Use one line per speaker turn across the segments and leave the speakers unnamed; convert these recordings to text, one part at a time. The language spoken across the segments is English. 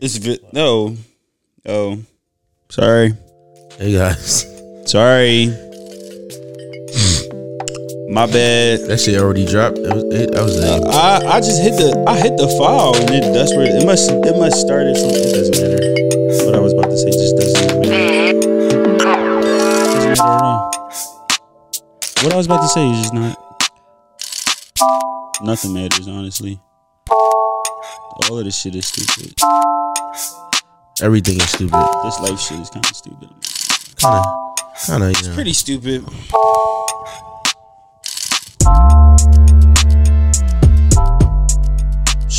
This vi- no, oh, sorry,
Hey guys,
sorry. My bad.
that shit already dropped. It was, it, that was it.
I, I just hit the I hit the file and it, that's where it, must it must started from. It doesn't matter. What I was about to say just doesn't matter. Doesn't matter at all. What I was about to say is just not. Nothing matters honestly. All of this shit is stupid.
Everything is stupid.
This life shit is kind of stupid.
Kind of, kind of. You know.
Pretty stupid.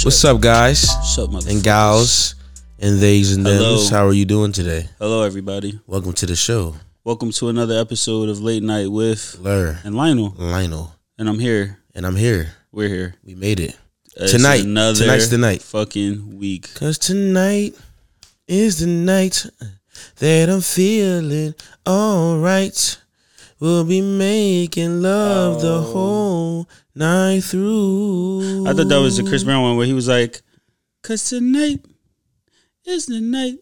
What's up, guys
Shut motherfuckers.
and gals and theys and thems?
Hello.
How are you doing today?
Hello, everybody.
Welcome to the show,
Welcome to another episode of Late Night with
Lur
and Lionel.
Lionel,
And I'm here.
and I'm here.
We're here
We made it.
It's
Tonight. Tonight's the night.
Fucking week.
Cause tonight is the night that I'm feeling alright. We'll be making love the whole night through.
Oh. I thought that was the Chris Brown one where he was like, "Cause tonight is the night."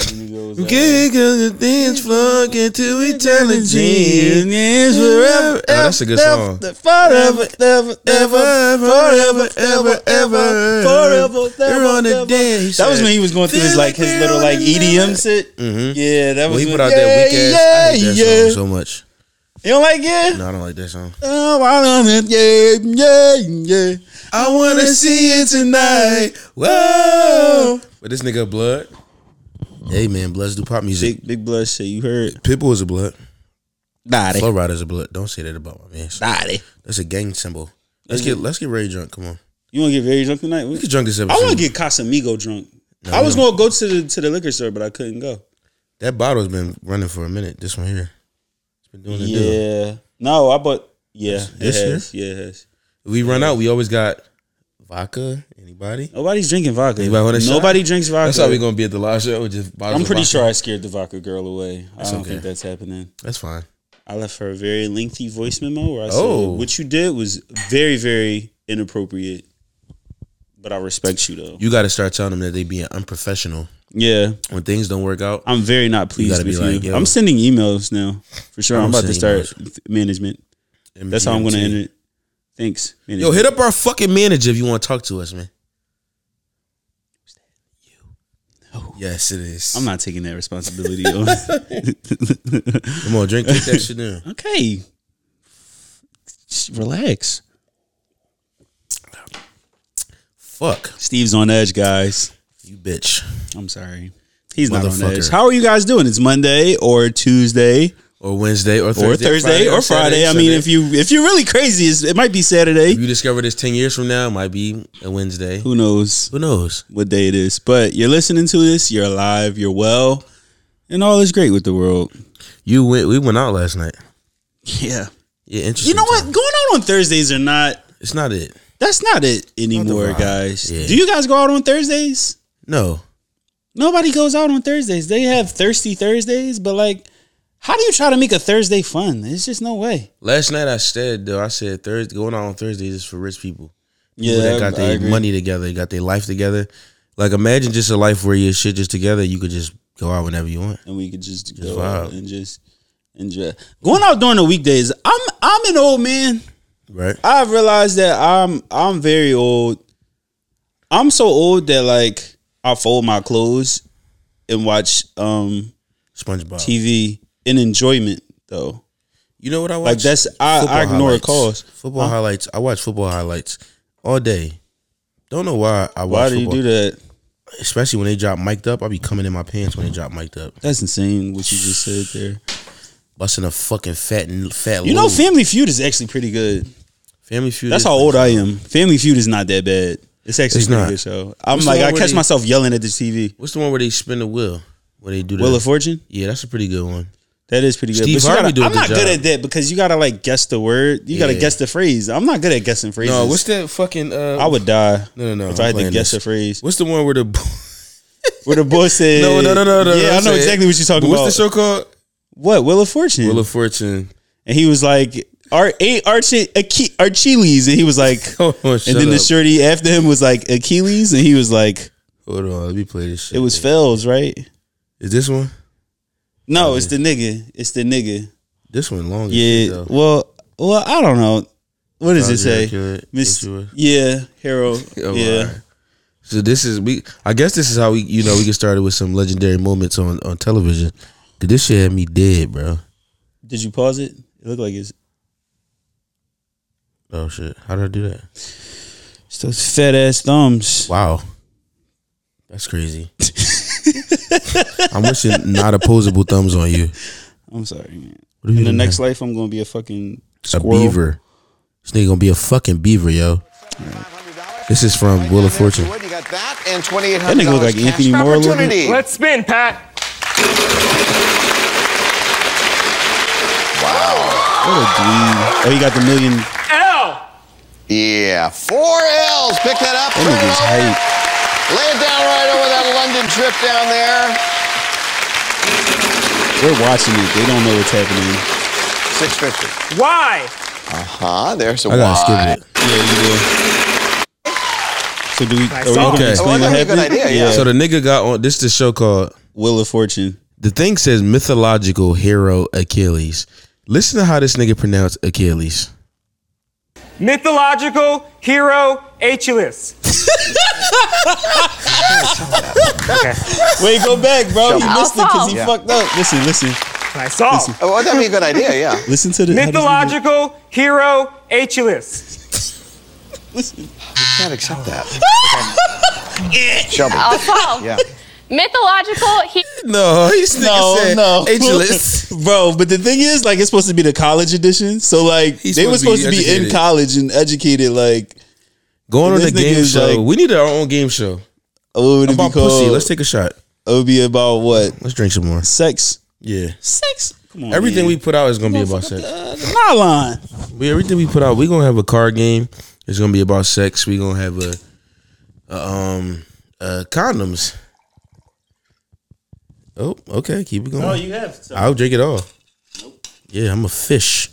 And he goes, uh,
Kick on the dance floor, get to eternity.
is forever,
Oh, that's a good
ever,
song.
ever, Forever, ever, ever,
Ever,
forever, ever, ever, forever,
You're on
ever,
the dance.
That was when he was going through his like his little like EDM shit.
Mm-hmm.
Yeah, that was.
Well, he put
when-
out that weak ass. I hate
Yeah,
that
yeah.
song so much.
You don't like it?
No, I don't like that song.
Oh, I love it. Yeah, yeah, yeah.
I wanna see it tonight. Whoa. But this nigga blood. Hey man, Bloods do pop music.
Big, big blood shit. You heard?
Pitbull is a blood.
Body,
Flow Rider's a blood. Don't say that about my man.
body.
That's a gang symbol. Let's get let's get ready drunk. Come on.
You want to get very drunk tonight?
We could drunk this
I
episode.
want to get Casamigo drunk. I was gonna go to the to the liquor store, but I couldn't go.
that bottle's been running for a minute. This one here. It's been doing the deal.
Yeah. No, I bought. Yeah,
This
it has. Yeah, it has.
If we run out, we always got vodka. Anybody?
Nobody's drinking vodka.
Anybody want a shot?
Nobody drinks vodka.
That's how we gonna be at the live show. Just bottles
I'm
of
pretty
vodka.
sure I scared the vodka girl away. I don't
okay.
think that's happening.
That's fine.
I left her a very lengthy voice memo where I
Oh.
said, "What you did was very, very inappropriate." But I respect you though.
You gotta start telling them that they being unprofessional.
Yeah,
When things don't work out,
I'm very not pleased
gotta be
with
like,
you.
yo.
I'm sending emails now for sure. I'm,
I'm
about to
sending
start management. That's how I'm going to end it. Thanks.
Yo, hit up our fucking manager if you want to talk to us, man.
No.
Yes, it is.
I'm not taking that responsibility.
Come on, drink take that shit down.
okay, Just relax.
Fuck
Steve's on edge, guys.
you, bitch,
I'm sorry. He's not on edge.
Motherfucker.
How are you guys doing? It's Monday or Tuesday
or Wednesday or Thursday,
or Thursday or Friday.
Saturday,
I mean,
Sunday.
if you if you're really crazy, it's, it might be Saturday.
If you discover this ten years from now, it might be a Wednesday.
Who knows?
Who knows?
what day it is. But you're listening to this, you're alive, you're well, and all is great with the world.
You went. We went out last night.
Yeah.
Yeah, interesting.
You know what?
time.
Going out on Thursdays or not,
It's not it.
that's not it anymore,
vibe.
guys.
Yeah.
Do you guys go out on Thursdays?
No,
Nobody goes out on Thursdays. They have thirsty Thursdays, but like, how do you try to make a Thursday fun? It's just no way.
last night I said though. I said Thursday going out on Thursdays is for rich people.
Yeah,
people that got their money together, got their life together. Like imagine just a life where your shit just together. You could just go out whenever you want.
and we could just go
vibe.
out and just enjoy. Going out during the weekdays, I'm I'm an old man.
Right?
I've realized that I'm I'm very old. I'm so old that like I fold my clothes and watch um
SpongeBob.
TV in enjoyment though.
You know what I watch?
Like that's I, I
Football
ignore
highlights.
calls.
Football highlights. I watch football highlights all day. Don't know why I watch.
Why do you do
football.
that?
Especially when they drop mic'd up, I be coming in my pants when they drop mic'd up,
That's insane what you just said there.
busting a fucking fat and fat.
You know
load.
Family Feud is actually pretty good.
Family Feud.
That's
is-
how old I am. Family Feud is not that bad. It's actually
It's
a pretty
not.
good show. I'm
What's the
like
one
I
where
catch
they-
myself yelling at the TV.
What's the one where they spin the wheel? Where they do that?
Wheel of Fortune?
yeah, that's a pretty good one.
That is pretty good.
Steve
but you gotta-
Harvey do a
I'm
good
not good
job.
at that because you gotta like guess the word. You gotta
Yeah.
guess the phrase. I'm not good at guessing phrases.
No, what's that fucking? Uh,
I would die
No, no, no.
if
I'm
I had to
playing
guess
this.
a phrase.
What's the one where the?
Where the boy said,
No, no, no, no, no.
Yeah, I
I'm
know
saying-
exactly what you're talking
What's
about.
the show called?
What Wheel of Fortune?
Wheel of Fortune.
and he was like, "Ar eight Archie Ache- Archiles," and he was like,
Oh,
and then the shorty after him was like Achilles, and he was like,
Hold on, let me play this shit.
It was Fells, right?
Is this one?
No, it's the nigga. It's the nigga.
This one long. as shit,
Yeah.
though.
Well, well, I don't know. What does it
Sounds
say?
accurate.
Miss.
Intuit.
Yeah, Harold.
Oh,
Yeah.
alright. So this is we. I guess this is how we. You know, we get started with some legendary moments on on television. 'Cause This shit had me dead, bro.
Did you pause it? It looked like it's
Oh shit! How did I do that?
it's those fat ass thumbs.
Wow, that's crazy. I'm wishing not opposable thumbs on you.
I'm sorry, man.
What do you
In the
mean,
next life, I'm gonna be a fucking
a
squirrel.
beaver. This nigga gonna be a fucking beaver, yo. This is from Wheel of Fortune.
You got that and $2,800
That nigga look like
cash
Anthony Moore a little bit.
opportunity.
Let's spin, Pat.
What a dweeb. Oh, he got the million.
L.
Yeah, four L's. Pick that up.
That
turn it
nigga's
over.
hype.
Lay it down right over that London trip down there.
We're watching it. They don't know what's happening.
650.
Y.
Uh-huh. There's a
I gotta skip
Y.
it.
Yeah, you do. So do we? Are we
saw
gonna
it.
explain
Oh,
what
that'd be a
happened?
good idea, yeah.
So the nigga got on. This the show called
Wheel of Fortune.
The thing says mythological hero Achilles. Listen to how this nigga pronounced Achilles.
Mythological hero Achilles.
Wait, go back, bro. You missed it because he
Yeah.
fucked up. Listen, listen,
I saw.
Oh, well, that'd be a good idea, yeah.
listen to the how this nigga-
Mythological hero Achilles.
Can't accept that. Shelby. Yeah.
Mythological. He-
No, he's nigga
No,
said
no,
Achilles.
bro. But the thing is, like, it's supposed to be the college edition. So, like,
He's
they were supposed
supposed
to
to be
be in
educated.
college and educated. Like,
Going on
This
the
nigga
game
is
show.
like-
we need our own game show.
uh, what would it be
About
called?
pussy. Let's take a shot.
it would be about what?
Let's drink some more.
Sex.
Yeah.
Sex. Come on.
Everything we put out is gonna be about
Motherfucker,
sex.
uh, the lie line.
We everything we put out, we gonna have a card game. It's gonna be about sex. We gonna have a, a um uh condoms. Oh, okay, keep it going.
have
I'll drink it all. Yeah, I'm a fish.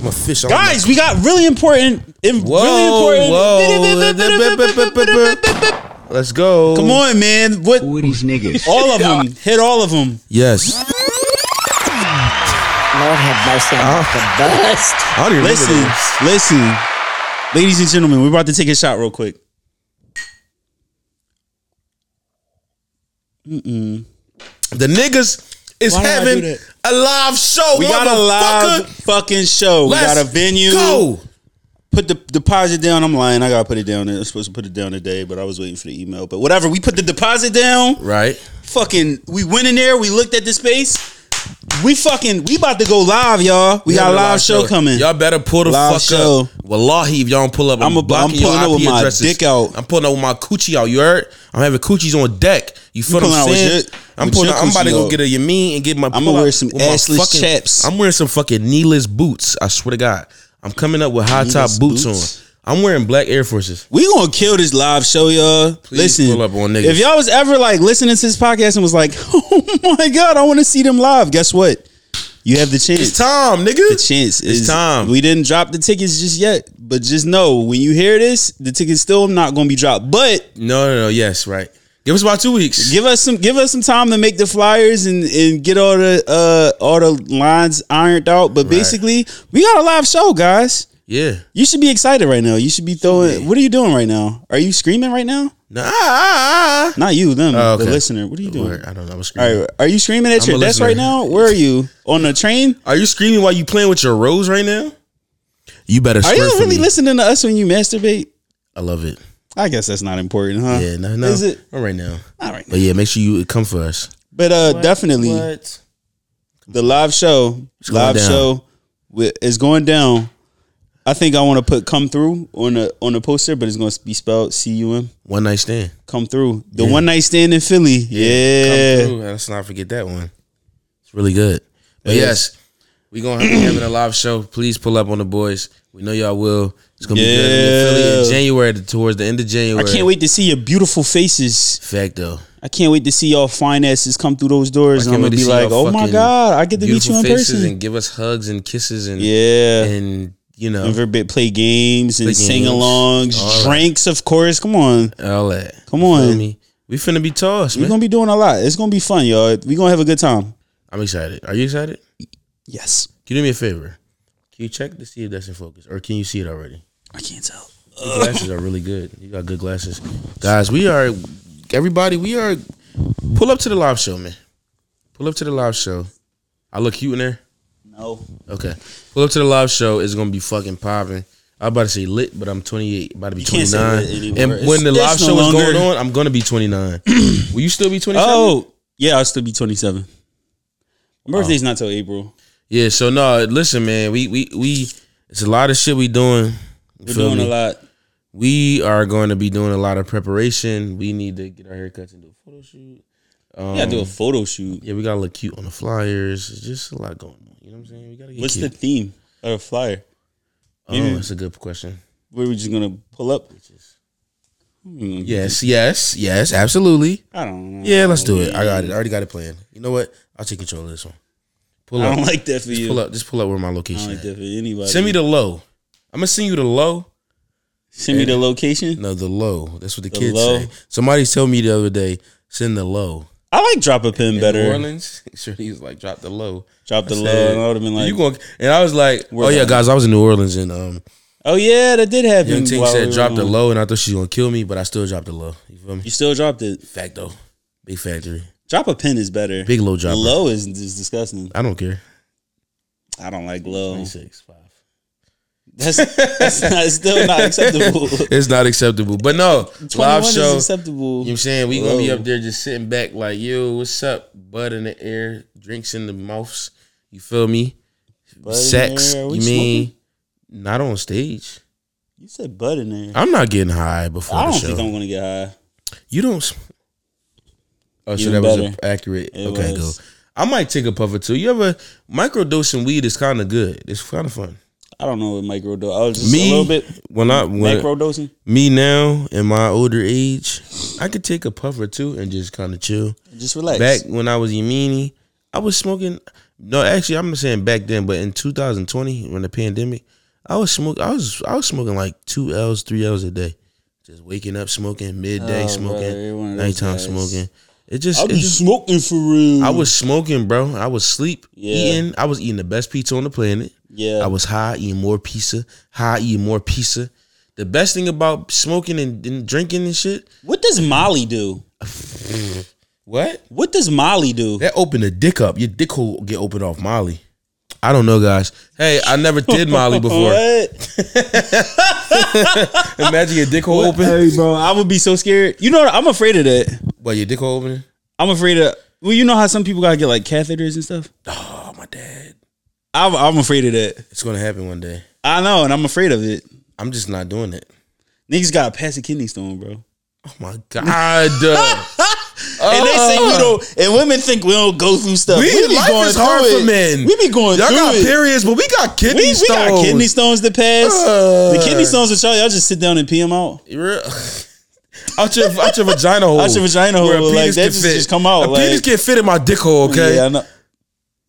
I'm a fish.
Guys, we got really important. im-
Whoa,
really
whoa.
important.
let's go.
Come on, man. What?
Who are these niggas?
All of them. Hit all of them.
Yes.
Lord have mercy on the bust.
Uh-huh. I don't even
Listen,
remember this.
listen, ladies and gentlemen, we're about to take a shot real quick.
The niggas is
Why did I do
having
that?
a live show.
We got a live fucking show.
Let's
we got a venue.
Go.
Put the deposit down. I'm lying. I gotta put it down. I was supposed to put it down today, but I was waiting for the email. But whatever. We put the deposit down.
Right.
Fucking. We went in there. We looked at the space. We fucking. We about to go live, y'all. We, got a
having
live, show coming.
Y'all better pull the
Live
fuck
show.
up. Wallahi, if y'all don't pull up, I'm,
I'm a- I'm
blocking your
pulling up with
IP
my
addresses.
dick out.
I'm pulling up with my coochie out. You heard? I'm having coochies on deck. You feel what
pulling
I'm
out with
saying?
your-
I'm
with
pulling.
your
Out, I'm about to
coochie
go
out.
get a Yamin and get my.
I'ma
pull
wear
out
some
with my
assless
fucking-
chaps.
I'm wearing some fucking kneeless boots. I swear to God, I'm coming up with high top
Kneeless
boots,
boots?
on. I'm wearing black Air Forces.
We gonna kill this live show, y'all. Listen,
pull up on niggas.
if y'all was ever like listening to this podcast and was like, "Oh my god, I want to see them live," guess what? You have the
It's
chance.
time, nigga.
The chance
It's
is
time.
We didn't drop the tickets just yet, but just know when you hear this, the tickets still not gonna be dropped. But
No, no, no. Yes, right. Give us about two weeks.
give us some give us some time to make the flyers and and get all the uh all the lines ironed out. But basically, we got a live show, guys.
yeah.
You should be excited right now. You should be throwing. What are you doing right now? Are you screaming right now?
Nah. I
Not you, them,
Oh,
the
okay.
listener. What are you doing?
don't know. I'm
All
screaming.
right, are you screaming at
I'm
your
a
desk
listener.
right now? Where are you on the train?
Are you screaming while you playing with your rose right now? You better.
Are
squirt
you
for
really
me.
listening to us when you masturbate?
I love it.
I guess that's not important, huh?
Yeah, no, no.
Is it?
Not right now.
All right,
But yeah, make sure you come for us.
but uh, definitely the live show,
going
live
down.
show wi- is going down. I think I want to put "come through" on the on the poster, but it's going to be spelled C U M.
One night stand.
Come through the one night stand in Philly. Yeah,
Come through. Let's not forget that one. It's really good. But
It
yes, we gonna be having a live show. Please pull up on the boys. We know y'all will. It's gonna be good. We in Philly in
Yeah.
January, towards the end of
I
January.
can't wait to see your beautiful faces.
Fact though,
I can't wait to see y'all finances come through those doors.
I
And I'm
can't wait
gonna be
to see
like,
y'all
oh my
fucking
god, I get to meet you
beautiful
in
faces
person.
and give us hugs and kisses and
yeah, and,
and you know
vi- play games and
Play games.
sing-alongs,
All that.
drinks, of course. Come on,
all that.
Come
You feel
on.
me? We finna be tossed,
We're
man.
gonna be doing a lot. It's gonna be fun, y'all. We're gonna have a good time.
I'm excited. Are you excited?
Yes.
Can you do me a favor? Can you check to see if that's in focus, or can you see it already?
I can't tell.
Your glasses are really good. You got good glasses, guys. We are everybody. We are pull up to the live show, man. Pull up to the live show. I look cute in there.
No.
Okay, pull up to the live show. It's gonna be fucking popping. I'm about to say lit, but I'm 28. About to be
can't say
29.
lit
And
anymore.
when
It's-
the
it's
live
no
show is going
longer-
on, I'm gonna be 29. Will you still be 27?
Oh, yeah, I'll still be 27. My birthday's not till April.
yeah. So no, listen, man. We we we. It's a lot of shit we doing.
We're doing a lot.
we are going to be doing a lot of preparation. We need to get our haircuts and do a photo shoot.
We gotta do
Um,
a photo shoot.
Yeah, we gotta look cute on the flyers. It's just a lot going on. You know what I'm saying? We gotta get
What's the
cute.
theme of a flyer?
oh, that's a good question.
Where we just gonna pull up?
Yes, yes, yes, absolutely.
I don't know.
Yeah, let's do it. I got it. I already got it planned. You know what? I'll take control of this one. Pull
I
up.
don't like that for you.
pull up. Just pull up where my
I
location.
don't like
at.
that for anybody.
Send me the low. I'm gonna send you the low.
Send me the location.
No, the low. That's what the, kids
low.
say. Somebody told me the other day, send the low.
I like drop a pin
New
better.
Orleans. Sure, he was like, drop the low.
Drop the
I
low,
said,
and I would have been like,
you going and I was like,
We're
oh yeah,
done.
guys, I was in New Orleans and um,
"Oh yeah, that did happen."
Young Ting
while we
said
were
drop the
gone."
low, and I thought she was gonna kill me, but I still dropped the low. You feel me?
You still dropped it.
Fact though, big factory,
Drop a pin is better.
big low drop.
Low is, is disgusting.
I don't care.
I don't like low.
Six five.
That's, that's not, it's still not acceptable.
It's not acceptable, but no live
21 is
show.
acceptable.
You know what I'm saying? We gonna be
Low.
up there just sitting back like, yo, what's up? Butt in the air, drinks in the mouths. You feel me?
Butt in the
Sex.
air. Are
You
we
mean not on stage?
You said butt in there.
I'm not getting high before
I
the
don't
show.
think I'm gonna get high.
You don't. sm- Oh, so
Even
that was
better.
a- accurate.
It
okay,
was.
go. I might take a puff or two. You ever microdosing weed is kind of good. It's kind of fun.
I don't know what micro dose. I was just
Me
a little bit
when I when
macro dosing.
me now in my older age, I could take a puff or two and just kind of chill.
Just relax.
Back when I was Yemeni, I was smoking. No, actually, I'm not saying back then, but in 2020, when the pandemic, I was smoking. I was I was smoking like two L's, three L's a day. Just waking up smoking, midday
Oh, brother, you're one
smoking,
of those
nighttime
guys.
smoking. It just
I
it
be
just-
smoking for real.
I was smoking, bro. I was sleep
Yeah.
eating. I was eating the best pizza on the planet.
Yeah.
I was high eating more pizza. High eating more pizza. The best thing about smoking and, and drinking and shit.
What does Molly do?
What?
What does Molly do?
That opened the dick up. Your dick hole get opened off Molly. I don't know, guys. Hey, I never did Molly before.
What?
Imagine your dick hole open.
hey, bro, I would be so scared. You know, I'm afraid of that.
What your dick hole opening?
I'm afraid of. Well, you know how some people gotta get like catheters and stuff.
Oh my dad.
I'm, I'm afraid of that.
It's gonna happen one day.
I know, and I'm afraid of it.
I'm just not doing it.
Niggas gotta pass a kidney stone, bro.
Oh my god. Uh,
And they say we don't, and women think we don't go through stuff.
Uh-uh. We,
be
life
going
is hard
through
for
it.
men.
We be going
Y'all
through
got
it.
periods, but we got kidney
we, we
stones.
got kidney stones to pass.
Uh.
the kidney stones with y'all, y'all just sit down and pee them out.
Real- out your out your vagina hole.
Out your vagina
Where a
hole, like,
penis
that
can
just-
fit.
just come out,
A penis
like-
can fit in my dick hole. Okay,
Yeah, I know.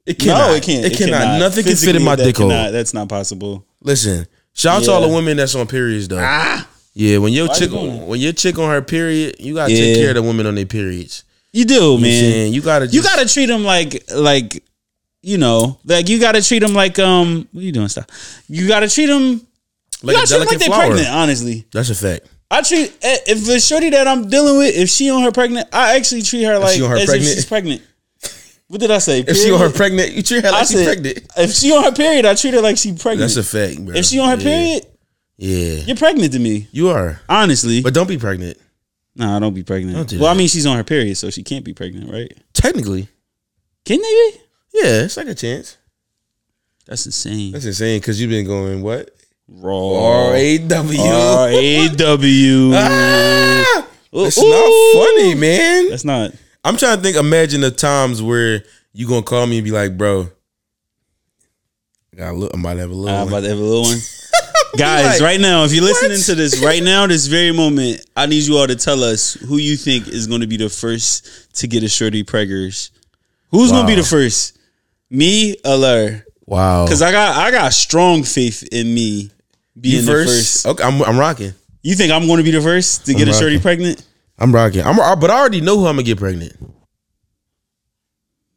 it cannot.
No, it can't.
It, cannot. Nothing can fit in
Physically,
my
that
dick
cannot.
hole.
That's not possible.
Listen, shout out to all the
Yeah.
women that's on periods though.
Ah.
Yeah, when your chick when your chick on her period, you gotta take
Yeah.
care of the women on their periods.
You do,
You know what I'm
man.
saying? You gotta
You
just,
gotta treat them like like you know, like you gotta treat them like um. What are you doing, stop? You gotta treat them. you
like a
gotta treat 'em
delicate
like they're
flower.
pregnant. Honestly,
That's a fact.
I treat eh, if the shorty that I'm dealing with, if she on her pregnant, I actually treat her like
she on her
as
pregnant?
if she's pregnant. What did I say?
If she on her pregnant, you treat her like she's
said,
pregnant.
If she on her period, I treat her like she's pregnant.
That's a fact, bro.
if she on her
Yeah.
period,
yeah,
you're pregnant to me.
you are.
Honestly,
But don't be pregnant.
no, nah, don't be pregnant.
Don't do
well, I
that.
mean, she's on her period, so she can't be pregnant, right?
Technically,
Can they be?
yeah, it's like a chance.
That's insane.
That's insane because you've been going what
Raw.
R A W.
R A W.
Ah! It's
Ooh.
not funny, man.
That's not.
I'm trying to think. Imagine the times where you gonna call me and be like, "Bro, I got a little, I'm about to have a little."
I'm
one."
about to have a little one. Guys,
Like,
right now, if you're listening
what?
to this right now, this very moment, I need you all to tell us who you think is going to be the first to get a shorty preggers. Who's going to be
Wow.
the first? Me or her?
wow.
Because I got I got strong faith in me being
you
the
first.
first.
Okay, I'm, I'm rocking.
You think I'm going to be the first to get a
rocking.
shorty pregnant?
I'm rocking. I'm, I, but I already know who I'm gonna get pregnant.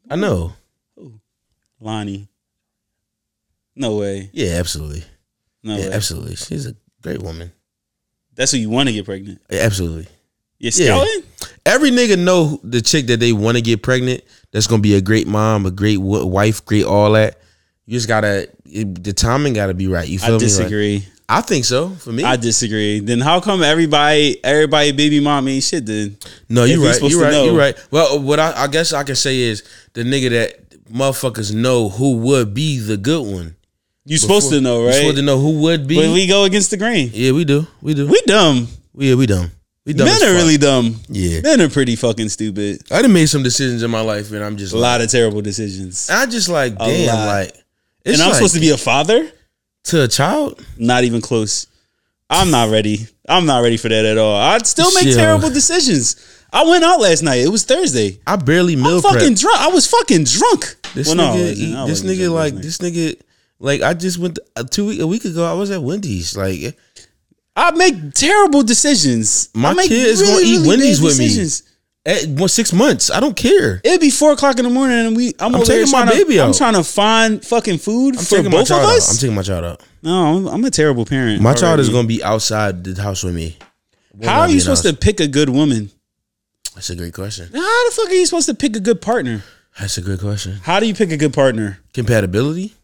I know.
Lonnie. No way.
Yeah, absolutely.
No
yeah,
way.
absolutely. She's a great woman.
That's who you want to get pregnant.
Yeah, absolutely.
You're
Yeah.
scouting?
Every nigga know the chick that they want to get pregnant. That's gonna be a great mom, a great w- wife, great all that. You just gotta it, the timing gotta be right. You feel
I
me? Like,
disagree.
I think so. For me,
I disagree. Then how come everybody, everybody, baby mom ain't shit? Then
No,
If
you're
we
right.
supposed
You're
to
right.
know.
You're right. Well, what I, I guess I can say is the nigga that motherfuckers know who would be the good one.
you supposed to know,
You
right?
supposed to know who would be.
But we go against the grain.
yeah, we do. We do.
We dumb.
yeah, we dumb. We dumb. as
Men are
fuck.
really dumb.
Yeah.
Men are pretty fucking stupid.
I done made some decisions in my life, and I'm just
A
like,
lot of terrible decisions.
I just like,
lot.
damn, like, Uh, it's
and I'm
like,
supposed to be a father?
to a child.
Not even close. I'm not ready. I'm not ready for that at all. I'd still make
Yeah.
terrible decisions. I went out last night. It was Thursday.
I barely
I'm
meal prep.
fucking drunk. I was fucking drunk.
This
Well, no, I
nigga,
wasn't. I
eat- this
wasn't
nigga,
drunk
like
last night.
this nigga, like I just went to, uh, two week a week ago. I was at Wendy's, like.
I make terrible decisions.
My
I make
kid is gonna eat
bad
Wendy's with me.
decisions.
At well, six months, I don't care.
It'd be four o'clock in the morning, and we. I'm,
I'm
over here
taking my
trying to-
baby
I'm
out.
trying to find fucking food
I'm
for
taking my
both of
child out. I'm
us.
taking my child out.
no, I'm, I'm a terrible parent.
My child is
already.
gonna be outside the house with me.
How are you supposed to pick a good woman?
That's a great question.
How the fuck are you supposed to pick a good partner?
That's a good question.
How do you pick a good partner?
Compatibility.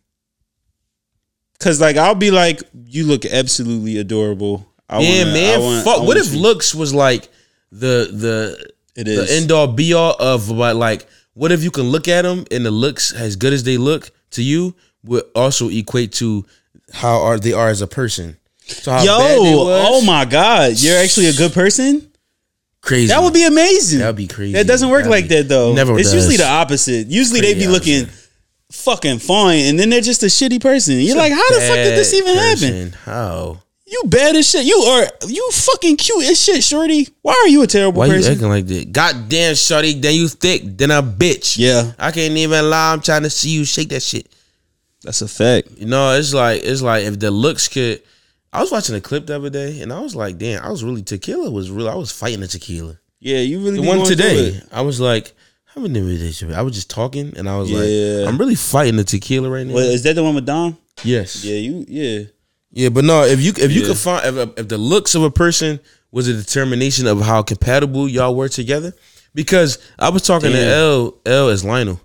Cause like I'll be like, you look absolutely adorable. I
yeah,
wanna-
man.
I want- I
fuck. What
want
if
you-
looks was like the the
It
the
is.
end all be all of but like what if you can look at them and the looks as good as they look to you would also equate to how are they are as a person. So how
Yo,
bad they was,
oh my god, you're actually a good person.
crazy.
That would be amazing.
That'd be crazy.
That doesn't work
That'd
like
be-
that though.
Never
It's usually the
does.
opposite. Usually they be
Pretty
looking fucking fine, and then they're just a shitty person. You're like, how the fuck did this
Bad
even happen?
person. How?
You bad as shit. You are you fucking cute as shit, shorty. Why are you a terrible
Why you
person?
acting like that? Goddamn, shorty, then you thick, then a bitch.
Yeah.
I can't even lie. I'm trying to see you shake that shit.
That's a fact.
You know, it's like it's like if the looks could. I was watching a clip the other day, and I was like, damn, I was really tequila was real. I was fighting the tequila.
Yeah, you really
The
be
one
going through
today,
it.
I was like, how many relationship? I was just talking, and I was
Yeah.
like, I'm really fighting the tequila right now.
Wait, is that the one with Dom?
yes.
Yeah, you yeah.
Yeah, but no, if you if you
Yeah.
could find if, if the looks of a person was a determination of how compatible y'all were together, because I was talking
Damn.
to L L as Lionel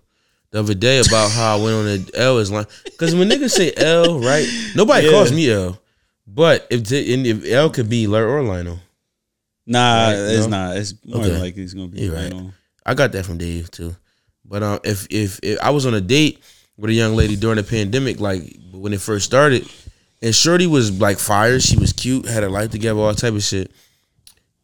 the other day about how I went on a L as Lionel because when niggas say L right, nobody
Yeah.
calls me L, but if the, and if L could be Lil or Lionel,
Nah, it's
no?
not. It's more
Okay.
than likely it's gonna be
You're
right
right.
on.
I got that from Dave too. But um, if, if if I was on a date with a young lady during the pandemic, like when it first started, and Shorty was like fire, she was cute, had her life together, all type of shit.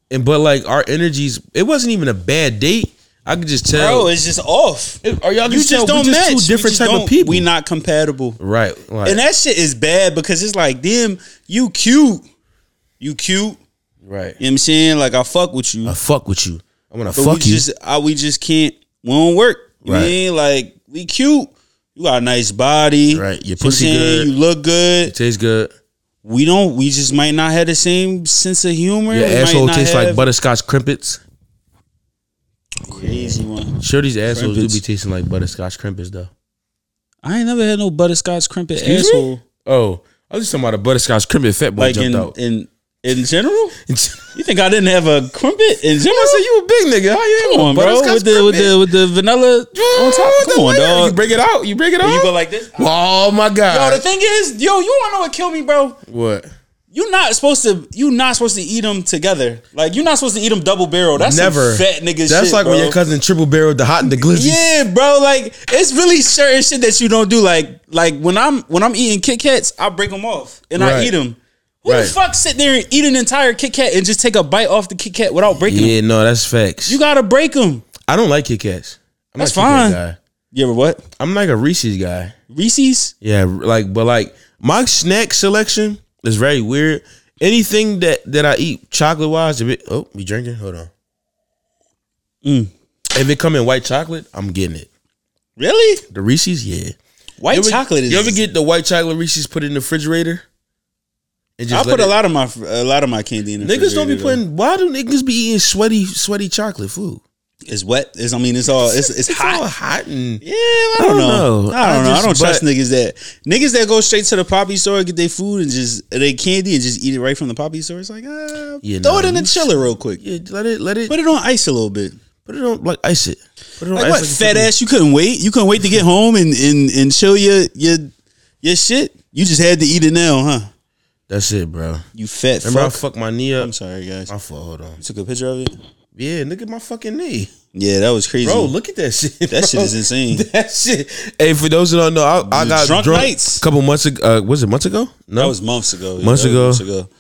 And but like our energies, it wasn't even a bad date. I could just tell.
Bro, it's just off.
It- are y'all
You
just
just
tell
don't
we just
match.
two
We just
different type of
don't-
people.
We not compatible.
right? Like,
And that shit is bad because it's like, damn, you cute. You cute. You
right.
know what I'm saying? Like I fuck with you.
I fuck with you. I'm gonna
but
fuck
we
you.
just I, we just can't we don't work. You know what I
Right.
mean? Like we cute. You got a nice body.
Right.
You know
Your
what I'm
pussy
saying?
good.
You look good.
Tastes good.
We don't we just might not have the same sense of humor.
Your
We might
asshole
not
tastes like
have-
butterscotch crimpets.
crazy one.
Shorty's assholes
Crimpets.
do be tasting like butterscotch crimpets though.
I ain't never had no butterscotch crimpet
Excuse me?
asshole.
Oh, I was just talking about a butterscotch crimpet fat boy
Like in,
jumped out.
in in general?
I
You think I didn't have a crimpet in general?
said you a big nigga. How you
Come
ain't
on,
want
bro.
butterscotch
With the, with the
crimpet?
with the vanilla on top.
What the
Come on,
fuck?
dog.
You bring it out. You bring it out.
And you go like this.
Oh my
Yo,
god.
the thing is, yo, you wanna know what killed me, bro?
what?
You're not supposed to. You're not supposed to eat them together. Like you're not supposed to eat them double barrel. That's
Never.
Some fat nigga.
That's
shit,
like when
bro.
your cousin triple barreled the hot and the glizzy.
Yeah, bro. Like it's really certain shit that you don't do. Like like when I'm when I'm eating Kit Kats, I break them off and I
Right.
eat them. Who
Right.
the fuck sit there and eat an entire Kit Kat and just take a bite off the Kit Kat without breaking them?
Yeah, no, that's facts.
You gotta break them.
I don't like Kit Kats. I'm
That's
not a Kit Kat
fine.
guy.
You ever what?
I'm like a Reese's guy.
Reese's?
Yeah, like but like my snack selection is very weird. Anything that that I eat chocolate wise, if it oh, we drinking? Hold on.
Mm.
If it come in white chocolate, I'm getting it.
Really?
The Reese's, yeah.
White
You ever-
chocolate is.
You ever get the white chocolate Reese's put in the refrigerator? And
I
just
put a lot of my a lot of my candy in. The
Niggas don't be
refrigerator, though.
putting. Why do niggas be eating sweaty, sweaty chocolate food?
It's wet. It's I mean it's all it's it's, hot.
all hot and
Yeah, I don't,
don't
know. I don't know.
know. I
I
just-
don't trust
but-
niggas that niggas that go straight to the poppy store get their food and just they candy and just eat it right from the poppy store. It's like uh,
Yeah,
throw
nah,
it in the
you-
chiller real quick.
yeah, let it, let it,
Put it on ice a little bit.
put it on like ice it. Put it on
Like
ice
what?
like a
Fat
fucking-
ass, you couldn't wait. You couldn't wait to get home and and and chill your your your shit. You just had to eat it now, huh?
That's it, bro.
You fat
Remember
fuck.
I fucked my knee up.
I'm sorry, guys.
My fault. Hold on.
took a picture of it.
Yeah, look at my fucking knee,
Yeah, that was crazy.
bro. Look at that shit.
that shit is insane.
That shit. Hey, for those who don't know, I, I got
Drunk
drunk,
nights.
a couple months ago. Uh, was it months ago? No,
That was months ago. Yeah,
Months
that was
ago.
months ago.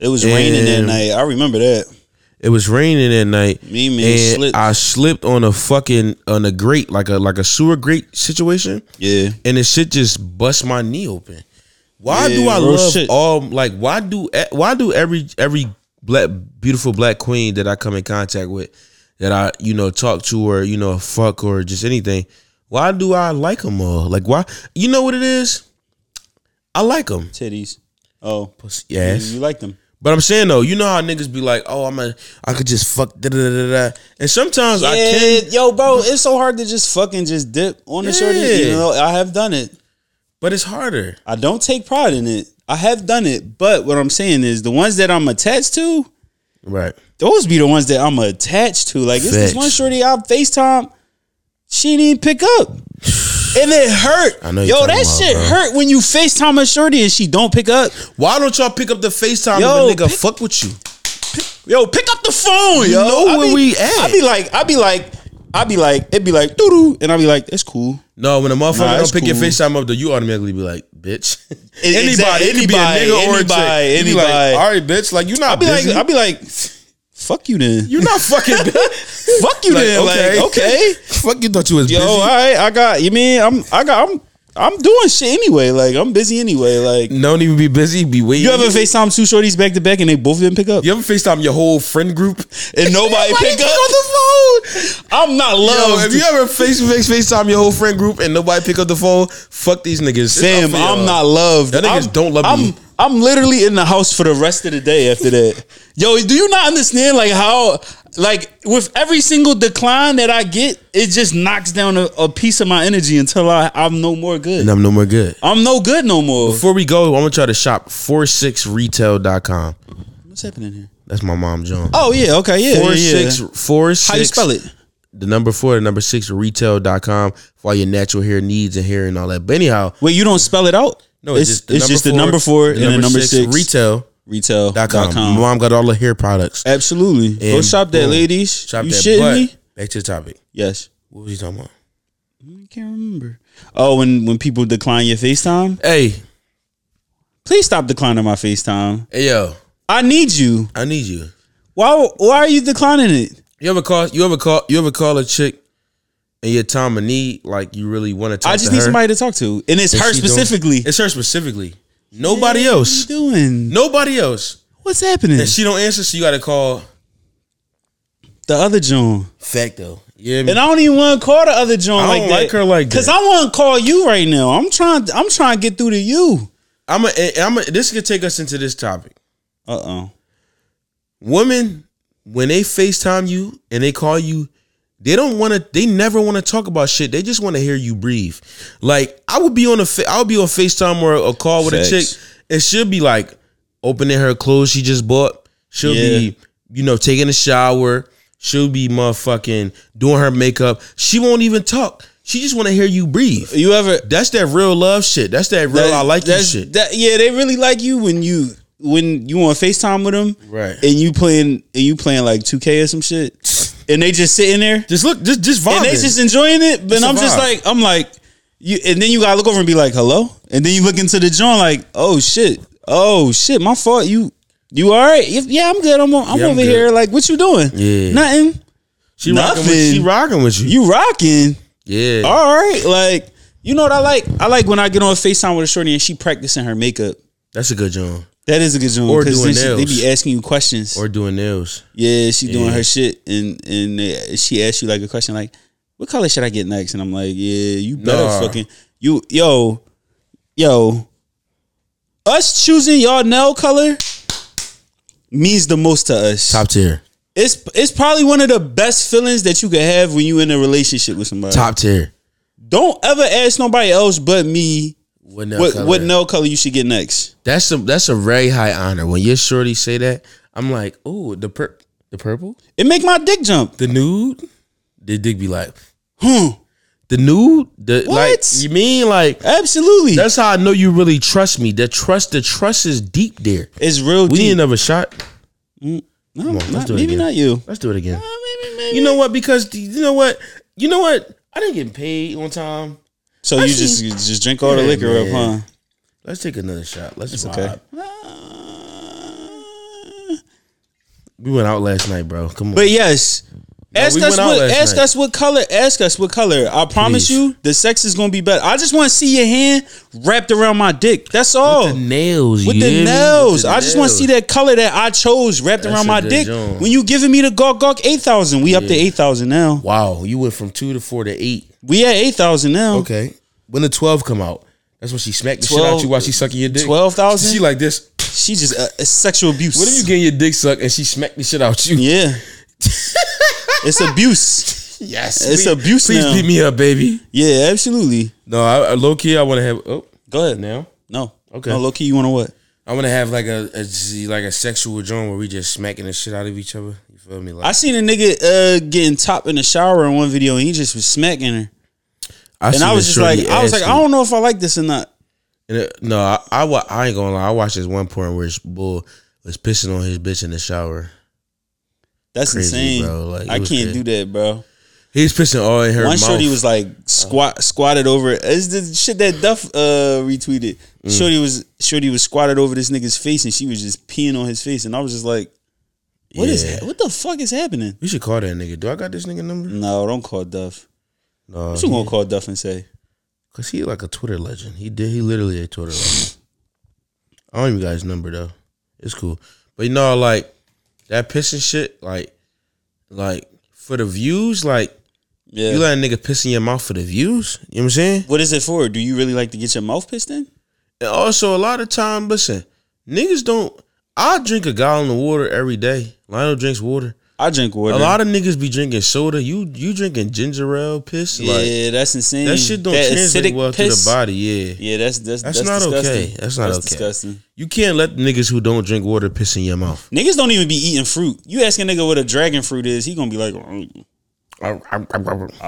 It was raining that
And-
night. I remember that.
it was raining that night.
Me, man,
and
slipped.
I slipped on a fucking on a grate, like a like a sewer grate situation,
Yeah.
and the shit just bust my knee open. Why
Yeah,
do I
real
love
shit.
all like? Why do e- why do every every black beautiful black queen that I come in contact with, that I you know talk to or you know fuck or just anything? Why do I like them all? Like why? You know what it is? I like them.
Titties. Oh,
Yes.
You like them?
But I'm saying though, you know how niggas be like, "Oh, I'm a, I could just fuck da da da da,", da," and sometimes I
Yeah,
can.
yo, bro, it's so hard to just fucking just dip on the
Yeah.
shorty. You know, I have done it.
But it's harder.
I don't take pride in it. I have done it, but what I'm saying is the ones that I'm attached to,
Right.
those be the ones that I'm attached to. Like it's this
Facts.
one shorty I FaceTime, she didn't even pick up. And it hurt.
I know you're
Yo,
talking
that
about,
shit
bro.
hurt when you FaceTime a shorty and she don't pick up.
Why don't y'all pick up the FaceTime
Yo,
if a nigga
pick-
fuck with you?
Yo, pick up the phone, yo.
know
I
where
be-
we at.
I be like, I be like, I be like, it be like doo doo, and I be like, it's cool.
No, when a motherfucker
Nah, it's
don't pick your
cool.
FaceTime up, though, you automatically be like, "Bitch."
It- exact-
it could be a
anybody,
nigga or a chick.
anybody,
You be like,
anybody.
All right, bitch. Like you not.
I be
busy.
like, I be like, fuck you then.
you not fucking. bitch.
fuck you then. Like okay,
Fuck you thought you was
yo,
busy.
all right, I got. You mean I'm? I got. I'm. I'm doing shit anyway. Like I'm busy anyway. Like
don't even be busy. Be waiting.
you ever FaceTime two shorties back to back and they both didn't pick up
You ever FaceTime your whole friend group?
and nobody
Why
pick
you
up
on the phone.
I'm not
Yo,
loved.
if you ever face face FaceTime your whole friend group and nobody pick up the phone, fuck these niggas.
Fam,
It's up for
I'm
y'all.
not loved.
Y'all niggas
I'm-
don't love
I'm,
me.
I'm literally in the house for the rest of the day after that. Yo, do you not understand like how like with every single decline that I get, it just knocks down a, a piece of my energy until I, I'm no more good.
And I'm no more good.
I'm no good no more.
Before we go, I'm gonna try to shop 46retail.com.
What's happening here?
That's my mom, John.
Oh yeah, okay, yeah.
Four
yeah,
six
yeah.
four six.
How you spell it?
The number four, the number six, retail.com for all your natural hair needs and hair and all that. But anyhow,
Wait, you don't spell it out?
no,
it's, it's just the number four and the number six,
retail.com.
retail.com.
My mom got all the hair products.
Absolutely. Go
And
shop that,
boom.
ladies.
Shop
you
that.
shitting
But
me?
Back to the topic.
Yes.
What was he talking about?
I can't remember. Oh, when when people decline your FaceTime,
Hey,
please stop declining my FaceTime.
hey yo,
I need you.
I need you.
Why why are you declining it?
You ever call? You ever call? You ever call a chick in your time of need? Like you really want to talk?
I just
to
need
her?
somebody to talk to, and it's
Is
her
she doing-
specifically.
It's her specifically. Nobody else.
What are you doing?
Nobody else.
What's happening?
And she don't answer, so you got to call.
the other John,
Facto. Yeah.
and I don't even want to call the other John
I
like
don't
that.
like her like that.
Cause I want to call you right now. I'm trying. I'm trying to get through to you.
I'm. A, I'm. A, this could take us into this topic.
Uh oh.
Women, when they Facetime you and they call you, they don't want to. They never want to talk about shit. They just want to hear you breathe. Like I would be on a. Fa- I would be on Facetime or a call with a
Facts.
chick, and she'll be like opening her clothes she just bought. She'll
Yeah.
be, you know, taking a shower. She'll be motherfucking doing her makeup. She won't even talk. She just want to hear you breathe.
You ever?
That's that real love shit. That's that real
that-
I like you
that's-
shit.
that- yeah, they really like you when you when you on Facetime with them,
Right.
And you playing and you playing like 2K or some shit, and they just sitting there
just look, just just vibing.
and they just enjoying it. But
It's a
I'm just
vibe.
like I'm like you, and then you gotta look over and be like hello, and then you look into the joint like oh shit, oh shit, my fault. You you all right? If- Yeah, I'm good. I'm on, I'm
Yeah, I'm
over
good.
here. Like what you doing?
Yeah.
nothing.
she rocking with, she
nothing.
rocking with you.
You rocking?
Yeah.
All right. Like you know what I like? I like when I get on Facetime with a shorty and she practicing her makeup.
That's a good job.
That is a good joint.
Or
because
doing
then she- They
nails.
be asking you questions.
Or doing nails.
yeah, she doing
Yeah.
her shit, and and uh, she asks you like a question like, "What color should I get next?" And I'm like, "Yeah, you better
Nah.
fucking you yo yo." us choosing y'all nail color means the most to us.
Top tier.
It's it's probably one of the best feelings that you could have when you in a relationship with somebody.
Top tier.
Don't ever ask nobody else but me
What, nail
what
color?
what nail color you should get next.
That's a that's a very high honor. When your shorty say that, I'm like, oh, the pur- the purple,
It make my dick jump.
the nude. The dick be like,
Hmm.
the nude, the like.
What?
You mean like?
Absolutely.
That's how I know you really trust me. The trust, the trust is deep there.
it's real
We need
deep.
another shot.
No,
on, let's
Mm, not-
do it
maybe
again.
not you.
Let's do it again. You know what? Because the- you know what? You know what? I didn't get paid on time.
So you just you just drink all the
Yeah,
liquor up, huh?
man. Let's take another shot. Let's vibe.
okay.
We went out last night, bro. Come on.
Uh, But yes, ask
we
us
went out
what
last
ask
night.
us what color. Ask us what color. I promise
Please.
you, the sex is gonna be better. I just want to see your hand wrapped around my dick. That's all.
the nails.
With
you hear
the
me?
nails,
With the
I just want to
nails.
see that color that I chose wrapped
That's
around
a
my
good
dick.
joint.
When you giving me the gawk gawk eight thousand, we up to
Yeah.
eight thousand now.
Wow, you went from two to four to eight.
We at eight thousand now.
Okay. When the twelve come out, that's when she smacked the shit
12
out you while she sucking your dick.
12,000?
She like this.
She just uh, it's sexual abuse.
What if you getting your dick sucked and she smacked the shit out you?
Yeah, it's abuse.
Yes.
It's
please-
abuse
Please
now.
beat me up, baby.
Yeah, absolutely.
No, I, I- low key, I want to have. Oh,
Go ahead
now
No,
Okay.
No, low key, you want to what?
I want to have like a, a z- like a sexual joint where we just smacking the shit out of each other. You feel me?
I
Like
seen a nigga uh, getting top in the shower in one video, and he just was smacking her, and I was just like, I was like, I don't know if I like this or not.
And it- no, I, I wa- I ain't gonna lie. I watched this one porn where this bull was pissing on his bitch in the shower.
That's
Crazy,
insane.
bro. Like, it
I
was
can't
crazy.
do that, bro.
He was pissing all in her
One
mouth.
shorty was like squat squatted over. It's the shit that Duff uh, retweeted.
Mm.
Shorty was shorty was squatted over this nigga's face, and she was just peeing on his face, and I was just like, "What is?
Yeah.
ha- What the fuck is happening?"
We should call that nigga. Do I got this nigga number?
No, don't call Duff.
No,
Mm. What you gonna call Duff and say?
cause he like a Twitter legend. He did. He literally a Twitter legend. I don't even got his number though. It's cool, but you know, like that pissing shit, like, like for the views, like
Yeah.
you let a nigga piss in your mouth for the views. You know what I'm saying?
what is it for? Do you really like to get your mouth pissed in?
And also, a lot of time, listen, niggas don't. I drink a gallon of water every day. Lionel drinks water.
I drink water.
A lot of niggas be drinking soda. You you drinking ginger ale piss? Like
yeah, that's insane.
that shit don't translate well
piss?
to the body. Yeah,
Yeah, that's that's
that's,
that's,
not
disgusting.
okay. That's not okay.
Disgusting.
You can't let niggas who don't drink water piss in your mouth.
Niggas don't even be eating fruit. You ask a nigga what a dragon fruit is, he gonna be like, "Mm,
You
I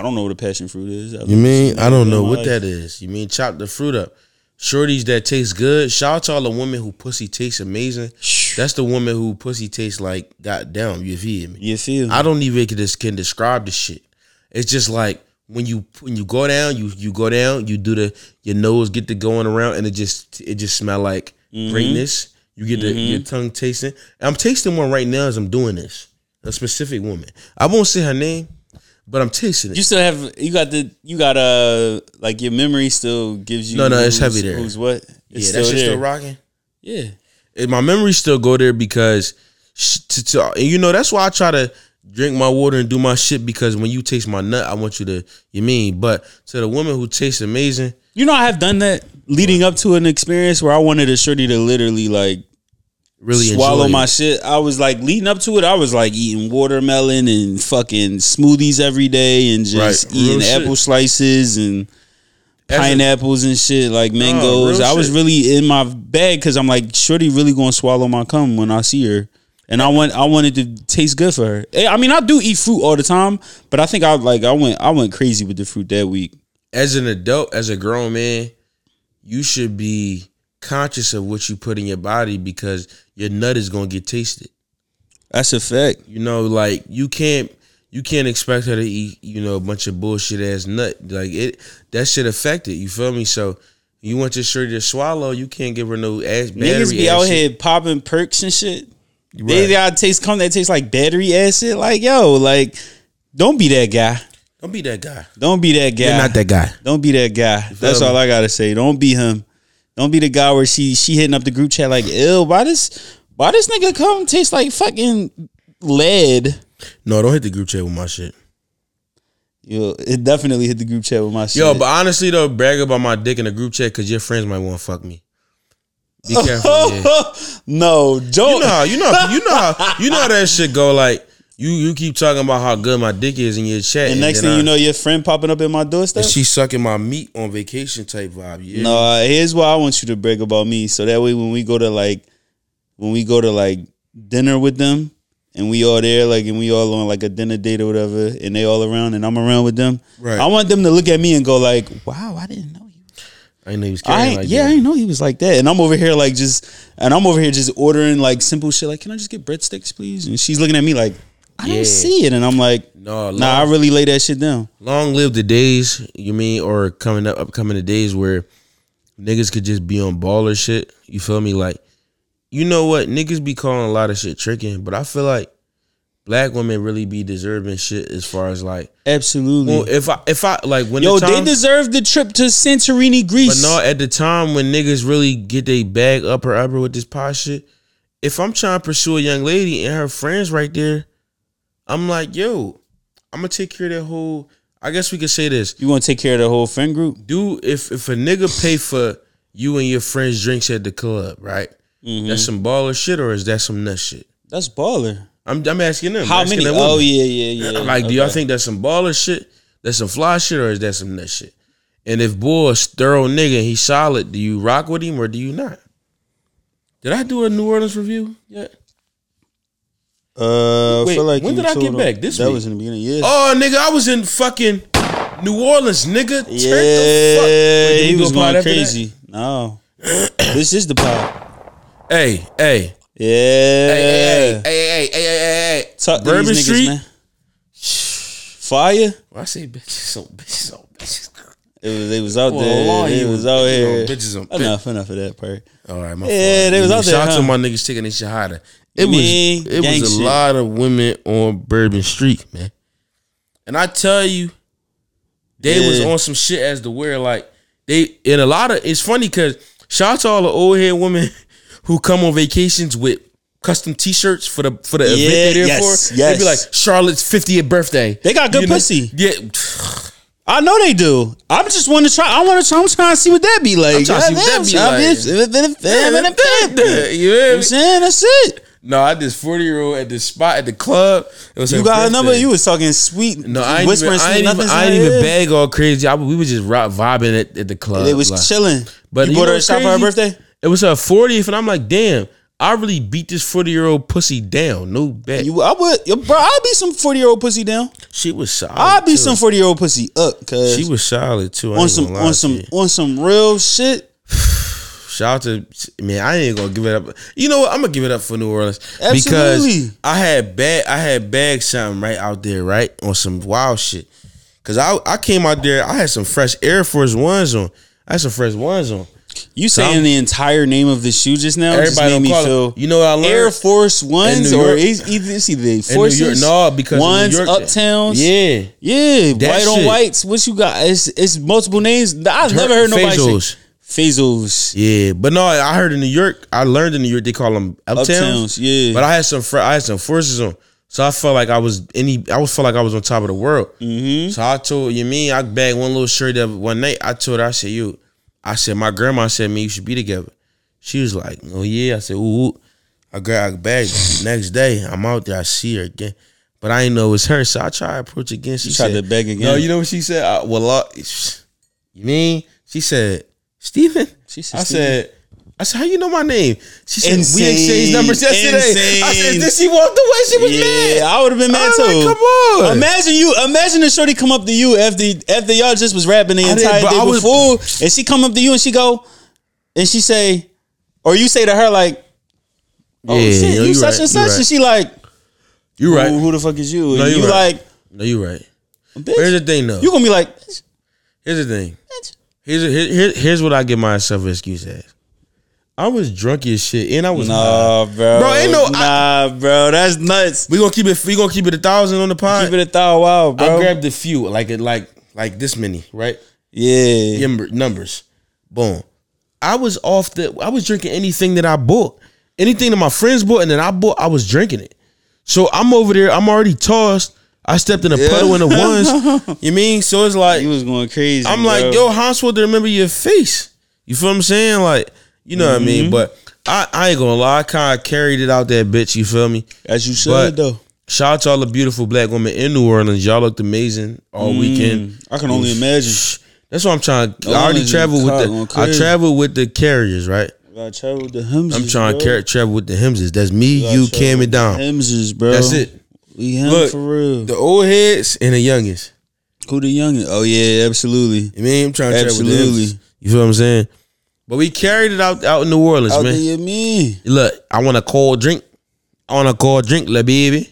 don't know what a passion fruit is. I've
mean I don't know
my
what
life.
that is. You mean chop the fruit up? Shorties that taste good. Shout out to all the women who pussy tastes amazing. That's the woman who pussy tastes like goddamn. You feel me?
You feel?
I don't even can, can describe the shit. It's just like when you when you go down, you you go down, you do the your nose get to going around, and it just it just smell like greatness. You get the, your tongue tasting. I'm tasting one right now as I'm doing this. A specific woman. I won't say her name, but I'm tasting it.
you still have you got the you got uh like your memory still gives you
No, no, it's
who's-
heavy there.
Who's what?
yeah, that shit's
there.
still rocking.
Yeah,
And my memories still go there because, sh- to, to, and you know that's why I try to drink my water and do my shit because when you taste my nut, I want you to you mean. But to the woman who tastes amazing,
you know I have done that leading up to an experience where I wanted a shorty to literally like
really
swallow
enjoy
my
it.
shit. I was like leading up to it. I was like eating watermelon and fucking smoothies every day, and just
Right, real
eating
shit.
apple slices and
As a-
pineapples and shit like mangoes.
real
I was
shit.
really in my bag because I'm like, Shorty really gonna swallow my cum when I see her. And I want I wanted to taste good for her. Eh, I mean, I do eat fruit all the time, but I think I like I went I went crazy with the fruit that week.
as an adult, as a grown man, you should be conscious of what you put in your body because your nut is gonna get tasted.
That's a fact.
You know, like you can't you can't expect her to eat, you know, a bunch of bullshit ass nut. Like it that shit affect it. You feel me? So you want your shorty to swallow, you can't give her no ass
Niggas
battery
be
ass
out
shit.
here popping perks and shit. They
Right.
got taste cum that tastes like battery acid. Like yo, like don't be that guy.
Don't be that guy.
Don't be that guy.
You're not that guy.
Don't be that guy. That's
me?
all I gotta say. Don't be him. Don't be the guy where she she hitting up the group chat like, ew, why this why this nigga come taste like fucking lead?
No, don't hit the group chat with my shit.
Yo, it definitely hit the group chat with my shit.
Yo, but honestly though, brag about my dick in the group chat because your friends might want to fuck me. Be careful. yeah.
no, don't.
You know, how- you know, how- you know, how- you know how that shit go. Like you, you keep talking about how good my dick is in your chat,
and next
then
thing you
I-
know, your friend popping up at my doorstep.
and she sucking my meat on vacation type vibe. Yeah.
No, uh, here's what I want you to brag about me, so that way when we go to like, when we go to like dinner with them, and we all there, like, and we all on like a dinner date or whatever, and they all around, and I'm around with them.
Right.
I want them to look at me and go like, "Wow, I didn't know you."
I ain't know he was
I
carrying
ain't-
like
yeah, I
that.
didn't know he was like that, and I'm over here like just, and I'm over here just ordering like simple shit, like, "Can I just get breadsticks, please?" And she's looking at me like, "I
Yeah.
don't see it," and I'm like,
No,
"Nah, I
long-
really lay that shit down."
Long live the days, you mean, or coming up, upcoming the days where niggas could just be on baller shit. You feel me? Like, you know what? Niggas be calling a lot of shit tricking, but I feel like black women really be deserving shit as far as like,
Absolutely.
well, if I, if I, like, when
Yo,
the time,
they deserve the trip to Santorini,
but
Greece.
no, at the time when niggas really get they bag upper upper with this pot shit, if I'm trying to pursue a young lady and her friends right there, I'm like, yo, I'm gonna take care of that whole, I guess we could say this.
You want to take care of the whole friend group?
do if if a nigga pay for you and your friends drinks at the club, right?
Mm-hmm.
That's some baller shit, or is that some nut shit?
That's baller.
I'm I'm asking them.
How
asking
many?
them
Oh
women.
yeah, yeah, yeah.
Like, do y'all think that's some baller shit? That's some fly shit, or is that some nut shit? And if boy is thorough nigga, and he solid. Do you rock with him or do you not? Did I do a New Orleans review yet?
Uh,
Wait, when
you
did I get
told them-
back? This
that
week?
was in the beginning. Yeah.
Oh, nigga, I was in fucking New Orleans, nigga. Turn the
yeah.
fuck- Wait, did
he
we do
was
a pod
going
after that?
crazy. No, this is the pod.
Hey, hey,
Yeah.
hey, hey, hey, hey, hey, hey, hey.
Talk to
Bourbon
these niggas,
Street?
man. Fire.
When I say bitches, so bitches, so bitches.
It was. They was out
Well,
there.
law,
They
you
was out
bitches
here.
on bitches on bitch.
enough. Enough of that part.
All right, my
Yeah,
fault.
they was
Yeah,
out there,
Shout out
huh?
to my niggas taking this shit hotter. It was
mean,
it
gang
was a
shit.
lot of women on Bourbon Street, man. And I tell you, they was
Yeah.
on some shit as to where like they and a lot of it's funny because shout out to all the old head women who come on vacations with custom T-shirts for the for the event
Yeah,
they're there
yes,
for.
yes.
They be like Charlotte's 50th birthday.
They got good pussy.
Yeah,
I know they do. I just want to try. I want to. I'm trying to see what that be like.
I'm trying to see what that be
like.
you know what I'm
I'm saying that's it.
No, I had this 40 year old at this spot at the club. It was
You
her
got her
birthday.
number. You was talking sweet.
No, I ain't even, I ain't
sweet
even, I
nothings
ain't
in
even
her ear.
bag all crazy. I, we was just rock vibing at, at the club.
They was
like.
chilling.
But
you
you
bought
know
her a
what's
shop for her
crazy?
birthday.
It was her 40th, and I'm like, damn, I really beat this 40 year old pussy down. No bet.
You, I would, yo, bro. I'd be some forty year old pussy down.
she was solid.
I'd be
too.
some forty year old pussy up. Cause
Oh, She was solid too. I
on
ain't
some,
gonna lie
on
to
some,
you.
on some real shit.
Shout out to man, I ain't gonna give it up. You know what? I'm gonna give it up for New Orleans
Absolutely.
because I had bag I had bag something right out there, right on some wild shit. Cause I I came out there, I had some fresh Air Force ones on. I had some fresh ones on.
You saying
I'm-
the entire name of the shoe just now? just
Everybody
made
don't
me
call
feel.
it. You know what I learned?
Air Force Ones
New
or
York-
it's either it's either the
In New York-
Forces,
no, because
ones,
in New York,
uptowns,
Yeah,
yeah,
That
white on
shit.
whites. What you got? It's it's multiple names. I've never heard nobody
Fazos.
say Fazos.
yeah. But no, I heard in New York. I learned in New York they call them uptowns.
Uptowns, yeah.
But I had some fr- I had some forces on, so I felt like I was any. I was felt like I was on top of the world. Mm-hmm. So I told you mean I bagged one little shirt that one night. I told her I said you. I said my grandma said me you should be together. She was like, oh yeah. I said ooh. ooh." I got I bagged it. next day. I'm out there. I see her again. But I ain't know it's her, so I try to approach again. She
You tried
said,
to beg again.
No, you know what she said? I, well, uh, you mean? She said, Steven?
She said,
I said, I said, how you know my name? She said, we
Insane.
exchanged numbers yesterday. I
Insane.
said, then she walked away. She was mad.
Yeah, I would have been mad
I
too.
was like, come on.
Imagine you, imagine the shorty come up to you after after y'all just was rapping the
I didn't-
entire
but
day
I was-
before, and she come up to you and she go, and she say, or you say to her like, "Oh
Yeah,
shit,
yo,
you
you
such
right,
and
you
such," and
right.
she like,
You right.
"Who- "Who the fuck is you?" And
No, you
you
right.
like,
No, you right. Here's the
"Bitch,"
thing, though.
you gonna be like, "Bitch,
Here's the thing.
bitch."
Here's here, here- here's what I give myself an excuse as. I was drunk as shit, and I was high.
"Nah, bro,
Bro, ain't no-
nah, bro, that's nuts."
We gonna keep it. We gonna keep it a thousand on the pod.
Keep it a thou wow, bro.
I grabbed a few, like like like this many, right?
yeah,
Number- numbers. Boom. I was off the. I was drinking anything that I bought, anything that my friends bought, and then I bought. I was drinking it. So I'm over there. I'm already tossed. I stepped in a puddle in the ones. You mean? So it's like
you was going crazy.
I'm
bro. Mm-hmm.
like, yo, how I'm supposed to remember your face? You feel what I'm saying? Like, you know what I mean? But I, I ain't gonna lie, I kind of carried it out that bitch. You feel me?
As you should
But-
though.
Shout out to all the beautiful black women in New Orleans. Y'all looked amazing all weekend.
Mm. I can only imagine.
That's what I'm trying.
New
I already
Orleans
traveled with
caught
the.
on
I
crazy.
traveled with the carriers, right?
I traveled the Hemses.
I'm trying to
bro.
car- travel with the Hemses. That's me,
I
you,
traveled
Cam, and Dom.
Hemses, bro.
That's it.
We him
Look,
for real.
The old heads and the youngest.
Who the youngin? Oh yeah, absolutely.
I mean, I'm trying to travel with the
Absolutely.
Hemses. You feel what I'm saying? But we carried it out out in New Orleans,
Out
man.
there, you mean?
Look, I want a cold drink. I want a cold drink, la baby.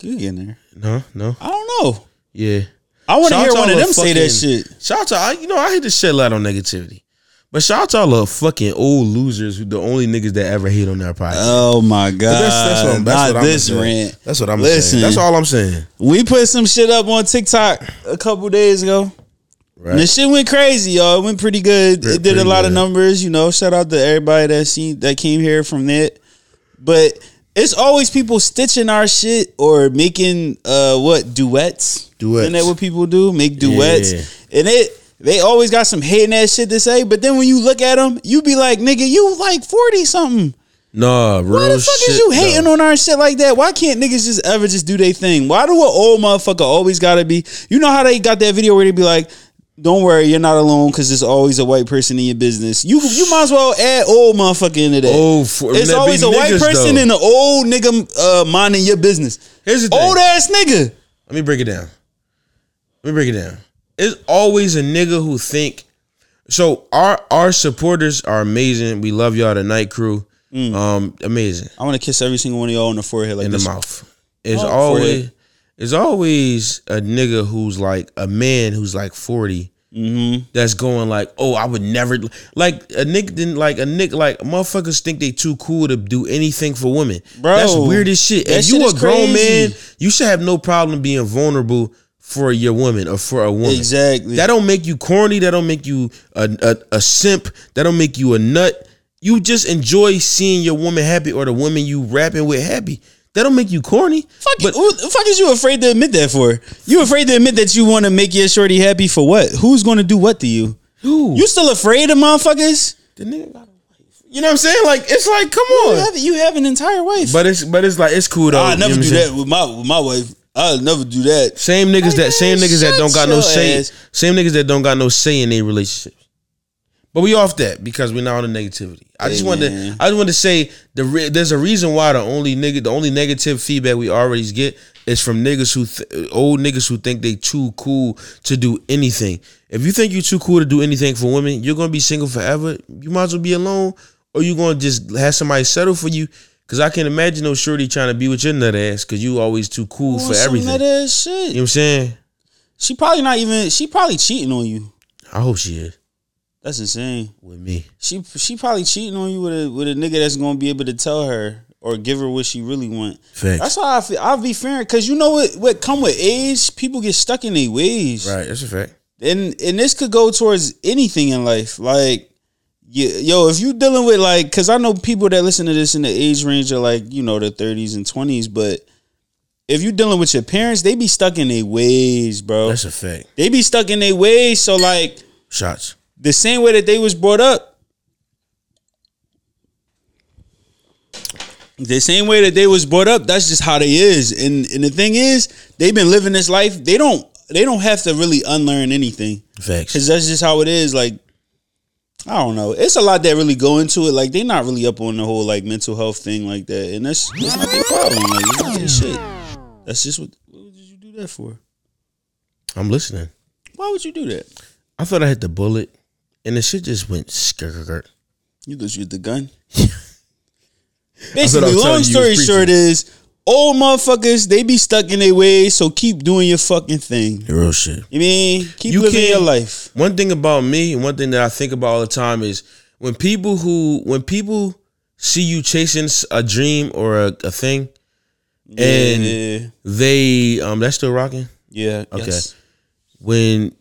You get in there.
No, no,
I don't know.
yeah.
I want to
Shout
hear
out
one
all
of
the
them say that
fucking-
shit.
Shout out to I, you know I hate to shed light on negativity, but shout out to all the fucking old losers who the only niggas that ever hate on their podcast.
Oh my god!
that's, that's what, that's
Not
what I'm
this
saying.
rant.
That's what I'm
Listen.
saying. That's all I'm saying.
We put some shit up on TikTok a couple days ago.
Right.
And the shit went crazy, y'all. It went pretty good.
Pre-
it did a
pretty
lot of
good.
numbers, you know. Shout out to everybody that seen that came here from that. But it's always people stitching our shit or making uh what duets.
Duets.
Isn't that what people do? Make duets.
Yeah.
And it they always got some hating ass shit to say, but then when you look at them, you be like, nigga, you like 40 something.
Nah, real
Why the fuck
Oh, shit,
is you hating
though.
on our shit like that? Why can't niggas just ever just do their thing? Why do an old motherfucker always gotta be? You know how they got that video where they be like, "Don't worry, you're not alone," because there's always a white person in your business. You you might as well add old motherfucker into that.
Oh, for,
it's
that
always
be
a white
niggas,
person
though.
and an old nigga uh, minding your business.
Here's the thing.
Old ass nigga.
Let me break it down. Let me break it down. It's always a nigga who think. So our our supporters are amazing. We love y'all, the night crew.
Mm.
Um, amazing
I want to kiss every single one of y'all on the forehead like
in the
this.
mouth. It's
Oh,
always it's always a nigga who's like a man who's like 40
Mm-hmm.
That's going like, oh, I would never like a nigga didn't like a nigga like motherfuckers think they too cool to do anything for women.
Bro,
that's weird as shit.
that
If you
shit
a
is
grown
crazy.
man, you should have no problem being vulnerable for your woman or for a woman.
Exactly.
That don't make you corny. That don't make you a, a, a simp. That don't make you a nut. You just enjoy seeing your woman happy or the woman you rapping with happy. That don't make you corny.
Fuck,
But
who the fuck is you afraid to admit that for? You afraid to admit that you want to make your shorty happy for what? Who's going to do what to you?
Dude.
You still afraid of motherfuckers?
the nigga got a wife. You know what I'm saying? Like it's like come on.
you have an entire wife.
But it's but it's like it's cool though.
I
you know
never do
what I'm saying?
that with my with my wife. I'll never do that.
Same niggas that same
man,
niggas that
shut
don't got no
your
say.
ass.
Same niggas that don't got no say in their relationships. But we off that because we're not on the negativity. I just wanted to,
man.
I just wanted to say the re- there's a reason why the only nigga the only negative feedback we always get is from niggas who th- old niggas who think they too cool to do anything. If you think you're too cool to do anything for women, you're gonna be single forever. You might as well be alone, or you're gonna just have somebody settle for you. Cause I can imagine no shorty trying to be with your nut ass. Cause you always too cool
Want
for
some
everything.
nut ass shit.
You know what I'm saying?
She probably not even. She probably cheating on you.
I hope she is
That's insane.
with me.
She she probably cheating on you with a with a nigga that's gonna be able to tell her or give her what she really want.
Facts.
That's why I feel I be fearing because you know what what come with age, people get stuck in their ways.
Right, that's a fact.
and and this could go towards anything in life. Like, yeah, yo, if you dealing with like, because I know people that listen to this in the age range of like you know the thirties and twenties, but if you dealing with your parents, they be stuck in their ways, bro.
That's a fact.
they be stuck in their ways. So like
Shots.
the same way that they was brought up, the same way that they was brought up, that's just how they is. And and the thing is, they've been living this life. They don't they don't have to really unlearn anything. Cause
Facts.
that's just how it is. Like, I don't know. It's a lot that really go into it. Like, they not really up on the whole like mental health thing like that, and that's, that's not their problem. Like, it's not their shit. That's just what. What did you do that for?
I'm listening.
Why would you do that?
I thought I hit the bullet, and the shit just went skirt.
You thought you had the gun.
I was
Basically,
telling
long
you you was
story short is old motherfuckers they be stuck in their ways. So keep doing your fucking thing.
Real shit.
You mean keep
You
living
can't-
your life.
One thing about me, and one thing that I think about all the time is when people who when people see you chasing s- a dream or a, a thing, and
yeah,
they um that's still rocking.
yeah. Okay.
When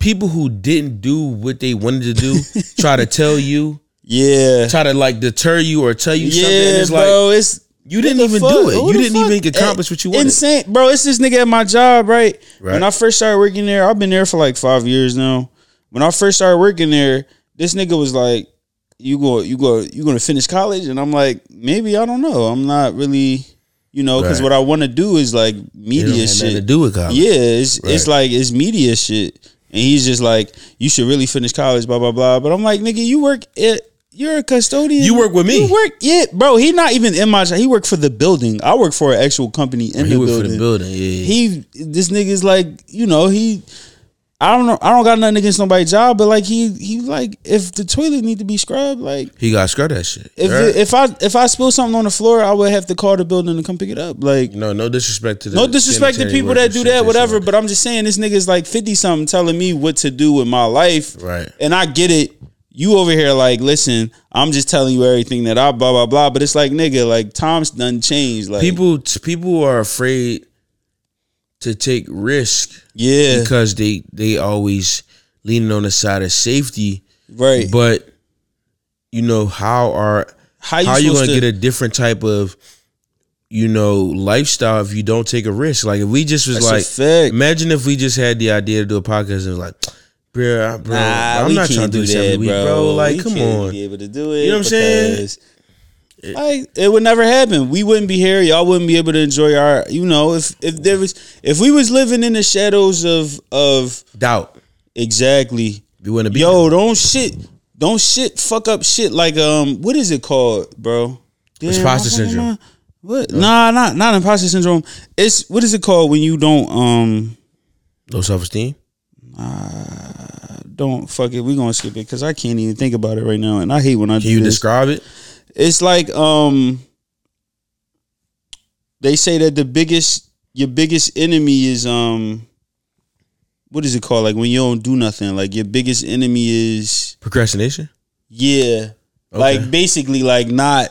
people who didn't do what they wanted to do try to tell you,
Yeah.
try to like deter you or tell you something, and
Yeah,
it's like
bro. it's
You didn't
the
even
fuck?
do it.
Who
you
the
didn't
fuck?
even accomplish what you wanted.
Insane, bro. It's this nigga at my job, right?
Right.
When I first started working there, I've been there for like five years now. When I first started working there, this nigga was like, you go you go you gonna finish college and i'm like maybe i don't know i'm not really you know because
Right.
what i want to do is like
It don't
media
have nothing
shit
to do with college.
yeah it's, it's like
Right.
it's media shit and he's just like you should really finish college blah blah blah but i'm like nigga you work it you're a custodian.
You work with me.
You work, yeah, bro. He not even in my. job. He worked for the building. I work for an actual company in
He
the
worked
building
for the building. Yeah, yeah.
he this nigga's like you know he I don't know I don't got nothing against nobody's job but like he he like if the toilet need to be scrubbed like
He got scrub that shit.
if
Right.
if I if I spill something on the floor I would have to call the building to come pick it up like
no, no disrespect to the
no disrespect to
sanitary
people that
workers,
do that
sanitation
whatever
workers.
but I'm just saying this nigga's like 50 something telling me what to do with my life
Right.
and I get it you over here like listen I'm just telling you everything that I blah blah blah but it's like nigga like times done changed like
people people are afraid to take risk
yeah
because they they always leaning on the side of safety.
right
But you know how are
how
how you
supposed
gonna get a different type of you know lifestyle if you don't take a risk? Like if we just was
That's a
like,
fact.
imagine if we just had the idea to do a podcast and was like, bro, bro
Nah,
I'm
we
not
can't
trying to do this every week, bro. Like,
we
come
can't
on.
be able to do it.
You know what I'm saying?
because, Like, it would never happen. We wouldn't be here. Y'all wouldn't be able to enjoy our. You know, if if there was, if we was living in the shadows of of
Doubt.
exactly.
You wouldn't be
Yo, don't shit, don't shit, fuck up shit. Like, um, what is it called, bro? Damn,
Imposter
I don't
syndrome.
know. What? Nah, not not imposter syndrome. It's what is it called when you don't um
low self esteem.
don't fuck it. We gonna skip it because I can't even think about it right now, and I hate when I do
Can you
this.
describe it?
It's like um they say that the biggest your biggest enemy is um what is it called? Like when you don't do nothing. Like your biggest enemy is
Procrastination.
yeah. Like basically like not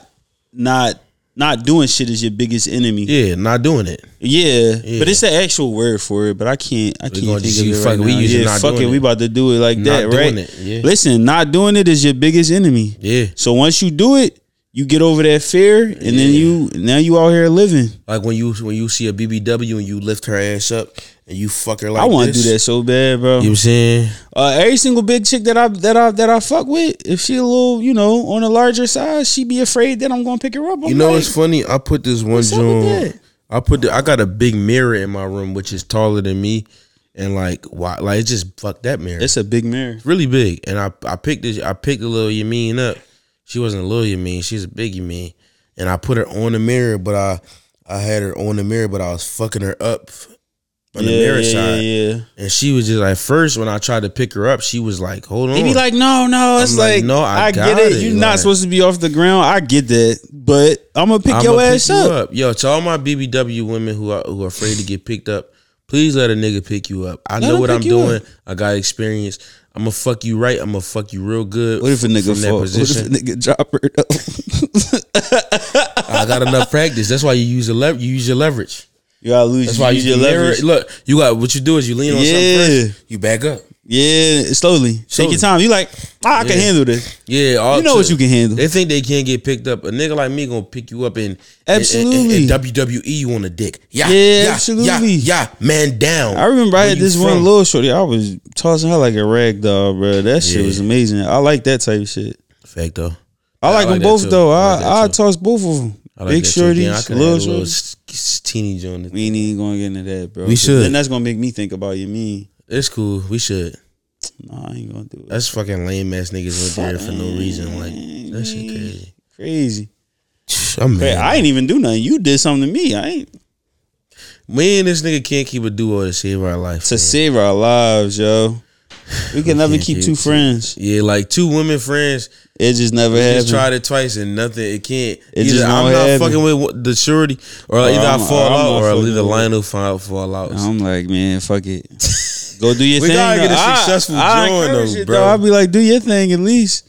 not not doing shit is your biggest enemy. Yeah.
Yeah, not doing it.
But it's an actual word for it, but I can't I
gonna
can't think
just
of it.
use
Right
fuck it. We
now.
using
yeah,
not
fuck
doing
it.
it.
We about to do it like that,
Not doing
right?
it, yeah.
Listen, not doing it is your biggest enemy.
Yeah.
So once you do it, you get over that fear, and then you now you out here living.
Like when you when you see a BBW and you lift her ass up and you fuck her like
I want to
this.
do that so bad, bro.
You know what I'm saying?
Uh, every single big chick that I that I that I fuck with, if she a little, you know, on a larger size, she be afraid that I'm gonna pick her up. I'm
You know
like,
it's funny. I put this one
up with that?
joint. I put the, I got a big mirror in my room which is taller than me, and like why like it just fuck that mirror. It's
it's a big mirror.
really big, and I I picked this I picked a little Yameen up. She wasn't a little Yameen. She's a big Yameen, and I put her on the mirror, but I I had her on the mirror, but I was fucking her up on the mirror side.
yeah, yeah.
And she was just like, first when I tried to pick her up, she was like, "Hold on."
They be like, no, no. It's
I'm
like,
like, no, I
get
got
it.
it,
You're not
like-
supposed to be off the ground. I get that, but I'm gonna pick
"I'ma
your
pick
ass
you
up.
Yo, to all my BBW women who are who are afraid to get picked up, please let a nigga pick you up. I know
him
what
pick
I'm
you
doing.
up.
I got experience. I'm gonna fuck you right. I'm gonna fuck you real good.
What if a nigga
from
fall? What if a nigga drop her?
I got enough practice. That's why you use a lever. You use your leverage.
you gotta lose.
That's why you
use your leverage.
Look, you got what you do is you lean on
Yeah.
something first. You back up.
Yeah, slowly. Take
Slowly.
your time. You like, ah, I can
Yeah.
handle this.
Yeah, all
You know
to-
what you can handle.
They think they can't get picked up. A nigga like me gonna pick you up and and-
Absolutely.
and, and WWE E, you on the dick. Yeah,
Yeah,
yeah,
absolutely.
Yeah, yeah, man down.
I remember I
Where
had
you
this one
from?
little shorty. I was tossing her like a rag doll, bro. That shit
Yeah.
was amazing. I like that type of shit.
fact though.
I like them
like that
both
too.
though.
I
I
like that
I,
too.
toss both of them.
I like
Big
that shit. Damn,
shorties,
I could
little
have little
shorties.
s- s- teeny joint.
We ain't even gonna get into that, bro.
We should.
Then that's gonna make me think about you. mean.
It's cool. We should.
Nah, I ain't gonna do it.
That's fucking lame ass niggas out there for no reason. Like that shit crazy.
Crazy.
I'm
Hey,
mad.
I ain't even do nothing. You did something to me. I ain't
me and this nigga can't keep a duo to save our life.
to
man.
save our lives, yo. We can never
can't
keep
do
two
it.
friends.
Yeah, like two women friends.
It just never
We
happened.
just tried it twice and nothing. It can't. either
just won't
I'm not
happen.
fucking with what- the surety, or, either
I'm-
I fall
I'm not
out, or
fucking
either
with- Um,
Lionel fall fall out.
I'm like, man, fuck it. Go do your
We
thing.
gotta get a
though. I-
successful
I
joint,
encourage
though,
it,
bro.
I'll be like, do your thing at least.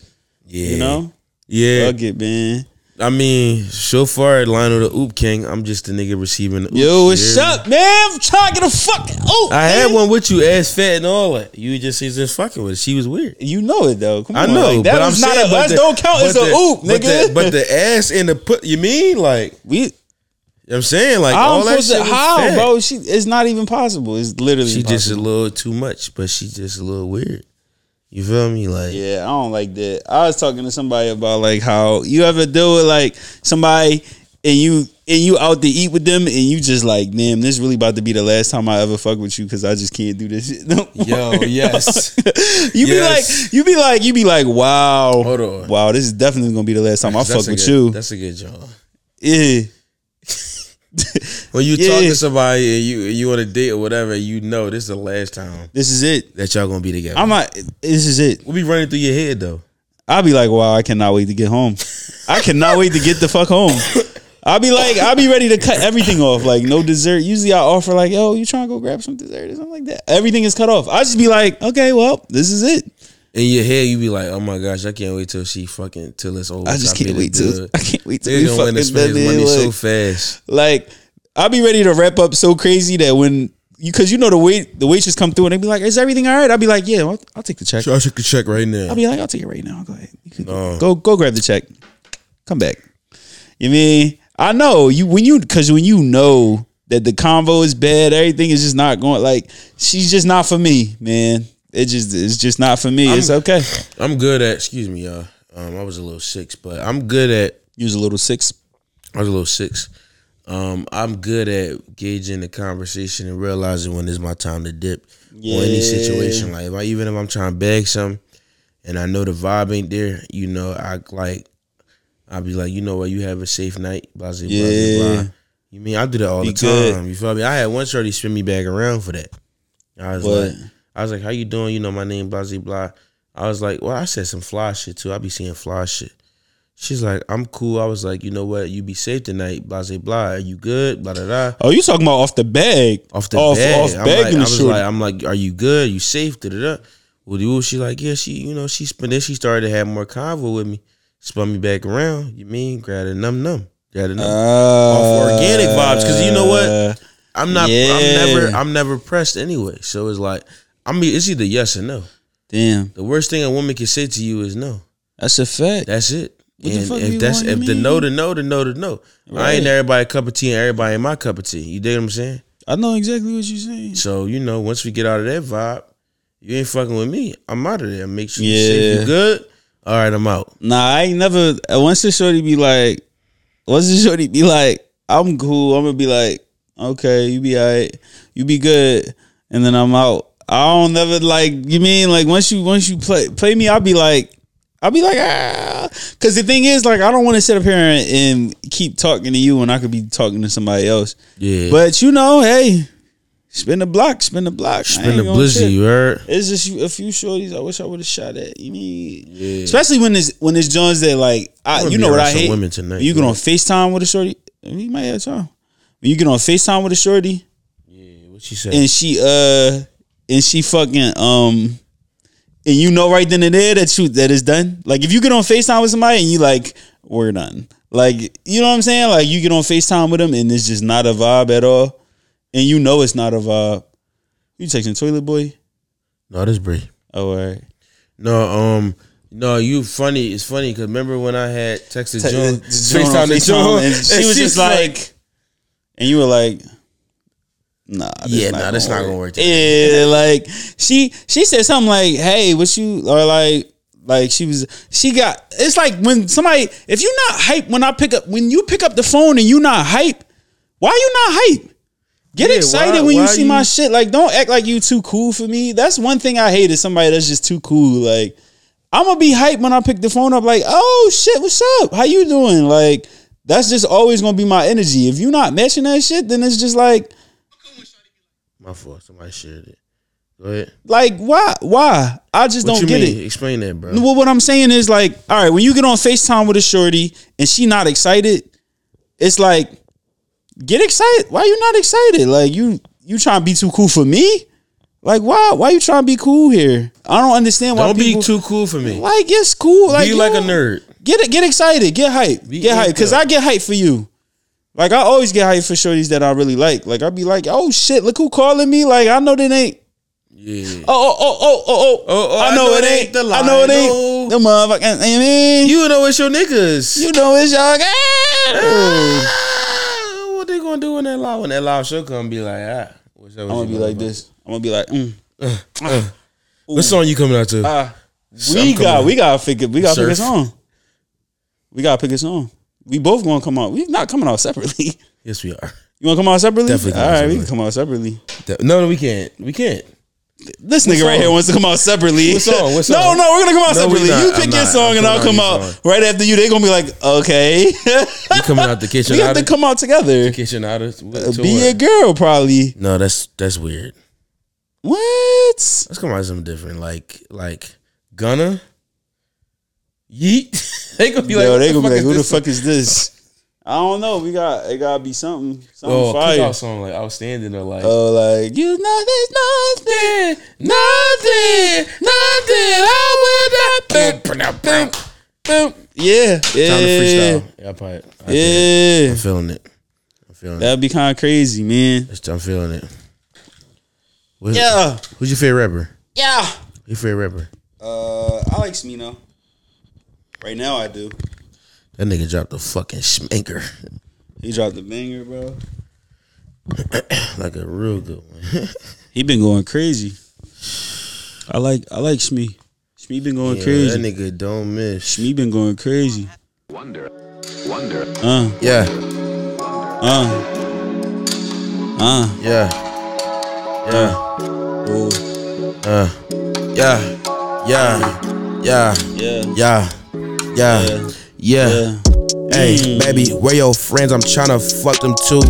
yeah,
You know?
Yeah,
Fuck it, man.
I mean, so far Lionel the Oop King, I'm just a nigga receiving. The oop.
Yo, what's
Yeah.
up, man? I'm trying to get a fuck. Oh,
I
man.
had one with you, ass fat and all that. You just was just fucking with. It. She was weird.
You know it though. Come
I
on,
know,
like, that
but
was
I'm
not
saying,
a
but
us.
the-
don't count. It's a
but the-
oop,
but
nigga.
the- But the ass and the put. You mean like?
we,
You know what I'm saying like
I'm
all that
supposed
shit.
to
was
how,
fat.
bro? She, it's not even possible. It's literally
She just a
impossible.
little too much, but she just a little weird. You feel me? Like
Yeah, I don't like that. I was talking to somebody about like how you ever deal with like somebody and you and you out to eat with them and you just like, damn, this really about to be the last time I ever fuck with you because I just can't do this shit. No
Yo,
more,
yes.
dog. you
Yes.
be like, you be like, you be like, wow,
Hold on.
wow, this is definitely gonna be the last time I
that's
fuck
a
with
good-
you.
That's a good job.
Yeah,
When you
Yeah.
talk to somebody and you you on a date or whatever, you know this is the last time
this is it.
that y'all gonna be together.
I'm not. This is it.
we'll be running through your head though.
I'll be like, wow, I cannot wait to get home. I cannot wait to get the fuck home. I'll be like, I'll be ready to cut everything off. Like, no dessert. Usually I offer, like, yo, you trying to go grab some dessert or something like that. Everything is cut off. I just be like, okay, well, this is it.
In your head, you be like, "Oh my gosh, I can't wait till she fucking till it's over."
I just can't wait till I can't wait till
They
we
gonna want
fucking
to spend
done
his money
it.
so
Like-
fast.
Like, I'll be ready to wrap up so crazy that when you cause you know the wait the waitress come through and they be like, is everything all right? I'll be like, yeah, I'll, I'll take the check.
I should check right now.
I'll be like, I'll take it right now. Go ahead. You can
No.
Go go grab the check. Come back. You mean I know you when you cause when you know that the convo is bad, everything is just not going like she's just not for me, man. It just it's just not for me. it's okay.
I'm good at. Excuse me, y'all. Um, I was a little six, but I'm good at.
Use a little six.
I was a little six. Um, I'm good at gauging the conversation and realizing when it's my time to dip or any
Yeah.
situation. Like if I, even if I'm trying to bag something and I know the vibe ain't there, you know, I like I'll be like, you know what, you have a safe night, blah blah blah, blah
Yeah.
blah. You mean I do that all
Be
the
good.
time. You feel me? I had one shorty spin me back around for that. I was
What?
like I was like, How you doing? You know my name, blah blah blah. I was like, Well, I said some fly shit too. I be seeing fly shit. She's like, I'm cool. I was like, you know what? You be safe tonight. Blah, blah, blah. Are you good? Blah, blah, blah.
Oh, you talking about off the bag.
Off the
off,
bed.
off
I'm
bag
like,
in
I
the
was
short.
like, I'm like, are you good? you safe? Da, da, da. Well, you, she like, yeah, she, you know, she spun. Then she started to have more convo with me. Spun me back around. You mean? Grab a num num. Grab a num.
Uh,
off organic vibes. Cause you know what? I'm not, I'm
yeah.
never, I'm never pressed anyway. So it's like, I mean, it's either yes or no.
Damn.
The worst thing a woman can say to you is no.
That's a fact.
That's it.
the
and
fuck
if
you
that's
want,
if the
man?
no to no to no to no, I
Right.
ain't everybody a cup of tea and everybody ain't my cup of tea. You dig what I'm saying?
I know exactly what you're saying.
So you know, once we get out of that vibe, you ain't fucking with me. I'm out of there. Make sure you
Yeah.
safe, you good. All right, I'm out.
Nah, I ain't never. Once the shorty be like, once the shorty be like, I'm cool. I'm gonna be like, okay, you be alright, you be good, and then I'm out. I don't never like. You mean like once you once you play play me, I'll be like, I'll be like, ah, because the thing is like I don't want to sit up here and, and keep talking to you when I could be talking to somebody else.
Yeah, but
But you know, hey, spin the block, spin the block, I
spin
ain't
the
gonna
blizzard,
trip.
you heard?
It's just a few shorties I wish I would have shot at. You mean, especially when it's when it's Jones that like I,
wanna
you
be
know what
around
I
some
hate.
women tonight,
you get
man.
on Facetime with a shorty. You might have time. When you get on Facetime with a shorty
What she said?
and she uh and she fucking um and you know right then and there that you that it's done. Like if you get on Facetime with somebody and you like we're done. Like you know what I'm saying? Like you get on Facetime with them and it's just not a vibe at all, and you know it's not a vibe. You texting Toilet Boy?
No, this Brie.
Oh, all right.
No, um, no, you funny. It's funny because remember when I had texted June,
FaceTime
to June,
and she was just like, and you were like, nah, this
Yeah, nah, this not
work.
gonna work.
Yeah, like she she said something like, hey, what you or like. Like she was, she got. It's like when somebody, if you not hype, when I pick up, when you pick up the phone and you not hype, why you not hype? Get
Yeah,
excited
why-
when you
why
see
you-
my shit. Like, don't act like you too cool for me. That's one thing I hate is somebody that's just too cool. Like, I'm gonna be hyped when I pick the phone up. Like, oh shit, what's up? How you doing? Like, that's just always gonna be my energy. If you not matching that shit, then it's just like,
My fault. Somebody shared it. Go ahead.
like why, why? I just
What
don't
you
get
mean?
it.
Explain that, bro.
Well, what I'm saying is like, all right, when you get on Facetime with a shorty and she not excited, it's like, get excited. Why you not excited? Like you, you trying to be too cool for me? Like why? Why you trying to be cool here? I don't understand why
Don't
people-
be too cool for me.
Like it's cool. Like
be like a
yeah.
nerd.
Get it, get excited, get hype,
Be
get hype,
amped
cause
up.
I get hype for you. Like I always get hype for shorties that I really like. Like I'd be like, oh shit, look who calling me. Like I know that ain't.
Yeah.
Oh oh oh oh oh oh.
Oh, oh,
I, know it ain't.
the
I know it
Lionel.
ain't. The motherfucking I mean, you,
You know it's your niggas.
you know it's y'all. Ah.
Ah, what they gonna do when that live when that live show come? Be like, ah, what's up?
I'm gonna be like this. I'm gonna be like, mm.
What song you coming out to?
Ah. we
Some come
got
on.
we got to figure we got to pick a
Surf.
song. We got to pick a song. We both gonna come out. We not coming out separately.
Yes, we are.
You wanna come out separately?
Definitely come
All
out
right, we
separately.
can come out separately.
That- No, no, we can't. We can't.
This nigga right
song?
here wants to come out separately.
What song? What
No,
song?
no, we're gonna come out
No, we
separately.
not.
You pick
I'm
your
not.
song
I'm
and I'll come
coming out
out
your song.
right after you. They gonna be like, okay,
We coming out the kitchen.
we have
out
to
of-
come out together.
kitchen out of what, to
Be
what?
a girl, probably.
No, that's that's weird.
What?
Let's come out with something different. Like like Gunna. Yeet. they gonna be like,
Yo,
what
they
the
gonna
fuck
be like,
is
who the
this
fuck is this? I don't know. We got it. Gotta be something. Something
Oh, a
fire.
cookout song like outstanding or like
Oh, like you know, there's nothing, nothing, nothing. I would not.
boom, boom, boom.
Yeah, yeah,
Time to freestyle. Yeah, I probably, I did.
yeah.
I'm feeling it. I'm feeling
That'd be kind of crazy, man.
it. I'm feeling it. What-
Yeah,
Who's your favorite rapper?
yeah.
Your favorite rapper?
Uh, I like Smino. Right now, I do.
That nigga dropped a fucking spanker.
He dropped the banger, bro.
like a real good one.
He been going crazy. I like, I like Smee. Smee been going
Yeah,
crazy.
that nigga don't miss.
Shmee been going crazy. Uh, Wonder, wonder.
Yeah,
Uh, uh,
yeah, yeah,
uh. Ooh.
uh, yeah, yeah,
Yeah.
yeah, yeah, yeah, yeah.
Yeah. Mm.
Hey, baby, where your friends? I'm tryna fuck them too.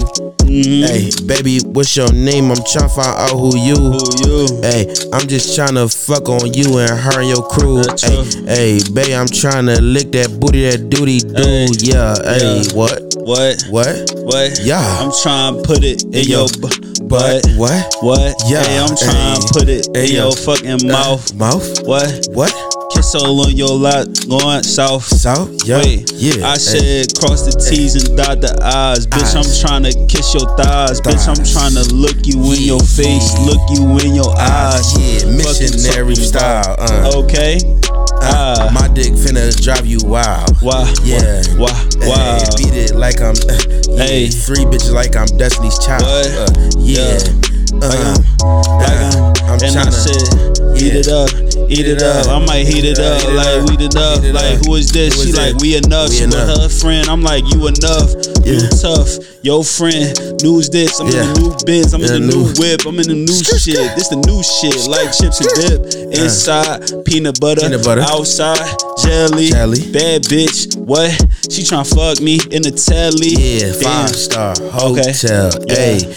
Mm-hmm.
Hey, baby, what's your name? I'm tryna find out who you.
Who you?
Hey, I'm just tryna fuck on you and her and your crew.
That's
Hey, hey, baby, I'm tryna lick that booty, that duty dude.
Ay,
yeah, hey,
yeah.
what?
What?
What?
What?
Yeah.
I'm trying to put it in, your, bu- butt.
What?
What?
Yeah.
Hey, I'm trying
Ay.
to put it
Ay,
in
yo.
your fucking mouth.
Mouth?
What?
What?
Kiss all on your lot, going south.
South? Yeah.
Wait,
yeah.
I
Ay.
said cross the T's and dot the I's. Bitch, I'm
Eyes.
trying to kiss your thighs. Bitch, I'm
Thighs.
trying to look you in your face, look you in your eyes.
Yeah,
Fucking
missionary
talking
style.
about-
Uh,
Okay.
uh,
Ah.
my dick finna drive you wild.
Wow.
Yeah.
Wow.
Hey,
Wow.
beat it like I'm. Uh, yeah,
Hey.
Three bitches like I'm Destiny's Child.
What?
Uh, yeah. Uh, uh, I'm
and I
tryna-
said, eat
yeah.
it up, eat it up. I might heat it up, like we it up.
Heat it
Like
up.
who is this?
Who is
she
that?
like we enough.
We
she
enough.
with her friend. I'm like you enough. You
Yeah.
tough. Your friend. News this. I'm
Yeah.
in the new Benz. I'm
Yeah,
in the new
new-
whip. I'm in the new
Skirt,
shit.
skirt.
This the new shit. Like chips and dip. Inside peanut butter.
Peanut butter.
Outside jelly.
Jelly.
Bad bitch. What? She tryna fuck me in the telly.
Yeah,
Damn.
five star
Okay.
hotel.
Yeah.
Hey,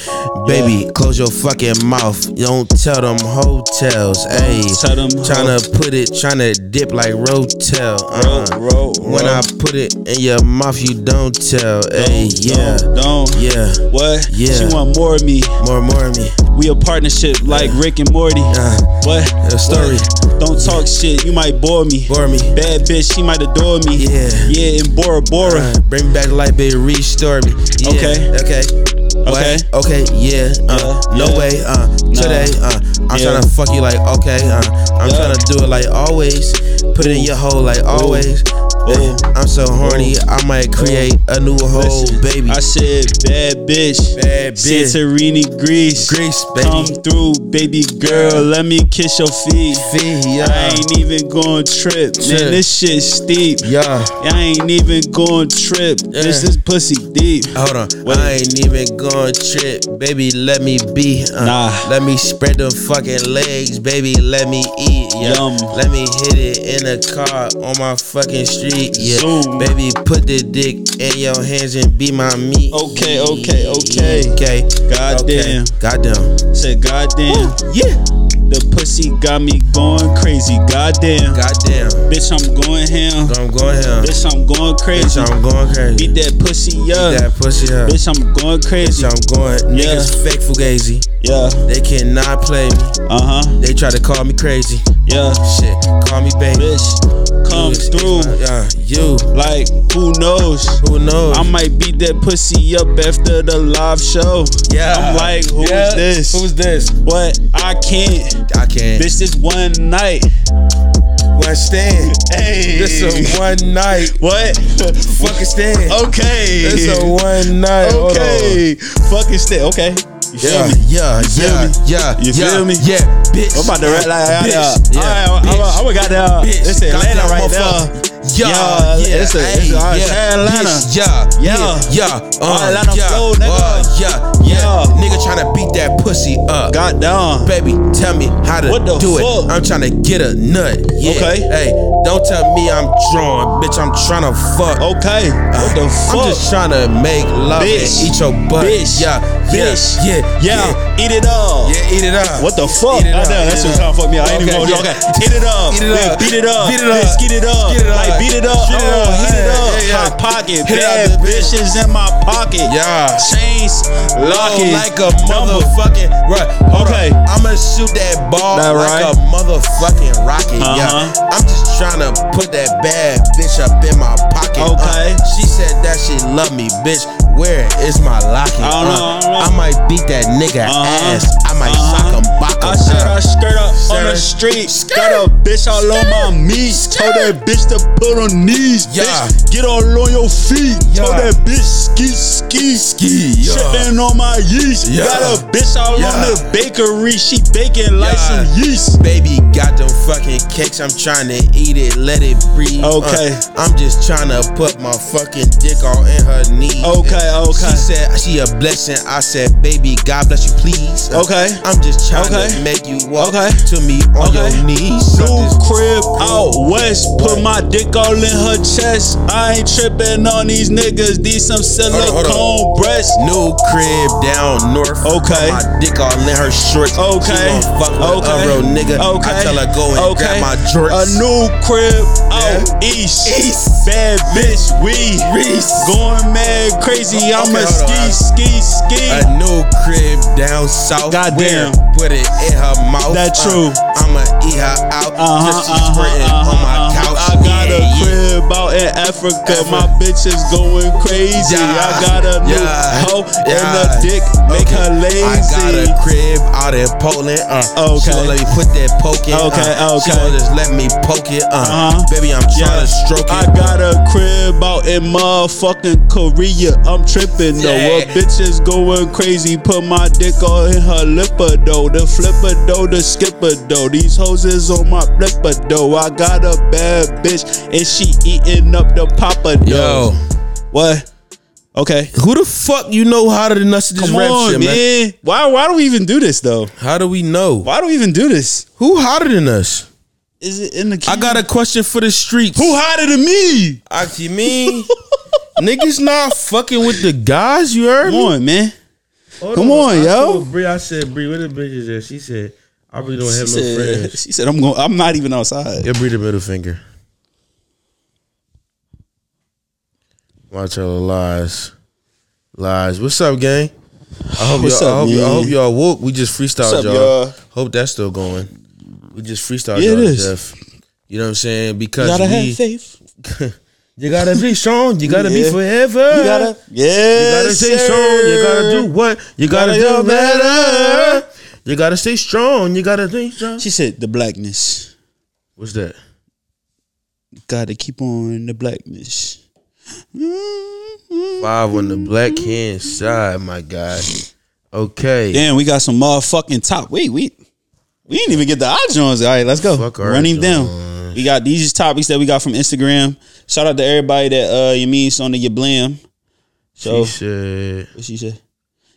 baby, close your fucking mouth. Don't tell them hotels. Hey,
tell them
tryna put it, tryna dip like Rotel. Uh,
Ro- ro-
when
ro-
I put it in your mouth, you don't tell. Hey,
Don't,
yeah,
Don't. don't.
yeah.
What?
Yeah.
She want more of me.
More, more of me.
We a partnership like Rick and Morty.
Uh,
what?
a story.
What? Don't talk shit. You might bore me.
Bore me.
Bad bitch. She might adore me.
Yeah.
Yeah. And Bora Bora.
Uh, bring me back life, baby. Restore me. Yeah,
Okay.
Okay.
Okay.
What? Okay. Yeah. Uh,
Yeah,
No
yeah.
way. Uh, today. Uh, I'm
Yeah.
tryna fuck you like okay. Uh, I'm
Yeah.
tryna do it like always. Put it in your hole like always.
Ooh.
I'm so horny. I might create a new hole,
Listen,
Oh, baby.
I said bad bitch.
Bad bitch.
Santorini, Greece.
Greece, baby.
Come through, baby girl. Let me kiss your feet.
Fee, yeah.
I ain't even going trip. Man,
Trip.
this shit steep.
yeah.
I ain't even going trip. This
Yeah.
is pussy deep.
Hold on,
Wait.
I ain't even going trip, baby. Let me be, uh,
Nah.
Let me spread them fucking legs, baby. Let me eat, yeah.
Yum.
Let me hit it in a car on my fucking street, yeah.
Zoom.
Baby, put the dick in your hands and be my meat.
Okay, okay, okay.
okay.
Goddamn.
goddamn.
Said, goddamn.
Yeah,
The pussy got me going crazy. Goddamn.
goddamn.
Bitch, I'm going ham.
I'm going him.
Bitch, I'm going crazy.
Bitch, I'm going crazy.
Beat that pussy up.
that pussy up.
Bitch, I'm going
Bitch,
crazy.
I'm going.
Yeah.
Niggas fake fugazi.
Yeah.
They cannot play me.
Uh huh.
They try to call me crazy.
Yeah.
Shit, call me baby.
Bitch, come
It's-
through.
it's my- Yeah, you.
Like, who knows?
Who knows?
I might beat that pussy up after the live show. I'm like, who's
Yeah.
this?
Who's this?
what? I can't.
I can't.
This is one night.
one stand.
Hey.
This a one night.
What?
Fucking stand.
okay.
This a one night. Hold on.
Okay. Fucking stay. Okay. You
yeah,
feel me?
yeah,
feel
yeah,
me?
yeah,
You
yeah,
feel me?
Yeah, bitch.
I'm about to rap like
bitch,
yeah,
yeah,
All right, I'm,
bitch,
I'm, I'm got that.
bitch,
It's Atlanta
goddamn
right now.
motherfucker. Yeah, yeah,
Yeah, it's a- it's
ayy,
a- all right,
yeah,
Atlanta.
bitch, yeah,
Yeah.
yeah, yeah,
All
uh,
Atlanta
yeah,
flow, nigga.
uh, yeah, yeah.
Yeah.
Nigga tryna beat that pussy up.
God damn.
Baby, tell me how to
What the
do
fuck?
it. I'm tryna get a nut. Yeah.
Okay.
Hey, don't tell me I'm drawn, bitch. I'm tryna fuck.
Okay. Oh, What the fuck?
I'm just tryna make love
Bitch.
and eat your butt.
Bitch.
Yeah, yeah,
Bitch.
yeah, yeah,
yeah, eat it up.
yeah. Eat it up.
What the fuck?
Eat it up,
Goddamn,
eat
that
it
shit
up.
trying to fuck me out. I ain't even
Okay,
gonna
yeah.
okay. Eat it up.
Eat it
Yeah,
up.
Beat it up.
Beat it up.
Skid it up.
Skid it up.
Like, beat it up.
Shit it
Oh,
up.
Heat it
Yeah,
up.
yeah, yeah.
Hot pocket.
Hit it
Bad
up, bitch.
bitches in my pocket.
Yeah.
Chains. Lock
Lock
it.
like a
Number.
motherfucking right. Hold
Okay.
on. I'ma shoot that ball
That
like
right?
a motherfucking rocket.
Uh-huh.
Yeah. I'm just trying to put that bad bitch up in my pocket. uh.
Okay.
she said that she love me, bitch. Where is my locket?
I
Uh,
don't know, I don't know.
I might beat that nigga
Uh-huh.
ass. I might sock him, bock him.
I set
uh.
her skirt up on
Sir.
the street.
Skirt.
Got a bitch all on my knees.
Skirt.
Told that bitch to put on knees.
Yeah.
Bitch, get all on your feet. Told
Yeah.
that bitch ski, ski,
Ski, yeah.
Tripping on my yeast.
Yeah.
Got a bitch all on
Yeah.
the bakery. She baking like
Yeah.
some yeast.
Baby got them fucking cakes. I'm trying to eat it, let it breathe.
Okay.
Uh, I'm just trying to put my fucking dick all in her knee.
Okay, okay.
She said she a blessing. I said, baby, God bless you, please. Uh,
Okay.
I'm just trying
Okay.
to make you walk
Okay.
to me on
Okay.
your knees.
New
Suck this-
crib out west. Put my dick all in her chest. I ain't tripping on these niggas. These some
on, hold on.
silicone breasts.
New crib down north.
Okay.
Put my dick all in her shorts.
Okay.
She gon' fuck with
okay.
a real nigga.
Okay.
I tell her go and grab my jorts.
A new crib out east.
East.
Bad bitch, we.
Reese.
Going mad crazy.
Okay,
I'ma
hold
ski,
on.
ski, ski.
A new crib down south.
Goddamn.
Where? Put it in her mouth.
That
Uh,
true.
I'ma eat her out.
Uh-huh,
Just she
uh-huh,
squirting
uh-huh,
on my
uh-huh.
couch.
I got
yeah,
a
yeah.
crib out in Africa. My bitch is going crazy.
Yeah,
I got a new
yeah,
hoe and
yeah.
a dick. Make
Okay.
her lazy.
I got a crib out in Poland. Uh,
Okay.
She gon' let me put that poke in.
Okay,
uh, She
okay.
gon' just let me poke it. Uh,
Uh-huh.
Baby, I'm tryna
Yeah.
stroke it.
I got a crib out in motherfucking Korea. I'm tripping though. A
Yeah.
bitch is going crazy. Put my dick all in her lipper though. The flipper though, the skipper though. These hoes is on my flipper though. I got a bad bitch and she eating up the papa
Yo,
though. What? Okay.
who the fuck you know how to nuts this
Come
rap
on,
shit,
man.
man?
Why? Why do we even do this though?
How do we know?
Why do we even do this?
Who hotter than us?
Is it in the? Key?
I got a question for the streets.
who hotter than me?
I you mean niggas not fucking with the guys? You heard
Come
me?
on, man.
Hold
Come on,
I
yo.
told Bree, I said, Bree, where the bitches at? She said, I really don't
She
have no
said,
friends.
she said, "I'm going. I'm not even outside."
Give Bree the middle finger. Watch all the lies, lies. What's up, gang? I hope
What's
y'all.
up,
I, hope, I
man?
hope y'all woke. We just freestyled
What's up,
y'all.
y'all?
Hope that's still going. We just freestyled
Yeah, it
y'all to
is.
death. You know what I'm saying? Because
gotta
we,
have faith.
you gotta be strong. You gotta
Yeah.
be forever.
You gotta.
You gotta
Yes,
stay strong. You gotta do what? You gotta,
Gotta
do
do
better.
better.
You gotta stay strong. You gotta stay strong.
She said, "The blackness.
What's that?
Got to keep on the blackness."
Five on the black hand side, my guy. Okay.
Damn, we got some motherfucking top. Wait, we we didn't even get the odds Jones. All right, let's go.
Fuck our
Run him down.
Jones.
We got these is topics that we got from Instagram. Shout out to everybody that uh you mean on the your blam. So
She said,
what she said?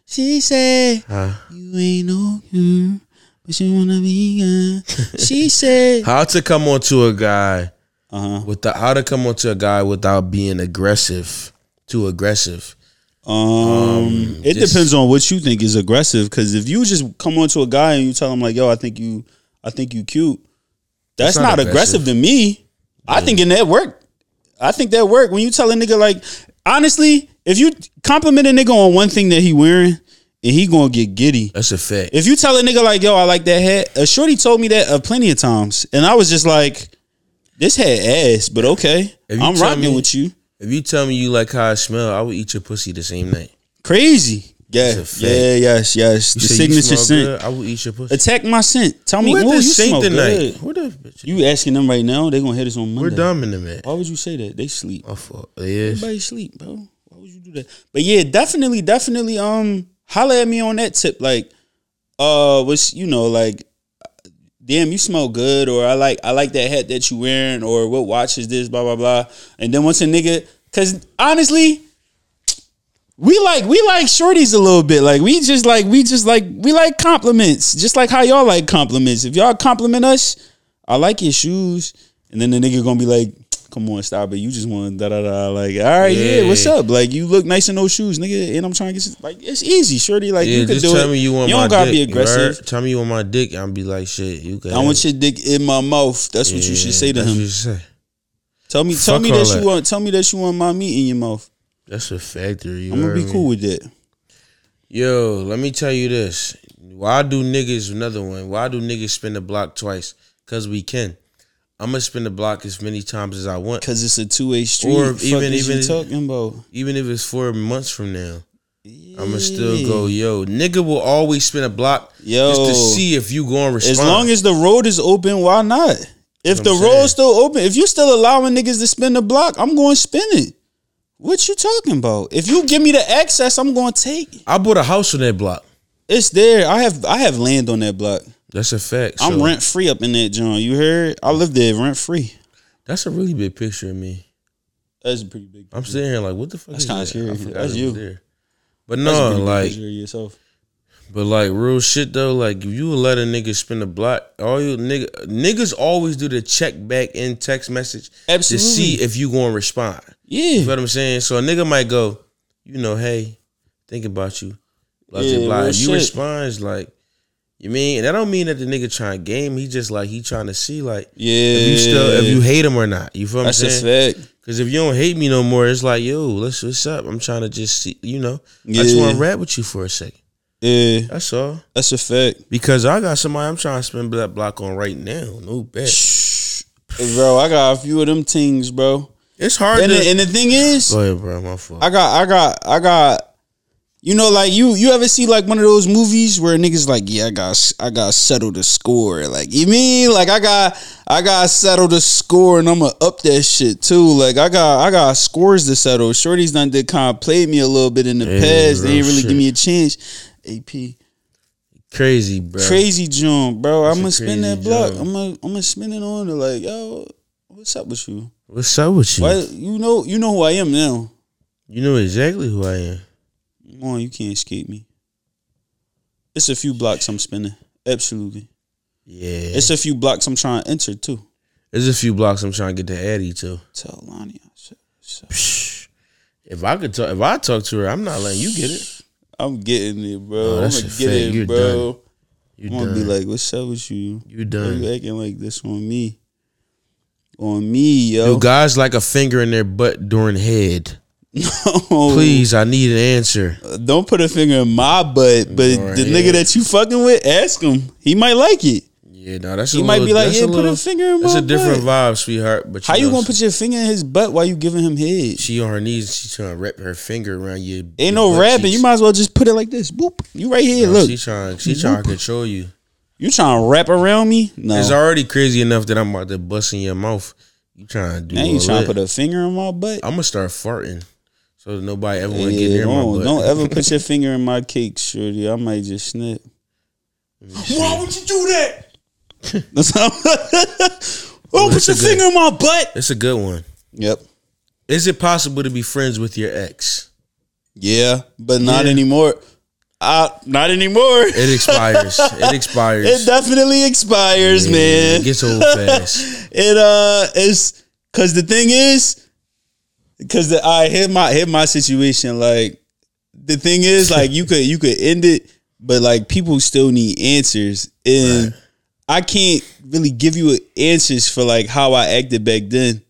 She said you ain't no girl, but you wanna be a-" She said
"How to come onto a guy
Uh-huh.
without how to come onto a guy without being aggressive, too aggressive."
Um, it
Um, just-
depends on what you think is aggressive. Because if you just come on to a guy and you tell him like, "Yo, I think you, I think you cute," that's
not
not, aggressive.
aggressive.
to me. I think in that work, I think that work when you tell a nigga like, honestly, if you compliment a nigga on one thing that he wearing, and he gonna get giddy.
That's a fact.
If you tell a nigga like, "Yo, I like that hat," a shorty told me that uh, plenty of times, and I was just like, "This hat ass," but okay,
If you
I'm
tell
rocking
me-
with you.
If you tell me you like how I smell, I would eat your pussy the same night.
Crazy. Yeah,
It's a fact.
yeah, yes, yes.
You
the
say you
signature
smell
scent.
good, I will eat your pussy.
Attack my scent. Tell me,
Who at
ooh, you
the sink
smell
tonight?
good.
Who the bitch?
You asking them right now? They gonna hit us on Monday.
We're dumb in the man.
Why would you say that? They sleep.
My fault. It is.
Everybody sleep, bro. Why would you do that? But yeah, definitely, definitely. Um, holla at me on that tip. Like, uh, what's you know, like, damn, you smell good, or I like, I like that hat that you wearing, or what watch is this, blah blah blah. And then once a nigga, cause honestly, we like we like shorties a little bit. Like we just like we just like we like compliments, just like how y'all like compliments. If y'all compliment us, I like your shoes, and then the nigga gonna be like. Come on, stop it! You just want da da da. Like, all right, yeah.
Yeah.
what's up? Like, you look nice in those shoes, nigga. And I'm trying to get s- like, it's easy, shorty. Like,
Yeah,
you can
just
do
tell
it.
me you want
you
my
don't gotta
dick.
be aggressive.
bruh. Tell me you want my dick. I'll be like, shit, you can.
I want your dick in my mouth. That's what you should say to
that's What you
him.
say.
Tell me, tell
Fuck
me
all
that,
that.
you want. Tell me that you want my meat in your mouth.
That's a factory. You
I'm gonna
heard
be
me?
cool with that.
Yo, let me tell you this. Why do niggas another one? Why do niggas spin the block twice? Cause we can. I'm gonna spin the block as many times as I want,
Cause it's a two way street.
Or
Or
even-
even even
even-
you talking about.
even if it's four months from now. I'm gonna still go, yo. Nigga will always spin a block just to
Yo.
see if you going to respond.
As long as the road is open, why not? If
what
the
I'm saying.
road's still open, if you still allowing niggas to spin the block, I'm going to spin it. What you talking about? If you give me the access, I'm going to take it.
I bought a house on that block.
It's there. I have I have land on that block.
That's a fact.
I'm
so
rent free up in that joint. You heard? I live there rent free.
That's a really big picture of me.
That's a pretty big.
I'm sitting here like, what the fuck?
That's
is
kinda
that?
scary.
I forgot
That's
it was
you.
there. But
That's a
no,
pretty big
like,
picture of yourself.
but like, real shit though. Like, if you let a nigga spin a block, all you nigga niggas always do the check back in text message to
Absolutely.
see if you gonna respond. You know
Yeah.
what I'm saying? So a nigga might go, you know, hey, think about you. Blah,
Yeah,
blah, blah.
real
You
shit.
responds like, you mean? And that don't mean that the nigga trying to game. He just like he trying to see like
Yeah.
if you still if you hate him or not. You feel what I'm
That's a
saying?
fact.
Cause if you don't hate me no more, it's like, yo, let's what's up? I'm trying to just see, you know, I just
Yeah.
want to rap with you for a second.
Yeah.
That's all.
That's a fact.
Because I got somebody I'm trying to spend that block on right now. No bet.
Bro, I got a few of them things, bro.
It's hard
And
to.
the, and the thing is,
Go ahead, bro. My fault.
I got, I got, I got. You know, like you, you ever see like one of those movies where niggas like, yeah, I got, I got settle the score. Like you mean, like I got, I got settle the score, and I'ma up that shit too. Like I got, I got scores to settle. Shorty's done did kind of played me a little bit in the
Yeah,
past. They
real
ain't really
shit.
give me a chance. AP,
crazy, bro.
crazy jump, bro.
a
I'm gonna spin
crazy
that block.
jump.
I'm gonna, I'm gonna spin it on. her Like yo, what's up with you?
What's up with you?
Why you know, you know who I am now.
You know exactly who I am.
Come on, you can't escape me. It's a few blocks I'm spinning. Absolutely.
Yeah. It's
It's a few blocks I'm trying to enter too.
a few blocks I'm trying to get to Addie to.
Tell Lonnie. I said, what's up?
If I could talk, if I talk to her, I'm not letting you get it.
I'm getting it, bro.
Oh,
I'm
that's
gonna
a
get
fact.
it,
You're
bro.
You
I'm gonna
done.
be like, what's up with you?
you
Why
done.
you acting like this on me? On me, yo.
Do guys like a finger in their butt during head?
No.
Please, I need an answer.
Oh, Don't put a finger in my butt, but
Or
the
his.
nigga that you fucking with, ask him. He might like it.
Yeah, no, that's
He
a
might
little,
be like,
that's
yeah, put a
little-
finger in
That's
my
a different vibe, sweetheart. But
How you
know,
gonna put your finger in his butt while you giving him head?
she on her knees? She trying to wrap her finger around you.
Ain't no rapping. You might as well just put it like this. Boop. You right here.
Look,
Look.
she trying. She trying to control you.
You trying to wrap around me? No.
It's already crazy enough that I'm about to bust in your mouth. You trying to do?
now you
all
trying
that.
to put a finger in my butt?
I'm gonna start farting, so that nobody ever wanna get
Yeah,
near my
don't,
butt.
don't ever put your finger in my cake, shorty. I might just snip. Why would you do that? That's how- oh, put
that's a
your
good-
finger in my butt.
It's a good one.
Yep.
Is it possible to be friends with your ex?
Yeah, but not anymore. I, not anymore.
It expires. it expires.
It definitely expires, man.
It gets old fast.
It uh is cause the thing is, cause the I hit my hit my situation. Like the thing is, like you could you could end it, but like people still need answers. And I can't really give you answers for like how I acted back then.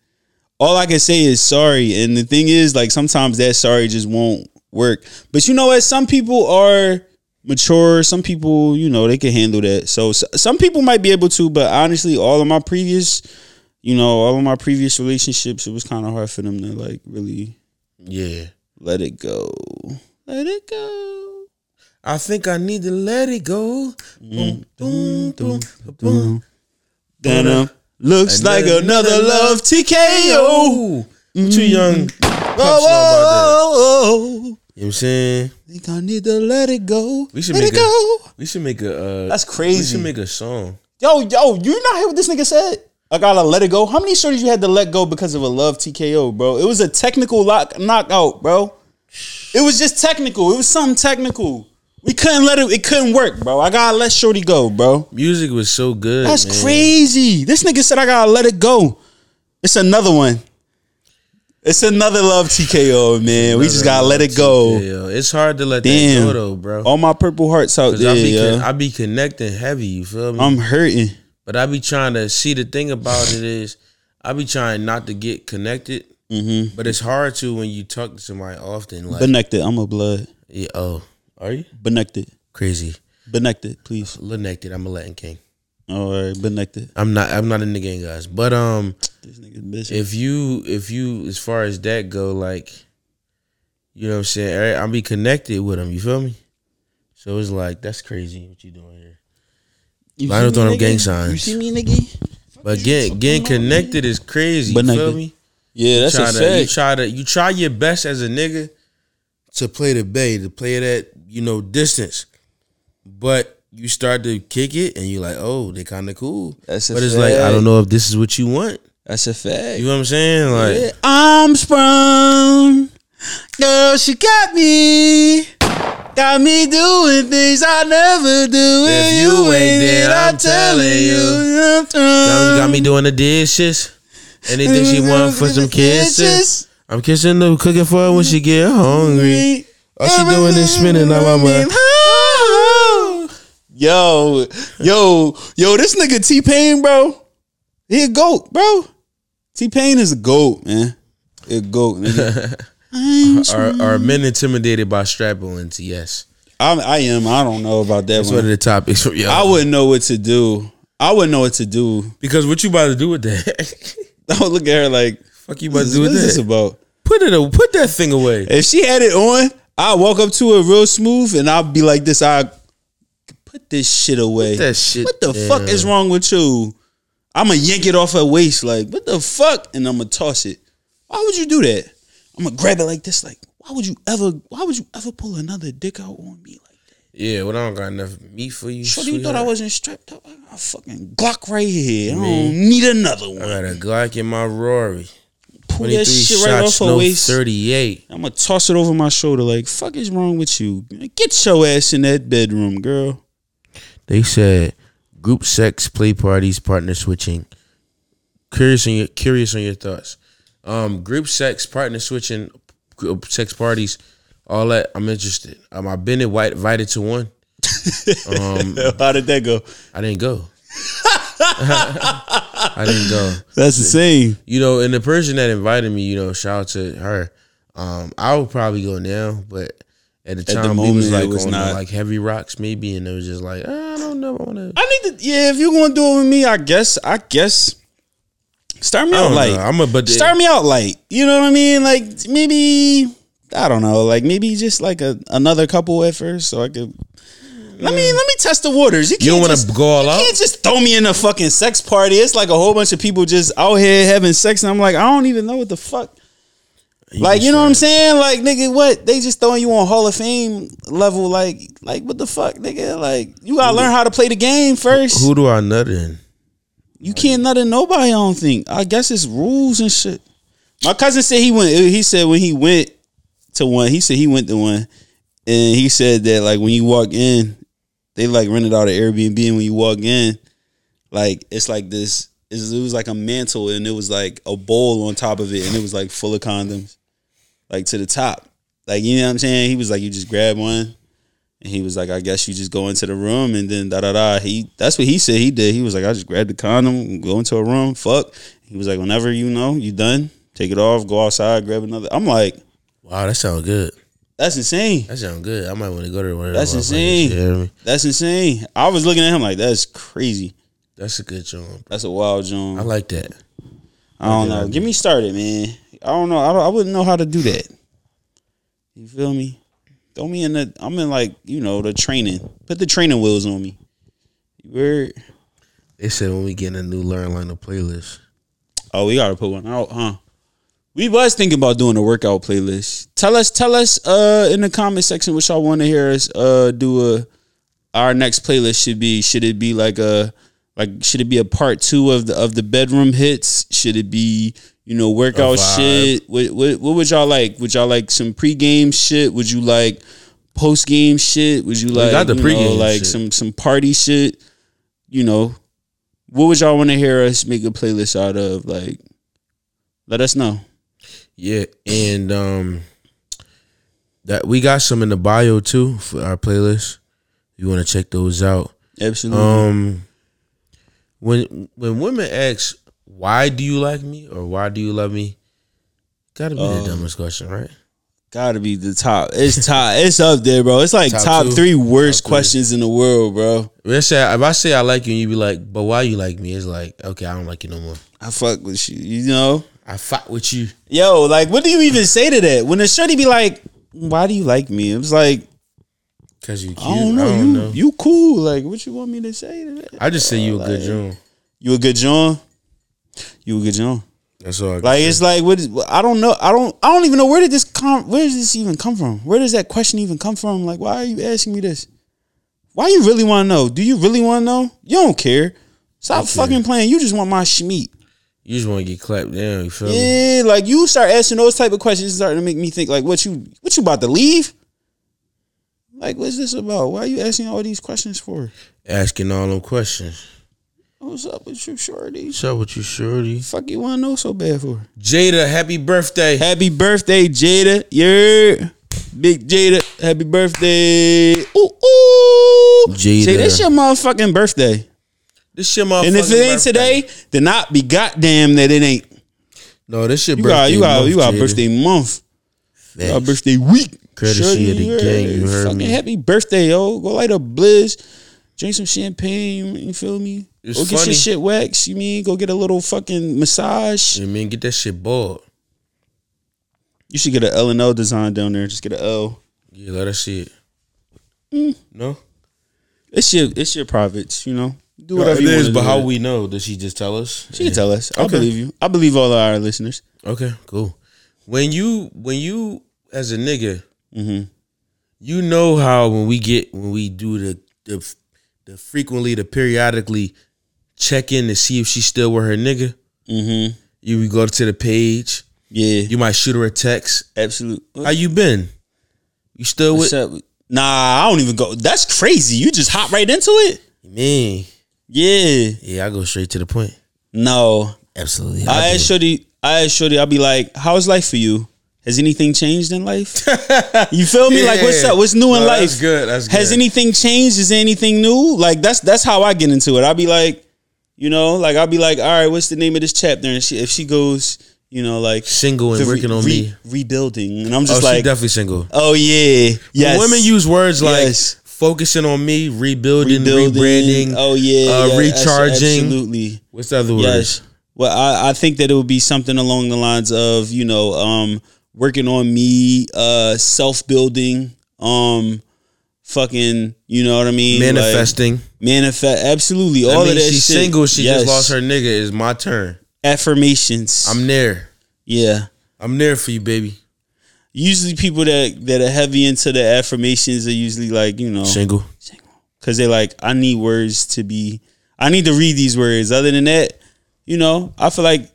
All I can say is sorry. And the thing is, like sometimes that sorry just won't work. But you know what? Some people are mature. Some people, you know, they can handle that. So, so some people might be able to, but honestly, all of my previous, you know, all of my previous relationships, it was kind of hard for them to like really
Yeah.
let it go. Let it go.
I think I need to let it go. Boom, boom, boom, boom.
Dun-dun. um, Looks like another love TKO.
Too young.
Oh,
know about that.
oh, oh, oh.
You know what I'm saying?
Think I need to let it go.
We should
let
make
it go.
a, we should make a uh,
That's
we
crazy.
should make a song.
yo, yo, you not hear what this nigga said? I gotta let it go. How many shorties you had to let go because of a love TKO, bro? It was a technical lock knockout, bro. It was just technical. It was something technical. We couldn't let it. It couldn't work, bro. I gotta let shorty go, bro.
Music was so good.
That's
man.
crazy. This nigga said I gotta let it go. It's another one. It's another love TKO, man. we just gotta let it go.
Yeah, it's hard to let
Damn.
that go though, bro.
All my purple hearts out
'Cause
there,
I be
yo.
con- I be connecting heavy. You feel me?
I'm hurting.
But I be trying to see the thing about it is I be trying not to get connected. Mm-hmm. But it's hard to when you talk to somebody often. Like,
Benected. I'm a blood.
yeah, oh, are you
Benected.
crazy?
Benected, please.
Little naked. I'm a Latin king.
All right, benected.
I'm not. I'm not in the game, guys. But um,
This nigga bitch.
if you if you as far as that go, like, you know what I'm saying. I'll be connected with them. You feel me? So it's like that's crazy what you doing here.
you see
Lionel
me,
throwing up
nigga?
gang
You
signs.
see me, nigga?
But getting getting connected is crazy. You
But
feel
nigga,
me?
Yeah, that's a
try to, you
fact.
try to you try your best as a nigga to play the bay to play that you know distance, but you start to kick it and you're like, oh, they kind of cool.
That's a
but it's like I
fact.
don't know if this is what you want.
That's a fact.
You know what I'm saying? Like
Yeah, I'm sprung. Girl, she got me. Got me doing things I never do.
If
and
you ain't there,
it,
I'm telling you.
I'm
now you got me
sprung.
doing the dishes. Anything she want for some kisses. I'm kissing her, cooking for her when she get hungry. All she doing is spinning on my mind.
Yo, yo, yo, this nigga T Pain, bro. He a goat, bro. T Pain is a goat, man. He a goat, nigga.
Are, are men intimidated by strap-ons? Yes,
I'm, I am. I don't know about that
that's one
one.
of the topics. Yo.
I wouldn't know what to do. I wouldn't know what to do.
because what you about to do with that?
I would look at her like,
Fuck you
what
about to
is
do with
this
that?
about?
Put it. a- Put that thing away.
If she had it on, I'd walk up to her real smooth and I'd be like this. I put this shit away.
Put that shit
What the
down.
fuck is wrong with you? I'ma yank it off her waist, like, what the fuck? And I'ma toss it. Why would you do that? I'ma grab it like this, like, why would you ever why would you ever pull another dick out on me like that?
Yeah, well, I don't got enough meat for you.
Shorty, you thought I
sweetheart.
wasn't strapped up? I got a fucking Glock right here. I don't need another one.
I got a Glock in my Rory.
Pull
Twenty-three
that shit right off
shots,
her
no
waist.
thirty-eight.
I'm gonna toss it over my shoulder like, fuck is wrong with you? Get your ass in that bedroom, girl.
They said group sex, play parties, partner switching. Curious on your curious on your thoughts. Um, group sex, partner switching, group sex parties, all that. I'm interested. Um, I've been invi- invited to one. Um,
How did that go?
I didn't go. I didn't go.
That's the same.
You know, and the person that invited me, you know, shout out to her. Um, I would probably go now, but at the time we
moment, it
was like
was
on
not.
like heavy rocks maybe, and it was just like "Ah, I don't know, I want to.
I need to. Yeah, if you're gonna do it with me, I guess. I guess. Start me
I
out
don't
like.
know. I'm a but the-
start me out light. You know what I mean? Like maybe I don't know. Like maybe just like a, another couple at first, so I could. Let me let me test the waters. You,
You don't
can't
wanna
just-
go all
You
out?
can't just throw me in a fucking sex party. It's like a whole bunch of people just out here having sex, and I'm like, I don't even know what the fuck. Like you know what I'm saying? Like nigga, what they just throwing you on Hall of Fame level? Like like what the fuck, nigga? Like you gotta learn how to play the game first.
Who do I nut in?
You can't nut in nobody. I don't think. I guess it's rules and shit. My cousin said he went. He said when he went to one, he said he went to one, and he said that like when you walk in, they like rented out an Airbnb, and when you walk in, like it's like this. it's- It was like a mantle, and it was like a bowl on top of it, and it was like full of condoms, like to the top. Like you know what I'm saying? He was like, you just grab one. And he was like, I guess you just go into the room and then da da da. He that's what he said he did. He was like, I just grabbed the condom, go into a room, fuck. He was like, whenever you know you done, take it off, go outside, grab another. I'm like,
Wow, that sounds good.
that's insane.
That sounds good. I might want to go to one. Of
That's
them motherfuckers,
insane.
You hear me?
That's insane. I was looking at him like, that's crazy.
That's a good job.
That's a wild
I
joint.
like that.
I don't know. Get me started, man. I don't know. I don't, I wouldn't know how to do that. You feel me? Throw me in the. I'm in like you know the training. Put the training wheels on me. You heard?
They said when we get a new learn line of playlist,
Oh, we gotta put one out, huh? We was thinking about doing a workout playlist. Tell us, tell us uh in the comment section what y'all want to hear us uh do a our next playlist should be. Should it be like a like should it be a part two of the of the bedroom hits? Should it be, you know, workout
vibe.
shit? What, what what would y'all like? Would y'all like some pregame shit? Would you like post game shit? Would you like
got the
you know,
pregame
like
shit.
some some party shit? You know. What would y'all want to hear us make a playlist out of? Like let us know.
Yeah, and um that we got some in the bio too for our playlist. You want to check those out.
Absolutely.
Um when when women ask why do you like me or why do you love me? Got to be the dumbest question, right?
Gotta be the top. It's top. It's up there, bro. It's like
Top
top,
two.
three worst
Top three.
questions in the world, bro.
Let's say if I say I like you and you be like, "But why you like me?" It's like, "Okay, I don't like you no more.
I fuck with you. You know.
I fought with you."
Yo, like, what do you even say to that? When a shorty be like, "Why do you like me?" It was like,
Cause you cute.
I don't know. you you cool? Like, what you want me to say to that?
I just say you a good
Like-
June.
You a good John? You a good John?
That's all. I can
Like,
say.
it's like, what? is- I don't know. I don't. I don't even know where did this come. Where does this even come from? Where does that question even come from? Like, why are you asking me this? Why you really want to know? Do you really want to know? You don't care. Stop fucking playing. You just want my schmeat.
you just want to get clapped down. You feel me?
Yeah, like you start asking those type of questions, it's starting to make me think like, what you what you about to leave? Like, what's this about? Why are you asking all these questions for?
Asking all them questions.
What's up with you, shorty?
What's up with you, shorty?
Fuck you want to know so bad for?
Jada, happy birthday.
Happy birthday, Jada. Yeah. Big Jada, happy birthday. Ooh, ooh.
Jada.
Say, this your motherfucking birthday.
This shit motherfucking
and if it ain't
birthday.
today, then not be goddamn that it ain't.
no, this your
You
birthday.
got you got
month,
you got
Jada.
birthday month.
Facts.
Our birthday week.
Courtesy of the
yeah.
gang, you heard
Fucking
me.
Happy birthday, yo. Go light a blizz. Drink some champagne, you feel me?
It's
go get
funny.
your shit waxed, you mean? Go get a little fucking massage.
You know what I mean, get that shit bald.
You should get an L and L design down there. Just get an L.
Yeah, let us see it. No,
It's your it's your privates, you know. Do whatever you
It is,
want.
But how we know? Does she just tell us?
She can tell us. I
Okay.
believe you. I believe all of our listeners.
Okay, cool. When you when you as a nigga,
Mm-hmm.
you know how when we get when we do the the the frequently the periodically check in to see if she's still with her nigga.
Mm-hmm.
You we go to the page.
Yeah.
You might shoot her a text.
absolute.
How you been? You still with
What's up? Nah, I don't even go. That's crazy. You just hop right into it.
me?
Yeah.
Yeah, I go straight to the point.
No.
Absolutely.
I asked Shorty, I asked Shorty, I'll be like, how's life for you? Has anything changed in life? you feel me? Like, what's
Yeah.
up? What's new in
No,
life?
that's good, that's
Has
good.
anything changed? Is there anything new? Like, that's that's how I get into it. I'll be like, you know, like I'll be like, all right, what's the name of this chapter? And she, if she goes, you know, like
single and
the re-
working on
re-
me.
rebuilding, and I'm
Oh,
just
she
like,
definitely single.
oh yeah, yes.
Women use words like
Yes.
focusing on me, rebuilding,
Rebuilding.
rebranding.
Oh yeah,
uh,
yeah, abs-
recharging.
Absolutely.
What's the other word?
Yes. Well, I, I think that it would be something along the lines of, you know, um, working on me, uh, self building, um, fucking, you know what I mean? Like,
Manifesting.
manifest, absolutely.
I
All
mean,
of that
she's
shit.
single. She
Yes.
just lost her nigga. It's my turn.
affirmations.
I'm there.
yeah.
I'm there for you, baby.
Usually, people that that are heavy into the affirmations are usually like, you know,
Single.
because they like I need words to be I need to read these words. Other than that, you know, I feel like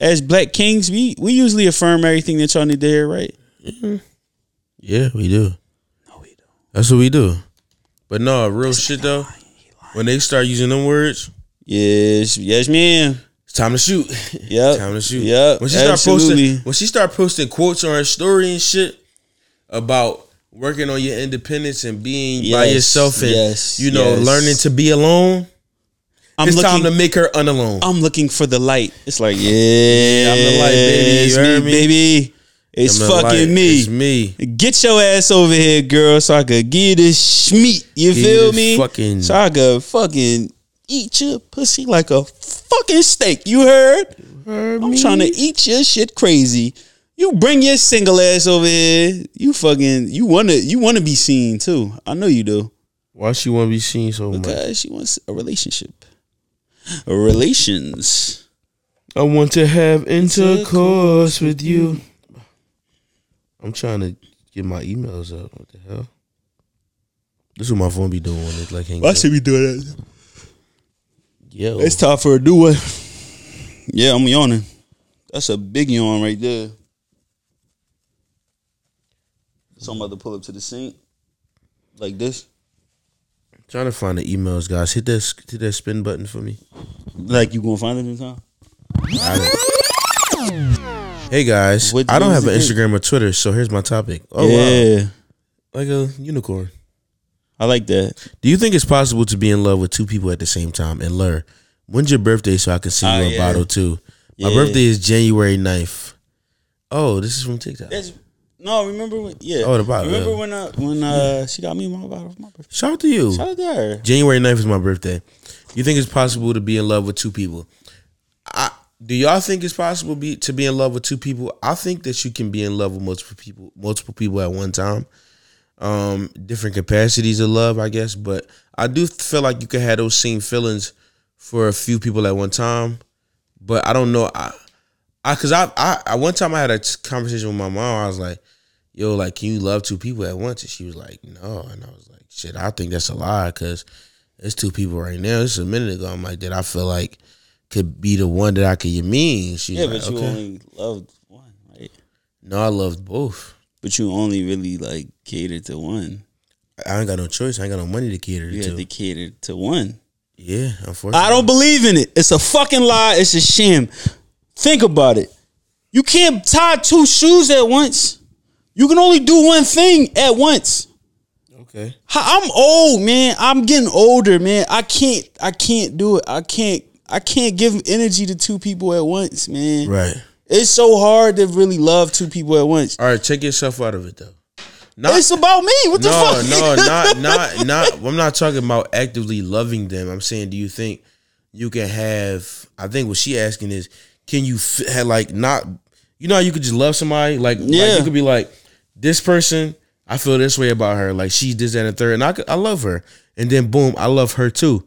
as black kings, we we usually affirm everything that y'all need to hear, right?
Yeah, we do.
No, we don't.
That's what we do. But no, real shit though. When they start using them words,
Yes, yes, ma'am.
it's time to shoot.
Yep.
time to shoot.
Yep.
When she start
absolutely.
posting, when she start posting quotes on her story and shit about working on your independence and being by
Yes,
yourself and
yes,
you know
yes.
learning to be alone.
I'm
it's
looking
time to make her unalone.
I'm looking for the light. It's like, yeah,
I'm the light, baby.
It's
You heard
me,
me?
baby. It's
I'm the
fucking
light.
me.
It's me.
Get your ass over here, girl, so I could get this schmeat. You
Get
feel
this
me?
fucking-
so I could fucking eat your pussy like a fucking steak. You heard? I'm trying to eat your shit crazy. You bring your single ass over here. You fucking you wanna you wanna be seen too. I know you do.
Why she want to be seen so much?
Because she wants a relationship. Relations.
I want to have intercourse with you. I'm trying to get my emails up. What the hell? This is what my phone be doing when it's like hanging
I
up.
should be doing that.
Yo.
It's time for a do one. Yeah, I'm yawning. That's a big yawn right there. So I'm about to pull up to the sink like this,
trying to find the emails, guys. Hit that hit that spin button for me.
like you gonna find it in time.
Hey guys,
What
I don't have an
is it?
Instagram or Twitter, so here's my topic. Oh wow,
yeah,
like a unicorn.
I like that.
Do you think it's possible to be in love with two people at the same time? And Lur, when's your birthday so I can send
Ah,
you a
yeah.
bottle too? My
Yeah.
birthday is January 9th. Oh, this is from TikTok.
That's no. Remember when? Yeah.
Oh, the bottle,
Remember
yeah.
when? Uh, when uh, she got me my bottle for my birthday.
Shout out to you.
Shout out to her.
January 9th is my birthday. You think it's possible to be in love with two people? I do y'all think it's possible be, to be in love with two people? I think that you can be in love with multiple people, multiple people at one time. Um, different capacities of love, I guess, but I do feel like you can have those same feelings for a few people at one time. But I don't know. I, I, cause I, I, I one time I had a t- conversation with my mom. I was like, "Yo, like, can you love two people at once?" And she was like, "No," and I was like, "Shit, I think that's a lie, cause it's two people right now. It's a minute ago. I'm like that. I feel like could be the one that I could you mean. She's
Yeah,
like,
but you
okay.
only loved one, right?
no, I loved both.
But you only really like catered to one.
I ain't got no choice. I ain't got no money to cater
You
to.
had to cater to one.
yeah, unfortunately.
I don't believe in it. It's a fucking lie. It's a sham. Think about it. You can't tie two shoes at once. You can only do one thing at once.
Okay.
How- I'm old, man. I'm getting older, man. I can't. I can't do it. I can't. I can't give energy to two people at once, man.
Right.
It's so hard to really love two people at once.
All right. Check yourself out of it though. Not,
It's about me. What the
no,
fuck?
no, not, not, not. I'm not talking about actively loving them. I'm saying, do you think you can have? I think what she asking is, can you f- have, like not? You know, how you could just love somebody. Like, like,
Yeah.
you could be like, this person, I feel this way about her. Like she's this that, and the third, and I, could- I love her. And then boom, I love her too.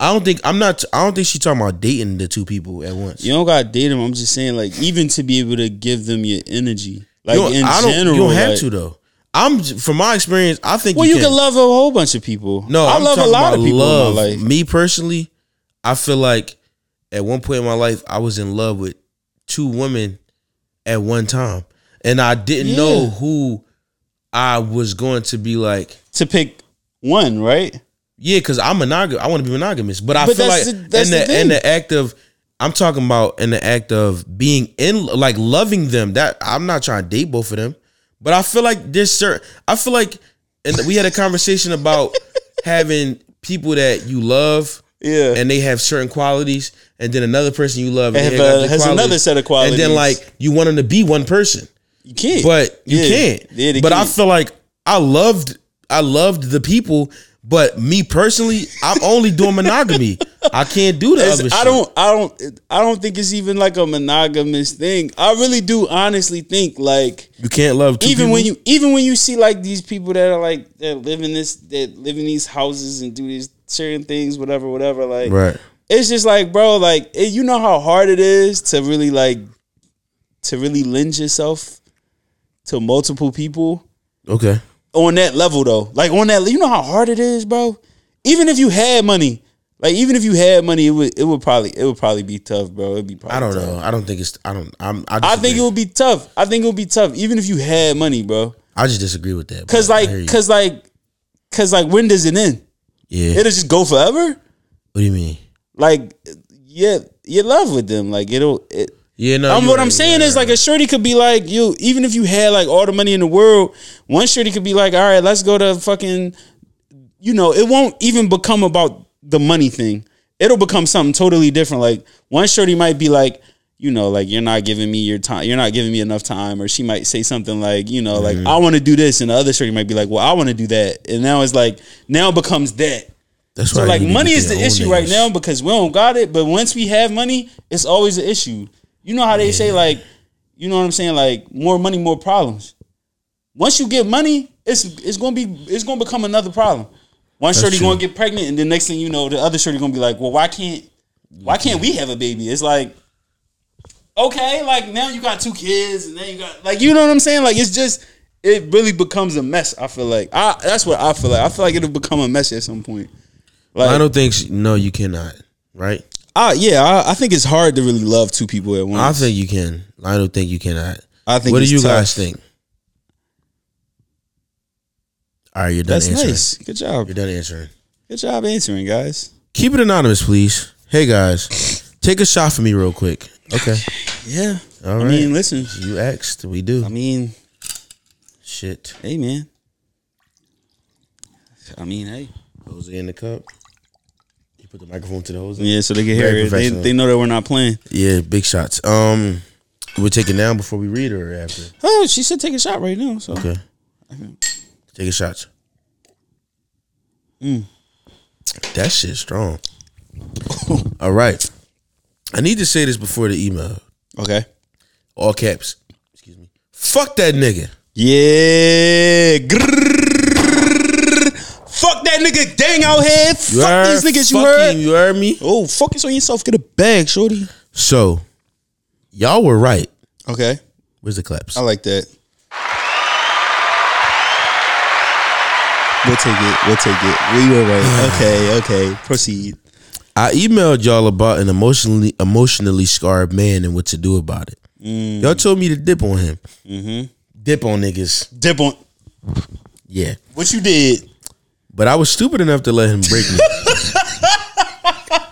I don't think I'm not. I don't think she's talking about dating the two people at once.
You don't gotta date them. I'm just saying, like, even to be able to give them your energy, like
You don't-
in
I don't,
general,
you don't have
like-
to though. I'm j- from my experience. I think
Well, you, can.
can
love a whole bunch of people.
No,
I
I'm
love a
talking
lot of
about
people.
Love.
In my life.
Me personally, I feel like at one point in my life, I was in love with two women at one time, and I didn't
Yeah.
know who I was going to be like.
To pick one, right?
Yeah, because I'm monogamous. I want to be monogamous, but I
But
feel like
that's the- that's
in the,
the thing.
in the act of I'm talking about in the act of being in like loving them. That I'm not trying to date both of them, but I feel like this certain. I feel like and we had a conversation about having people that you love.
Yeah.
and they have certain qualities, and then another person you love and they
Have,
got
uh,
their
has another set of
and then
qualities.
like you want them to be one person
You can't.
but you
Yeah.
can't.
Yeah, they
but I
can't.
feel like I loved I loved the people, but me personally, I'm only doing monogamy. I can't do the
It's-
other
I
shit.
don't. I don't. I don't think it's even like a monogamous thing. I really do honestly think like
You can't love two
even
people.
when you even when you see like these people that are like that live in this that live in these houses and do these certain things, whatever, whatever. Like
right.
it's just like, bro, like it, you know how hard it is to really like to really lend yourself to multiple people.
Okay.
on that level though. Like on that, you know how hard it is, bro. Even if you had money, like even if you had money, it would it would probably it would probably be tough, bro. It'd be probably
I don't
tough.
know. I don't think it's. I don't. I'm. I,
I think it
disagree.
would be tough. I think it would be tough, even if you had money, bro.
I just disagree with that.
Cause
but I
like,
hear you.
cause like, cause like, when does it end?
yeah.
It'll just go forever.
what do you mean?
Like, yeah, you're in love with them. Like it'll. It,
Yeah. No.
um,
you're
what
right,
I'm
you're
saying
right,
is
you're
like
right.
a shorty could be like you. Even if you had like all the money in the world, one shorty could be like, all right, let's go to fucking. You know, it won't even become about the money thing. It'll become something totally different. Like one shorty might be like, you know, like you're not giving me your time. You're not giving me enough time. Or she might say something like, you know, like I want to do this, and the other shorty might be like, well, I want to do that. And now it's like now it becomes that.
That's
So
why
like
you need to
money
get
is the
your own
issue right
niggas.
now because we don't got it. But once we have money, it's always an issue. You know how they say like, you know what I'm saying? Like more money, more problems. Once you get money, it's it's gonna be it's gonna become another problem. One shorty
true.
gonna get pregnant, and then next thing you know, the other shorty gonna be like, well, why can't why can't we have a baby? It's like okay, like now you got two kids, and then you got like you know what I'm saying. Like it's just it really becomes a mess. I feel like I that's what I feel like. I feel like it'll become a mess at some point. Like
I don't think. She, no, you cannot. Right?
I, yeah, I, I think it's hard to really love two people at once.
I think you can. I don't think you cannot.
I think
what do
it's
you
tough.
guys think? All right, you're done
That's
answering.
nice. Good job.
You're done answering.
Good job answering, guys.
Keep it anonymous, please. Hey guys, take a shot for me real quick. Okay,
Yeah.
All
I
right.
mean, listen.
you asked. We do.
I mean,
Shit.
hey, man. I mean, hey.
Jose in the cup. You put the microphone to the hose.
Yeah, so they can
Very
hear it. They,
professional.
they know that we're not playing.
Yeah, big shots. Um, we take it now before we read or after.
Oh, she said take a shot right now. So
Okay. Take a shot.
Mm.
That shit strong. All right. I need to say this before the email.
okay.
All caps. Excuse me. Fuck that nigga.
Yeah. Grrrr. Fuck that nigga dang out here. fuck
heard?
these niggas, you
Fuck
heard?
him, You heard me?
Oh, focus on yourself. Get a bag, shorty.
So, y'all were right.
Okay.
Where's the claps?
I like that. We'll take it. We'll take it. We were right. Okay, okay. Proceed.
I emailed y'all about an emotionally emotionally scarred man and what to do about it.
Mm.
Y'all told me to dip on him.
Mm-hmm.
Dip on niggas.
Dip on
Yeah.
what you did.
But I was stupid enough to let him break me.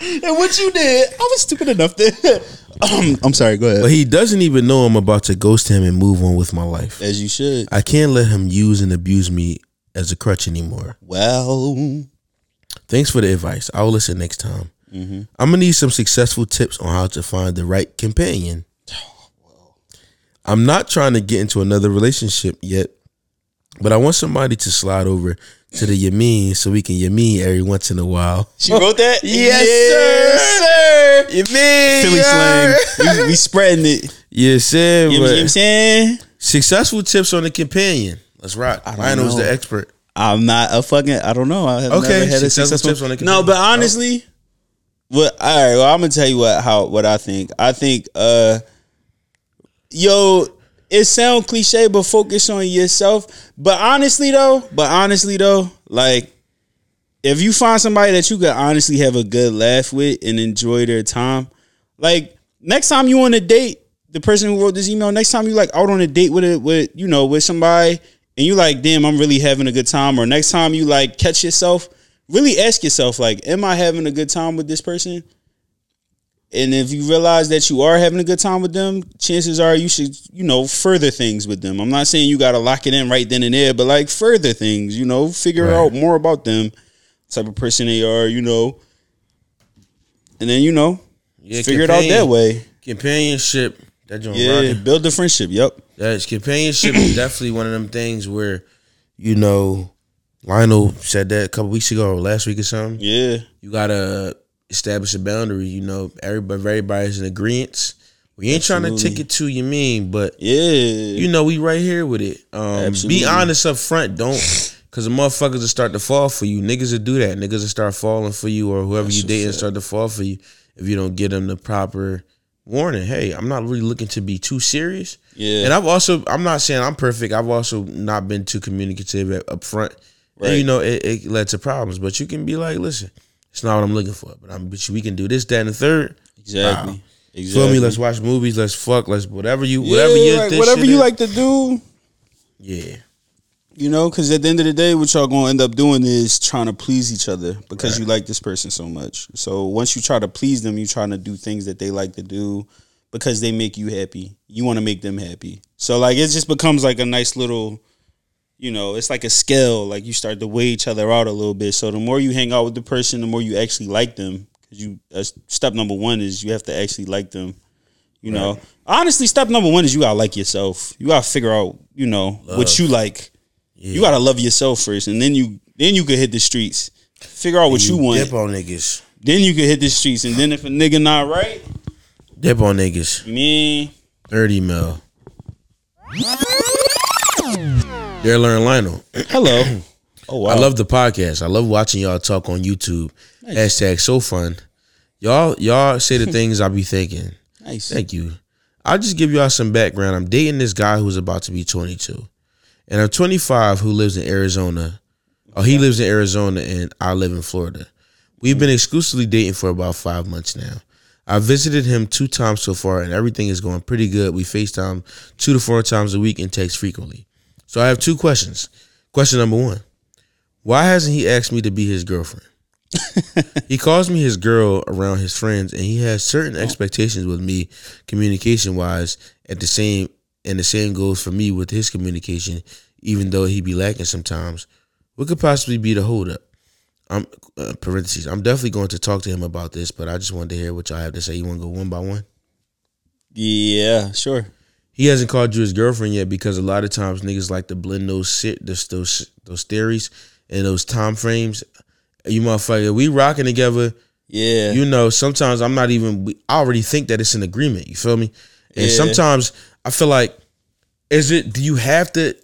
And what you did, I was stupid enough to um, I'm sorry, go ahead.
But he doesn't even know I'm about to ghost him and move on with my life.
As you should.
I can't let him use and abuse me as a crutch anymore.
Well
Thanks for the advice. I'll listen next time.
Mm-hmm.
I'm gonna need some successful tips on how to find the right companion. I'm not trying to get into another relationship yet, but I want somebody to slide over to the Yameen so we can Yameen every once in a while.
She wrote that?
Yes,
sir.
Yameen,
Philly slang. We, we spreading it.
Yes, sir.
You know what I'm
but-
saying?
Successful tips on the companion. Let's rock. I,
don't
know who's
know.
the expert.
I'm not a fucking. I don't know. I have
Okay,
never had a
successful
successful.
tips on Oh. the
no, but
computer.
honestly, what? All right. Well, I'm gonna tell you what how what I think. I think, uh, yo, it sound cliche, but focus on yourself. But honestly, though, but honestly though, like. If you find somebody that you could honestly have a good laugh with and enjoy their time, like next time you on a date, the person who wrote this email, next time you like out on a date with a with you know with somebody, and you like, damn, I'm really having a good time. Or next time you like catch yourself, really ask yourself, like, am I having a good time with this person? And if you realize that you are having a good time with them, chances are you should, you know, further things with them. I'm not saying you gotta lock it in right then and there, but like further things, you know, figure out more about them, type of person they are, you know. And then you know,
Yeah,
figure it out that way.
Companionship. That joint
Yeah,
rocking.
build the friendship. Yep.
That's companionship is definitely one of them things where, you know, Lionel said that a couple weeks ago or last week or something.
Yeah.
You gotta establish a boundary. You know, everybody everybody's in agreement. We ain't trying to take it to you mean, but
Yeah.
you know we right here with it. Um,
Absolutely.
be honest up front. Don't because the motherfuckers will start to fall for you. Niggas will do that. Niggas will start falling for you, or whoever you dating start to fall for you if you don't give them the proper warning. Hey, I'm not really looking to be too serious.
Yeah.
And I've also I'm not saying I'm perfect. I've also not been too communicative at, up front. And, you
Right.
know, it, it led to problems. But you can be like, listen, it's not what I'm looking for. But I'm but we can do this, that, and the third.
Exactly.
Wow.
Exactly.
Feel me? Let's watch movies. Let's fuck. Let's whatever you whatever
Yeah,
you
like,
this
whatever
shit
you
is.
like to do.
Yeah.
You know, because at the end of the day, what y'all gonna end up doing is trying to please each other because you like this person so much. So once you try to please them, you're trying to do things that they like to do because they make you happy. You want to make them happy. So like it just becomes like a nice little, you know, it's like a scale. Like you start to weigh each other out a little bit. So the more you hang out with the person, the more you actually like them. Because you uh, step number one is you have to actually like them. You know, honestly, step number one is you gotta like yourself. You gotta figure out, you know, what you like. You gotta love yourself first, and then you then you could hit the streets. Figure out what you, want.
Dip on niggas.
Then you could hit the streets, and then if a nigga not right,
Dip on niggas.
man,
Thirty mil. Dare learn Lionel.
hello. oh wow,
I love the podcast. I love watching y'all talk on YouTube. Hashtag so fun. Y'all y'all say the things I be thinking.
nice.
Thank you. I'll just give y'all some background. I'm dating this guy who's about to be 22, and I'm 25 who lives in Arizona. Oh, he lives in Arizona, and I live in Florida. We've been exclusively dating for about five months now. I visited him two times so far, and everything is going pretty good. We FaceTime two to four times a week and text frequently. So I have two questions. Question number one Why hasn't he asked me to be his girlfriend? he calls me his girl around his friends, and he has certain expectations with me, communication wise. At the same, and the same goes for me with his communication, even though he be lacking sometimes. What could possibly be the holdup? I'm uh, parentheses. I'm definitely going to talk to him about this, but I just wanted to hear what y'all have to say. You want to go one by one?
Yeah, sure.
He hasn't called you his girlfriend yet because a lot of times niggas like to blend those shit, those those, those theories and those time frames. You motherfucker, we rocking together.
Yeah.
You know, sometimes I'm not even. we- I already think that it's an agreement. You feel me? And
Yeah.
sometimes I feel like, is it? Do you have to?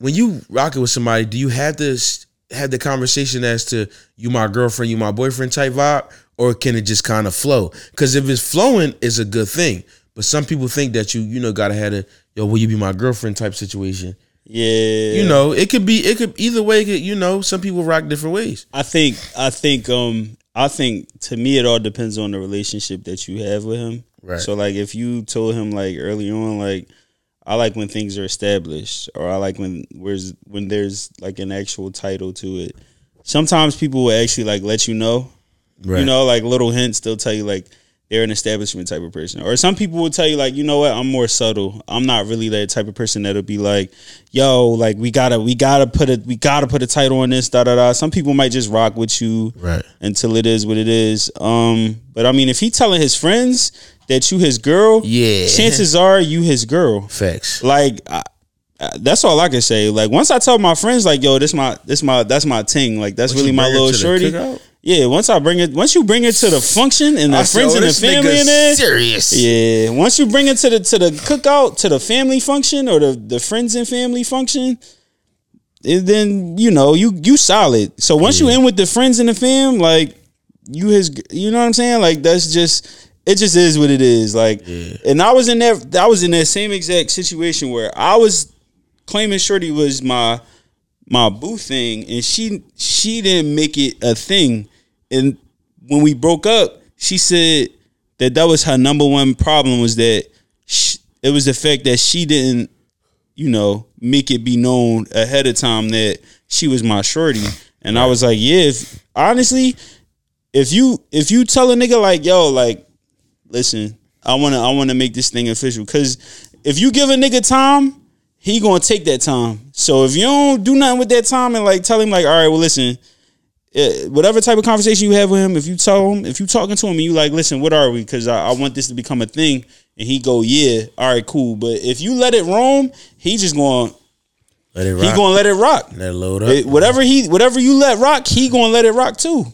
When you rock it with somebody, do you have to s- have the conversation as to you my girlfriend, you my boyfriend type vibe, or can it just kind of flow? Because if it's flowing, it's a good thing. But some people think that you, you know, gotta have a yo, will you be my girlfriend type situation.
yeah.
You know, it could be, it could either way. It could, you know, some people rock different ways.
I think I think um I think to me it all depends on the relationship that you have with him.
Right.
So like if you told him like early on like I like when things are established or I like when where's when there's like an actual title to it. Sometimes people will actually like let you know.
Right.
You know, like little hints they'll tell you like they're an establishment type of person. Or some people will tell you like, you know what, I'm more subtle. I'm not really that type of person that'll be like, yo, like we gotta we gotta put a we gotta put a title on this, da da da. Some people might just rock with you
Right.
until it is what it is. Um, but I mean if he telling his friends that you his girl,
Yeah.
chances are you his girl.
Facts.
Like I, I- that's all I can say. Like once I tell my friends, like yo, this my this my that's my ting. Like that's
Once
really
you
my
bring it
little
to the
shorty.
cookout?
Yeah, once I bring it, once you bring it to the function and the
I said,
friends
"Oh,
and the
this
family
nigga
in there.
Serious.
Yeah, once you bring it to the to the cookout, to the family function or the the friends and family function, it, then you know you you solid. So once you in with the friends and the fam, like you his, g- you know what I'm saying? Like that's just it. Just is what it is. Like, and I was in that I was in that same exact situation where I was claiming Shorty was my my boo thing, and she she didn't make it a thing. And when we broke up, she said that that was her number one problem was that sh it was the fact that she didn't, you know, make it be known ahead of time that she was my shorty. And I was like, yeah, if, honestly, if you if you tell a nigga like, yo, like, listen, I wanna I wanna make this thing official, cause if you give a nigga time, he gonna take that time. So if you don't do nothing with that time and like tell him like, all right, well, listen uh, whatever type of conversation you have with him, if you tell him, if you talking to him and you like, listen, what are we? Because I, I want this to become a thing, and he go, yeah, all right, cool. But if you let it roam, he just going,
Let it rock.
he going to let it rock.
Let it load up.
It- whatever he, whatever you let rock, he going to let it rock too.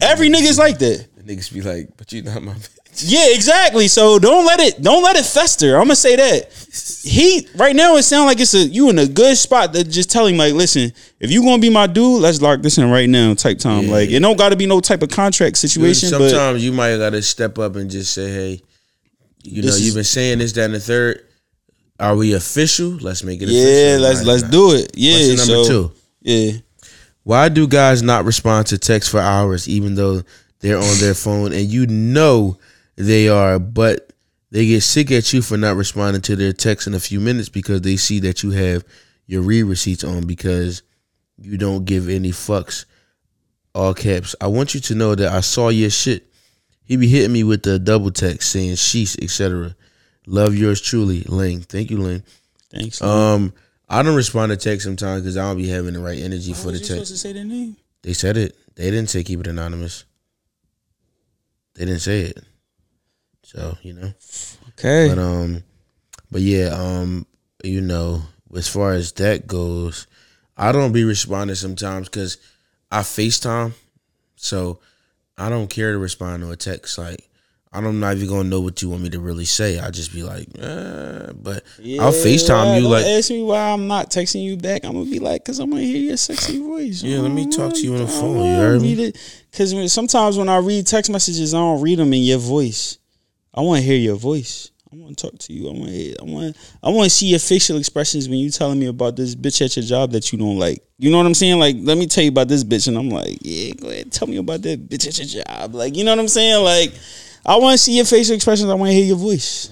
Every nigga's like that.
Niggas be like, but you not my bitch.
Yeah, exactly. So don't let it, don't let it fester. I'm gonna say that. He right now it sounds like it's a you in a good spot to just tell him like, listen, if you gonna be my dude, let's lock this in right now. Type time. Like it don't got to be no type of contract situation.
Sometimes
but
you might gotta step up and just say, hey, you know,
This is-
you've been saying this, that, and the third. Are we official? Let's make it official.
Yeah, let's
Right
let's
now.
do it. Yeah,
Question number
so,
two.
Yeah,
Why do guys not respond to texts for hours even though they're on their phone and you know they are, but they get sick at you for not responding to their text in a few minutes because they see that you have your re receipts on because you don't give any fucks. All caps. I want you to know that I saw your shit. He be hitting me with the double text saying sheesh, etc. Love yours truly, Ling. Tink. Thank you, Ling.
thanks.
Um, I don't respond to text sometimes because I don't be having the right energy for the text.
supposed to say their name?
They said it. They didn't say keep it anonymous. They didn't say it. So, you know.
Okay.
But um but yeah, um, you know, as far as that goes, I don't be responding sometimes because I FaceTime. So I don't care to respond to a text. Like I'm not even gonna know what you want me to really say. I just be like, eh, but I'll FaceTime you
don't
like
ask me why I'm not texting you back. I'm gonna be like, cause I'm gonna hear your sexy voice.
Yeah, let me talk to you on the phone, you heard me?
Because sometimes when I read text messages, I don't read them in your voice. I want to hear your voice. I I want to talk to you. I want to. I want. I want to see your facial expressions when you telling me about this bitch at your job that you don't like. You know what I'm saying? Like, let me tell you about this bitch, and I'm like, yeah, go ahead, tell me about that bitch at your job. Like, you know what I'm saying? Like, I want to see your facial expressions. I want to hear your voice.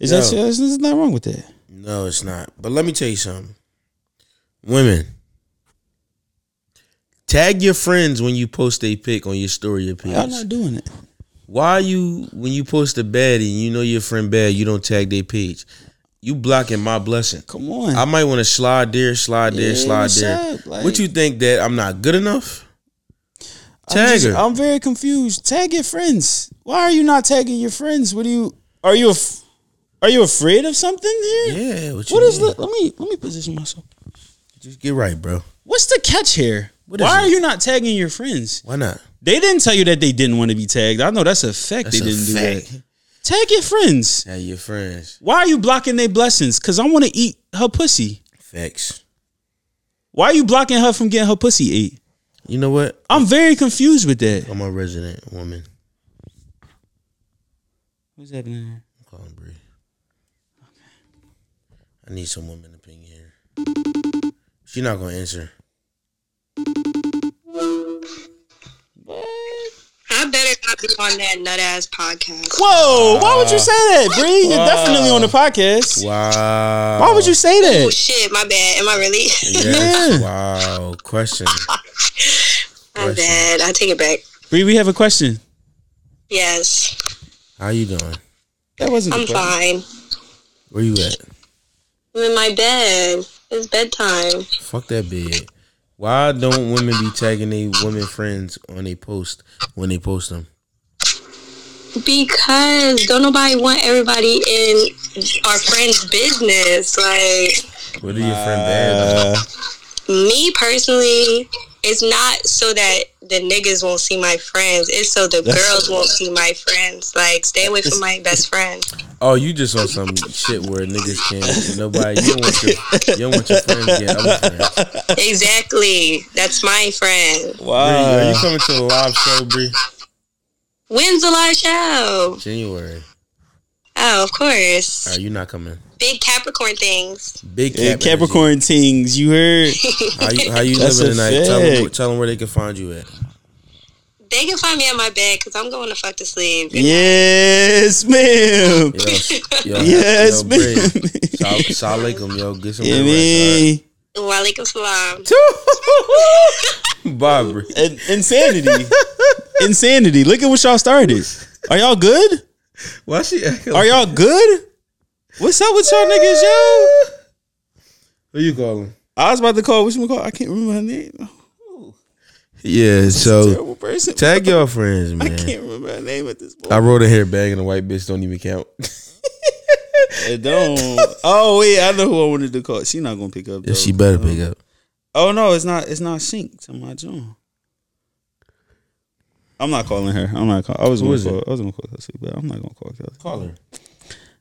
Is that?
Yo.
There's there's nothing wrong with that.
No, it's not. But let me tell you something. Women, tag your friends when you post a pic on your story or
Y'all
page.
not doing it.
Why you when you post a baddie and you know your friend bad, you don't tag their page. You blocking my blessing.
Come on.
I might want to slide there, slide there,
Yeah,
slide
what's
there.
up? Like-
what you think that I'm not good enough?
I'm
Tag
just-
her.
I'm very confused. Tag your friends. Why are you not tagging your friends? What do you? Are you? Af- are you afraid of something here?
yeah. What, you
What is?
mean?
The, let me let me position myself.
Just get right, bro.
What's the catch here?
What
Why
is
are
it?
you not tagging your friends?
Why not?
They didn't tell you that they didn't want to be tagged. I know that's a fact
That's
they
a
didn't
fact.
do that. Tag your friends.
Tag your friends.
Why are you blocking their blessings? Because I want to eat her pussy.
Facts.
Why are you blocking her from getting her pussy ate?
You know what?
I'm very confused with that.
I'm a resident woman.
What's happening here?
Call him Bree. I need some woman opinion here. She not gonna answer.
I better not be on that nut ass podcast.
Whoa! why would you say that, Bree? You're definitely on the podcast.
Wow.
Why would you say
Oh
that?
shit, my bad. Am I really?
Yeah.
Yes. Wow. Question.
my bad. I take it back.
Bree, we have a question.
Yes,
How you doing?
That wasn't.
I'm
the question.
fine.
Where you at?
I'm in my bed. It's bedtime.
Fuck that bed. Why don't women be tagging their women friends on a post when they post them?
Because don't nobody want everybody in our friend's business. Like
What are your friend bad?
Uh,
me personally, it's not so that the niggas won't see my friends. It's so the girls won't see my friends. Like stay away from my best friend.
Oh, you just on some shit where niggas can't. Nobody. You don't want your. You don't want your friends to get other friends.
Exactly. That's my friend.
Bree, are
wow.
you coming to the live show, Bree?
When's the live show?
January.
Oh, of course.
Are you not coming?
Big Capricorn things.
Big
Yeah,
Cap
Capricorn things, you heard?
energy. How you, how you
That's
living
a
tonight? Tell them,
fact.
tell them where they can find you at.
They can find me at my bed because I'm going to fuck to sleep.
yes, ma'am.
Yo, yo,
Yes,
yo,
man.
Bree. Sal- Salaikum, yo. Get some
Yeah,
yeah,
man.
Walaikum salam.
Bye, Bree.
In- insanity. insanity. Look at what y'all started. Are y'all good?
Why she acting
Are
like-
y'all good? What's up with y'all niggas, yo?
Who you calling?
I was about to call, what's my call? I can't remember her name.
Yeah, so
Terrible person.
tag your friends,
I
man.
can't remember her name at this point.
I wrote a hair bag and a white bitch don't even count.
It don't. Oh wait, I know who I wanted to call. She not gonna pick up. Though.
Yeah, she better pick up.
Oh no, it's not. It's not synced to my joint. I'm not calling her. I'm not calling. I was
Who
gonna
is
call.
it?
I was gonna call Kelsey, but I'm not gonna call Kelsey.
Call her.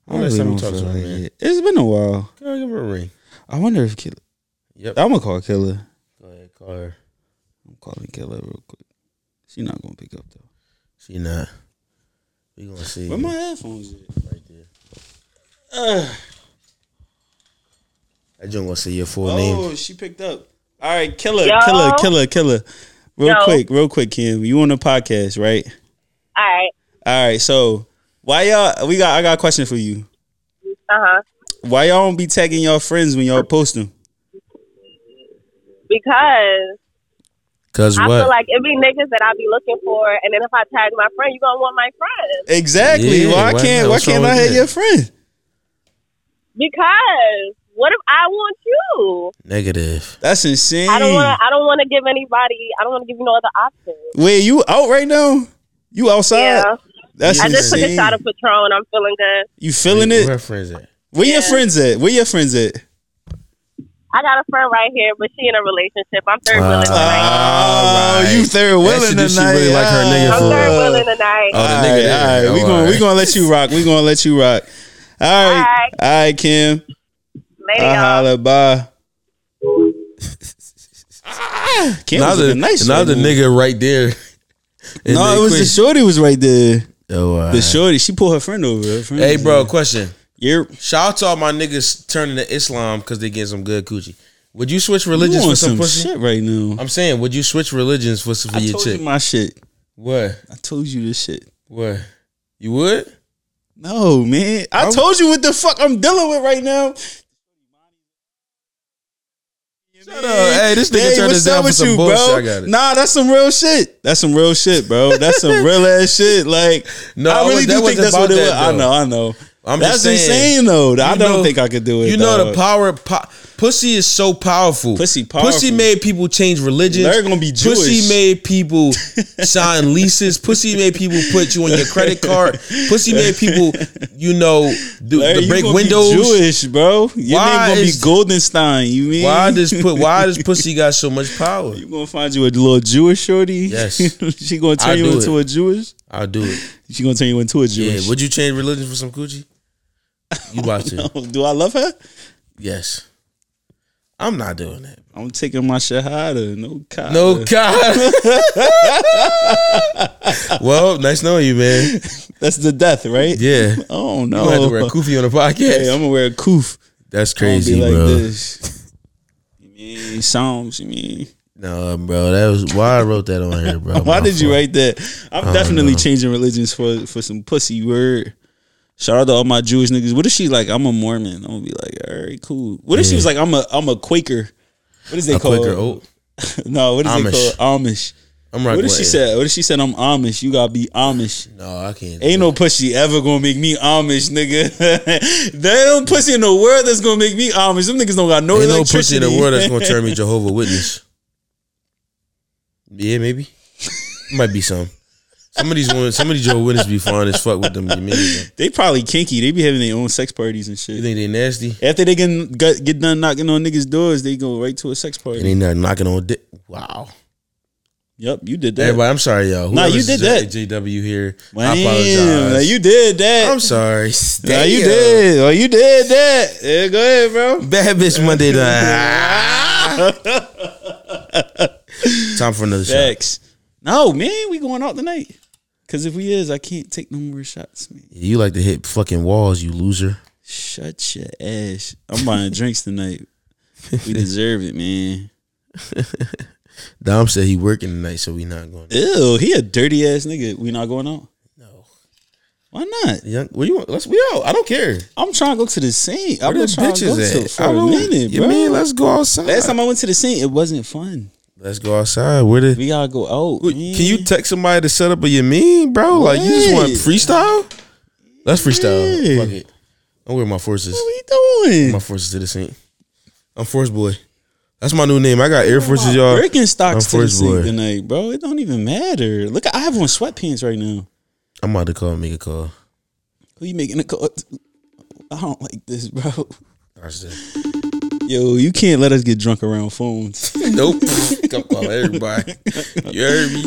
I
When last
really
time you
don't
talked to
feel
her,
like
man?
it. It's been a while.
Girl, give her a ring.
I wonder if Killer.
Yep.
I'm gonna call Killer.
Go ahead, call her.
I'm calling Killer real quick. She not gonna pick up though.
She not. We gonna see.
Where my headphones? At?
right there. I just want to see your full name.
Oh, she picked up. All right, Killer, Killer, Killer, Killer. Real
Yo.
quick, real quick, Kim. You on the podcast, right?
All right.
All right. So why y'all? We got. I got a question for you.
Uh huh.
Why y'all don't be tagging y'all friends when y'all post them?
Because
Cause
I
what?
feel like it be niggas that I be looking for, and then if I tag my friend, you gonna want my friend
Exactly.
Yeah,
why,
why
can't
not?
why
What's
can't
wrong
I
with
have
that?
your friend?
because what if I want you?
Negative.
That's insane.
I don't want. to I don't want to give anybody. I don't want to give you no other option.
Wait, you out right now? You outside?
Yeah.
That's
I
insane.
just took a shot of Patron. I'm feeling good.
you feeling
Where-
it?
Where friends at?
Where your
Yeah.
friends at? Where your friends at?
I got a friend right here, but she in a relationship. I'm third willing tonight.
Oh,
Alright.
you third willing
Ah, That shit, she
tonight.
really like her nigga
I'm
for-
third willing
Oh,
tonight.
the
all
nigga
right,
there.
all right. We
Oh,
gonna
all
we gonna let you rock. We gonna let you rock. All
All
right,
right.
all right, Kim.
Later,
I
y'all.
holla, bye. Kim
Now
was
the,
looking nice
now
right
the
now.
nigga right there.
No, it was the
the
shorty was right there.
Oh, uh,
The shorty, she pulled her friend over. Her friend
hey,
was
bro,
like,
question.
you're
Shout out to all my niggas turning to Islam because they getting some good coochie. Would you switch
you
religions
on
for
some
some pussy?
shit right now.
I'm saying, would you switch religions for, for
I
your
told
chick?
you my shit.
what?
I told you this shit.
What? You would?
No, man. I told you what the fuck I'm dealing with right now.
Shut up. Hey, this nigga turned us down for some bullshit. I got it.
Nah, that's some real shit. That's some real shit, bro. That's some real ass shit. Like,
No,
no, I
I
really
was-
do
that
think
wasn't
that's what
about
it was.
that,
I
though.
know, I know.
I'm
that's
just saying,
insane, though. I don't
you know-
think I could do it.
You know the
power.
power, po- pussy is so powerful.
Pussy
Pussy
powerful.
made people change religions.
They're gonna be Jewish.
Pussy made people sign leases. Pussy made people put you on your credit card. Pussy made people, you know, do,
Larry,
to
you
break
gonna be
windows.
Jewish, bro. Your
Why
name gonna
is-
be Goldenstein. You mean
Why does put? Why does pussy got so much power?
you gonna find you a little Jewish shorty?
Yes.
she gonna turn
I'll
you
do
into
it.
a Jewish.
I'll do it.
She gonna turn you into a
Yeah.
Jewish.
Would you change religion for some coochie? You about to?
Oh, do I love her?
Yes. I'm not doing that.
I'm taking my shahada. No cop.
No God. well, nice knowing you, man.
that's the death, right?
Yeah.
Oh
I'm gonna have to wear a
no.
kufi on the
Hey,
podcast.
I'm gonna wear a koof.
That's
I'm gonna
crazy,
be like
bro.
this. You mean Psalms? You mean
No, bro, that was why I wrote that on here, bro.
Why
My
did you
fault.
write that? I'm definitely changing religions for for some pussy word. Shout out to all my Jewish niggas. What if she like? I'm a Mormon. I'm gonna be like, all right, cool. What if she was like, I'm a I'm a Quaker? What is they
a
called?
Quaker oat?
No, what is
Amish.
they called? Amish.
I'm right.
What if she said? What if she said I'm Amish? You gotta be Amish.
No, I can't.
Ain't no pussy ever gonna make me Amish, nigga. there ain't no pussy in the world that's gonna make me Amish. Them niggas don't got no
Ain't no pussy
electricity.
in the world that's gonna turn me Jehovah Witness. Yeah, maybe. Might be some. Some of these women, some of these Jehovah Witnesses be fine as fuck with them. You mean, though.
they probably kinky. They be having their own sex parties and shit.
You think they nasty?
After they get, get get done knocking on niggas' doors, they go right to a sex party.
And they not knocking on dick. Wow.
yep, you did that.
Everybody, I'm sorry, y'all.
Nah, you
Whoever's
did
J-
that.
JW here. I
Damn,
apologize.
like, you did that.
I'm sorry.
Nah, you
Damn.
did. Oh, you did that. Yeah, go ahead, bro.
Bad bitch Monday night. Time for another shot.
Facts. No, man, we going out tonight. Cause if we is, I can't take no more shots, man.
You like to hit fucking walls, you loser.
Shut your ass. I'm buying drinks tonight. We deserve it, man.
Dom said he working tonight, so we not going.
Ew, he a dirty ass nigga. We not going out?
No.
Why not?
Young, what you want? Let's we out. I don't care.
I'm trying to go to the scene. I've
Where
been
the
trying to
bitches
go to
at?
for
I
a
don't-
minute,
you
bro.
mean let's go outside?
Last time I went to the scene, it wasn't fun.
let's go outside. Where the?
We gotta go out.
Wait, Can you text somebody to set up a you mean, bro? Like you just want
Wait.
freestyle? Let's freestyle.
Yeah.
Fuck it. I'm wearing my forces.
what we
My
doing?
forces to the sink. I'm Force Boy. That's my new name. I got Air Forces, y'all.
Birkenstocks
I'm
to the
first boy.
sink tonight, bro. It don't even matter. Look, I have on sweatpants right now.
I'm about to call and make a call.
Who you making a call? to? I don't like this, bro.
That's it.
Yo, you can't let us get drunk around phones.
Nope. Come call everybody. You heard me?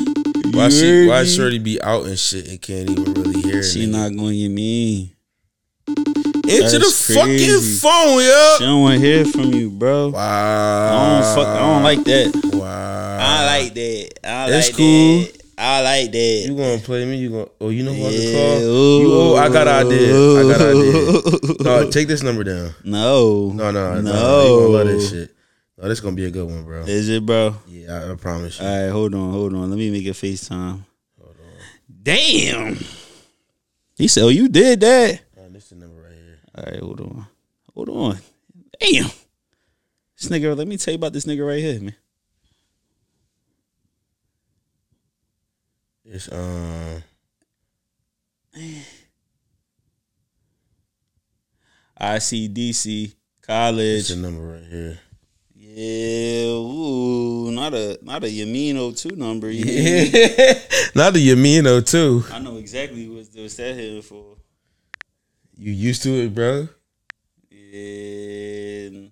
Why
You
she
heard
why
me?
Shorty be out and shit and can't even really hear
She
it?
not going to me.
Into the
That's
fucking
crazy.
phone, yo.
She don't want to hear from you, bro. I
Wow.
don't fuck. I don't like that.
Wow.
I like that. I
It's
like
cool.
that. I like that.
You gonna play me? You gonna? Oh, you know who I can
Yeah,
call? You, oh, I got an idea. I got an idea. No, take this number down.
No.
No, no, no. You
No.
gonna love this shit. No, this gonna be a good one, bro.
Is it, bro?
Yeah, I, I promise you.
All right, hold on, hold on. Let me make a FaceTime. Damn. He said, "Oh, you did that."
Nah, this the number right here.
All right, hold on, hold on. Damn. This nigga, let me tell you about this nigga right here, man.
It's um.
ICDC
It's
college.
the number right here.
Yeah, ooh, not a not a Yamino two number. you hear me?
Not the Yamino too.
I know exactly what's what's that here for.
You used to it, bro?
And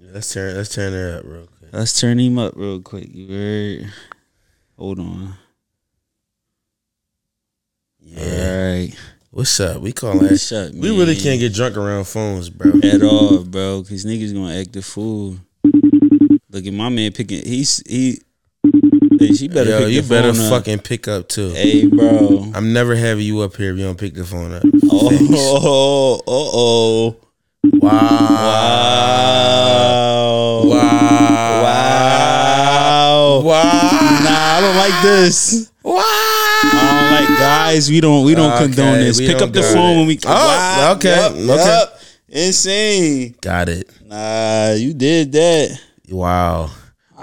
Let's turn let's turn it up real quick.
let's turn him up real quick. You heard? Hold on.
Yeah.
All right.
What's up? We calling that
What's up,
We really
man?
can't get drunk around phones, bro.
at all, bro. Cause niggas gonna act the fool. Look at my man picking. He's he. Hey, she better.
Yo,
pick
you
the
better
phone up.
fucking pick up too.
Hey, bro.
I'm never having you up here if you don't pick the phone up. Thanks.
Oh, oh, oh. Wow. Wow. Wow. Nah, I don't like this. I don't like guys. We don't. We don't
Okay,
condone this.
we
Pick
don't
up the
got
phone
it.
when we.
Oh, okay, okay.
Insane.
Got it.
Nah, you did that.
Wow.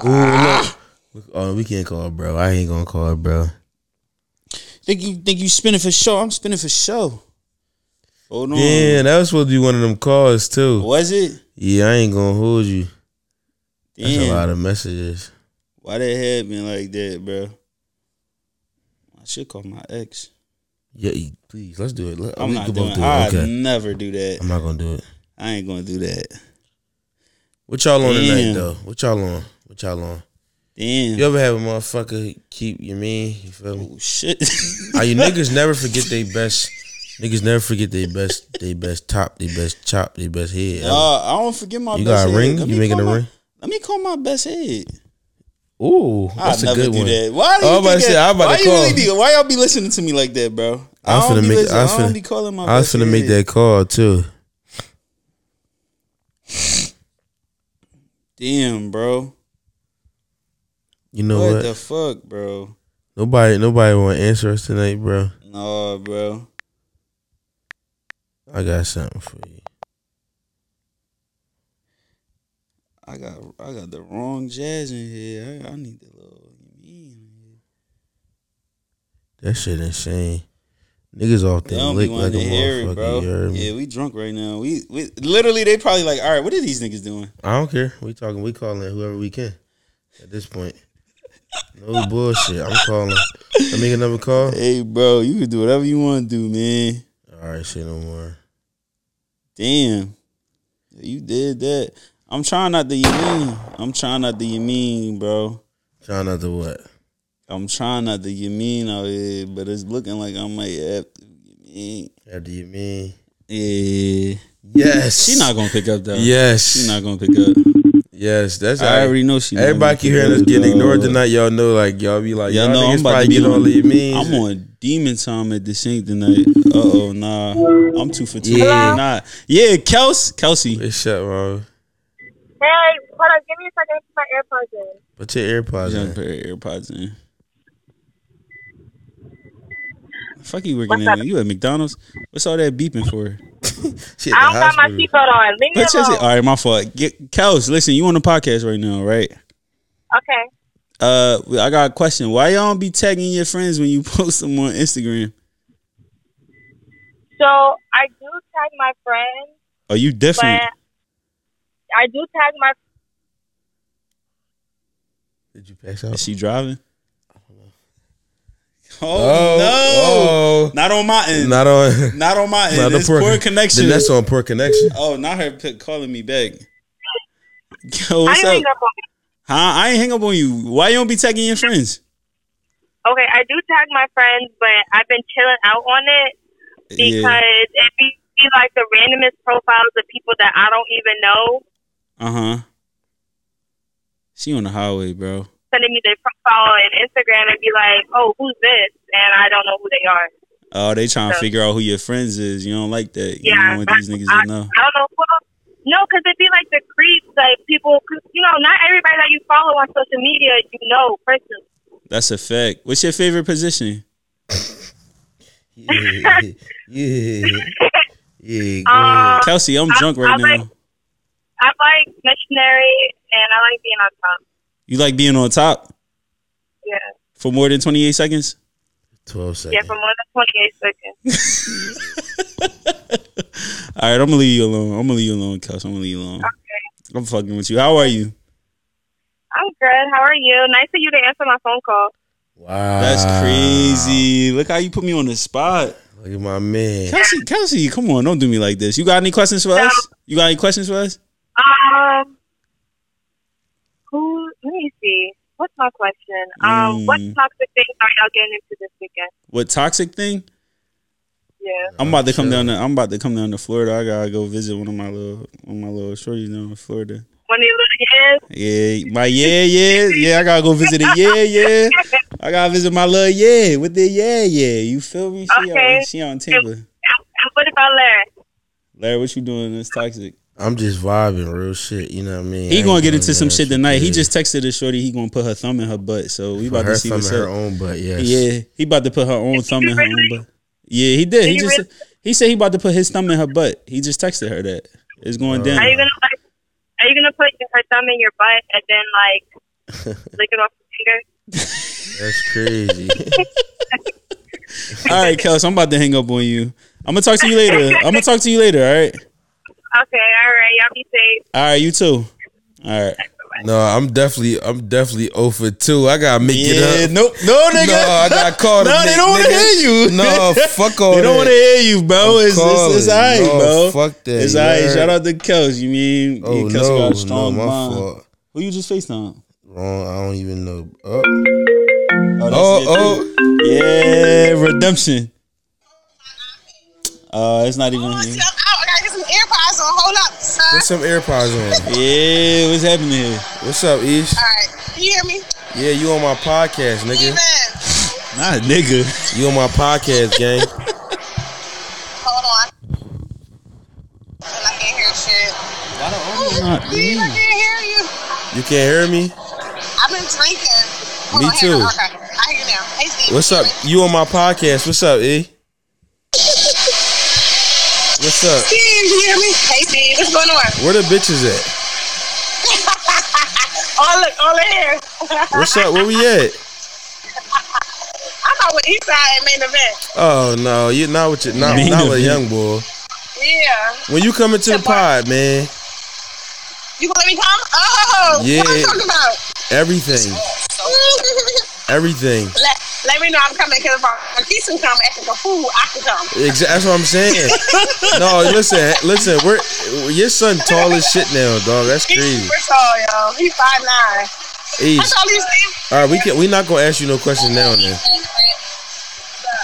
Ooh, look. Look, Oh, we can't call, bro. I ain't gonna call, bro.
Think you think you spinning for show? I'm spinning for show. Hold on.
Yeah, that was supposed to be one of them calls too.
Was it?
Yeah, I ain't gonna hold you. That's a
Damn.
lot of messages.
Why that head been like that, bro? I should call my ex.
Yeah, you- please let's do it. Let,
I'm
we
not
can
doing.
both do
I
it. Okay,
never do that.
I'm not gonna do it.
I ain't gonna do that.
What y'all on
Damn.
tonight though? What y'all on? What y'all on?
Damn.
You ever have a motherfucker keep you mean? You feel me?
Oh shit.
Are you niggas never forget they best? Niggas never forget they best, they best top, they best chop, they best head.
Uh, I don't forget my.
you
best
got a
head.
ring?
Let me
You making
call
a
my-
ring?
Let me call my best head.
Ooh, that's
I
a
never
good
do
one.
that. Why do
I
you
was about to
think
say,
that-
I was about
why
to
you
call.
really be, Why y'all be listening to me like that, bro?
I was
don't
finna
be
make- I
listen-
was
don't
finna-
be calling my.
I was
best
finna make
head.
that call too.
Damn, bro.
You know
what
what?
the fuck, bro?
nobody, nobody want to answer us tonight, bro.
No, bro.
I got something for you.
I got I got the wrong jazz in here. I, I need the little mean.
That shit insane. Niggas off
They
the
don't
lick
be
like a
wanting to hear it, bro.
motherfucker. you heard me?
Yeah, we drunk right now. We, we literally they probably like, all right, what are these niggas doing?
I don't care. We talking. We calling whoever we can. At this point, no bullshit. I'm calling. I make another call.
Hey, bro, you can do whatever you want to do, man.
All right, shit, no more.
Damn, you did that. I'm trying not to you mean. I'm trying not to you mean, bro.
Trying not to what?
I'm trying not to you mean out here, but it's looking like I might have to you mean.
After you mean?
Yeah,
Yes.
she not gonna pick up though.
Yes.
she not gonna pick up.
Yes. That's.
I already know she. not
Everybody
gonna
keep
pick
hearing
up,
us getting
though.
ignored tonight. Y'all know, like y'all be like,
Y'all
y'all,
know
niggas
I'm about
probably
to be
get
on.
all these memes.
I'm on demon time at the sink tonight. Uh oh, nah, I'm two for two.
Yeah.
Nah, yeah, Kels, Kelsey.
It's shut, bro.
Hey, hold on. Give me a second to put my AirPods in.
Put your AirPods
Just
in.
put your AirPods in. Fuck you working
What's
at
up?
you at McDonald's? What's all that beeping for?
She at the
I don't got my
hospital.
seatbelt on. Leave me
But just, all
alone.
right, my fault. Get Kels, listen, you on the podcast right now, right?
Okay.
Uh, I got a question. Why y'all don't be tagging your friends when you post them on Instagram?
So I do tag my friends,
Are you different?
but I do tag my.
Did you pass out?
Is she driving? Oh,
Oh,
no! Not on my end.
Not on.
Not on my
not
end. It's poor, connection.
Then that's on poor connection.
oh, not her p- calling me back. Yo,
I
what's up?
didn't hang up on it.
Huh? I ain't hang up on you. Why you don't be tagging your friends?
Okay, I do tag my friends, but I've been chilling out on it because it be, be like the randomest profiles of people that I don't even know
Uh huh. She on the highway, bro.
sending me their profile on Instagram and be like, "Oh, who's this?" and I don't know who they are.
Oh, they trying to
Yeah.
figure out who your friends is. You don't like that. You
Yeah,
don't want these
I-
niggas to know.
I don't know. Well, no, because it'd be like the creeps, like people. 'cause, you know, not everybody that you follow on social media you know personally.
That's a fact. What's your favorite position?
Yeah, yeah, yeah. go
Uh,
Um,
ahead.
Kelsey, I'm
I-
drunk right
I
now.
like- I like missionary, and I like being on top.
you like being on top
Yeah,
for more than 28 seconds?
Twelve
yeah,
seconds.
for more than twenty eight seconds.
All right, I'm gonna leave you alone. I'm gonna leave you alone, Kelsey. I'm gonna leave you alone. I'm fucking with you. How are you?
I'm good. How are you? Nice of you to answer my phone call.
wow,
That's crazy. Look how you put me on the spot.
Look at my man.
Kelsey, Kelsey, come on, don't do me like this. You got any questions for us? You got any questions for us?
Um, who? Let me see. What's my question? Um, what
Mm.
toxic things are y'all getting into this weekend?
What toxic thing?
Yeah.
I'm about to come
Sure.
down to I'm about to come down to Florida. I gotta go visit one of my little one of my little shorties down in Florida.
when they look at
Yeah, my yeah, yeah, yeah. I gotta go visit it. Yeah, yeah. I gotta visit my little yeah with the yeah, yeah. You feel me? She
Okay.
on, she on Timber.
And what about Larry?
Larry, what you doing? That's toxic.
I'm just vibing, real shit. You know what I mean?
He
I
gonna
ain't
get
doing
into some
that
shit tonight. He just texted his shorty. He gonna put her thumb in her butt. So we
Put
about
her
to see
thumb in
what's
her
up.
own butt. Yes.
Yeah, he about to put her own thumb in her own butt. Yeah, he did.
Did
He
you
just
really?
he said he about to put his thumb in her butt. He just texted her that it's
Uh,
going down.
Are you gonna like? Are you gonna put her thumb in your butt and then like lick it off your finger?
That's crazy.
All right, Kels, I'm about to hang up on you. I'm gonna talk to you later. I'm gonna talk to you later. All right.
Okay, all right, y'all be safe.
All right, you too. All right.
no, I'm definitely, I'm definitely over two. I gotta make
Yeah,
it up.
nope. No, nigga.
No, I got called.
No, they don't want to hear you.
No, fuck all
They don't
that.
want to hear you, bro.
I'm
It's, it's, it's all right,
calling. No,
bro.
fuck that,
It's all right.
you heard?
Shout out to Kels. You mean
Oh
Kels
no,
got a
no,
strong
my
mind.
fault.
Who you just FaceTime?
Wrong. I don't even know. Oh,
Oh,
oh,
that's it.
oh.
Yeah, redemption. Uh, it's not even. Here.
I gotta get some AirPods on. Hold up,
Put
sir.
some AirPods on.
Yeah, what's happening here?
What's up, Ish?
All right, you hear me?
Yeah, you on my podcast, nigga.
Even.
Not a nigga.
You on my podcast, gang.
Hold on. And I can't hear shit.
not
Please,
Mm.
I can't hear you.
You can't hear me?
I've been drinking. Hold
Me
on, hang on.
too.
Okay, I hear you now. Hey, Steve.
What's up? You on my podcast? What's up, E? What's up?
Steve, you hear me? Hey, Steve, what's going on?
Where the bitches at?
all, in- all in here.
What's up? Where we at?
I thought with Eastside made the event.
Oh no, you're not with your not,
Man,
not
the
with
bitch.
young boy.
Yeah.
When you coming to the pod, man,
You gonna let me come? Oh,
Yeah.
what I'm talking about.
everything, everything.
let, let me know I'm coming because if I- if Keisha come acting a fool, I can come.
Exa- That's what I'm saying. no, listen, listen. We're your son tall as shit now, dog. That's
He's
crazy.
super tall, y'all. He's five nine.
E,
That's all he's saying.
all right, we can. We not gonna ask you no question now, and then.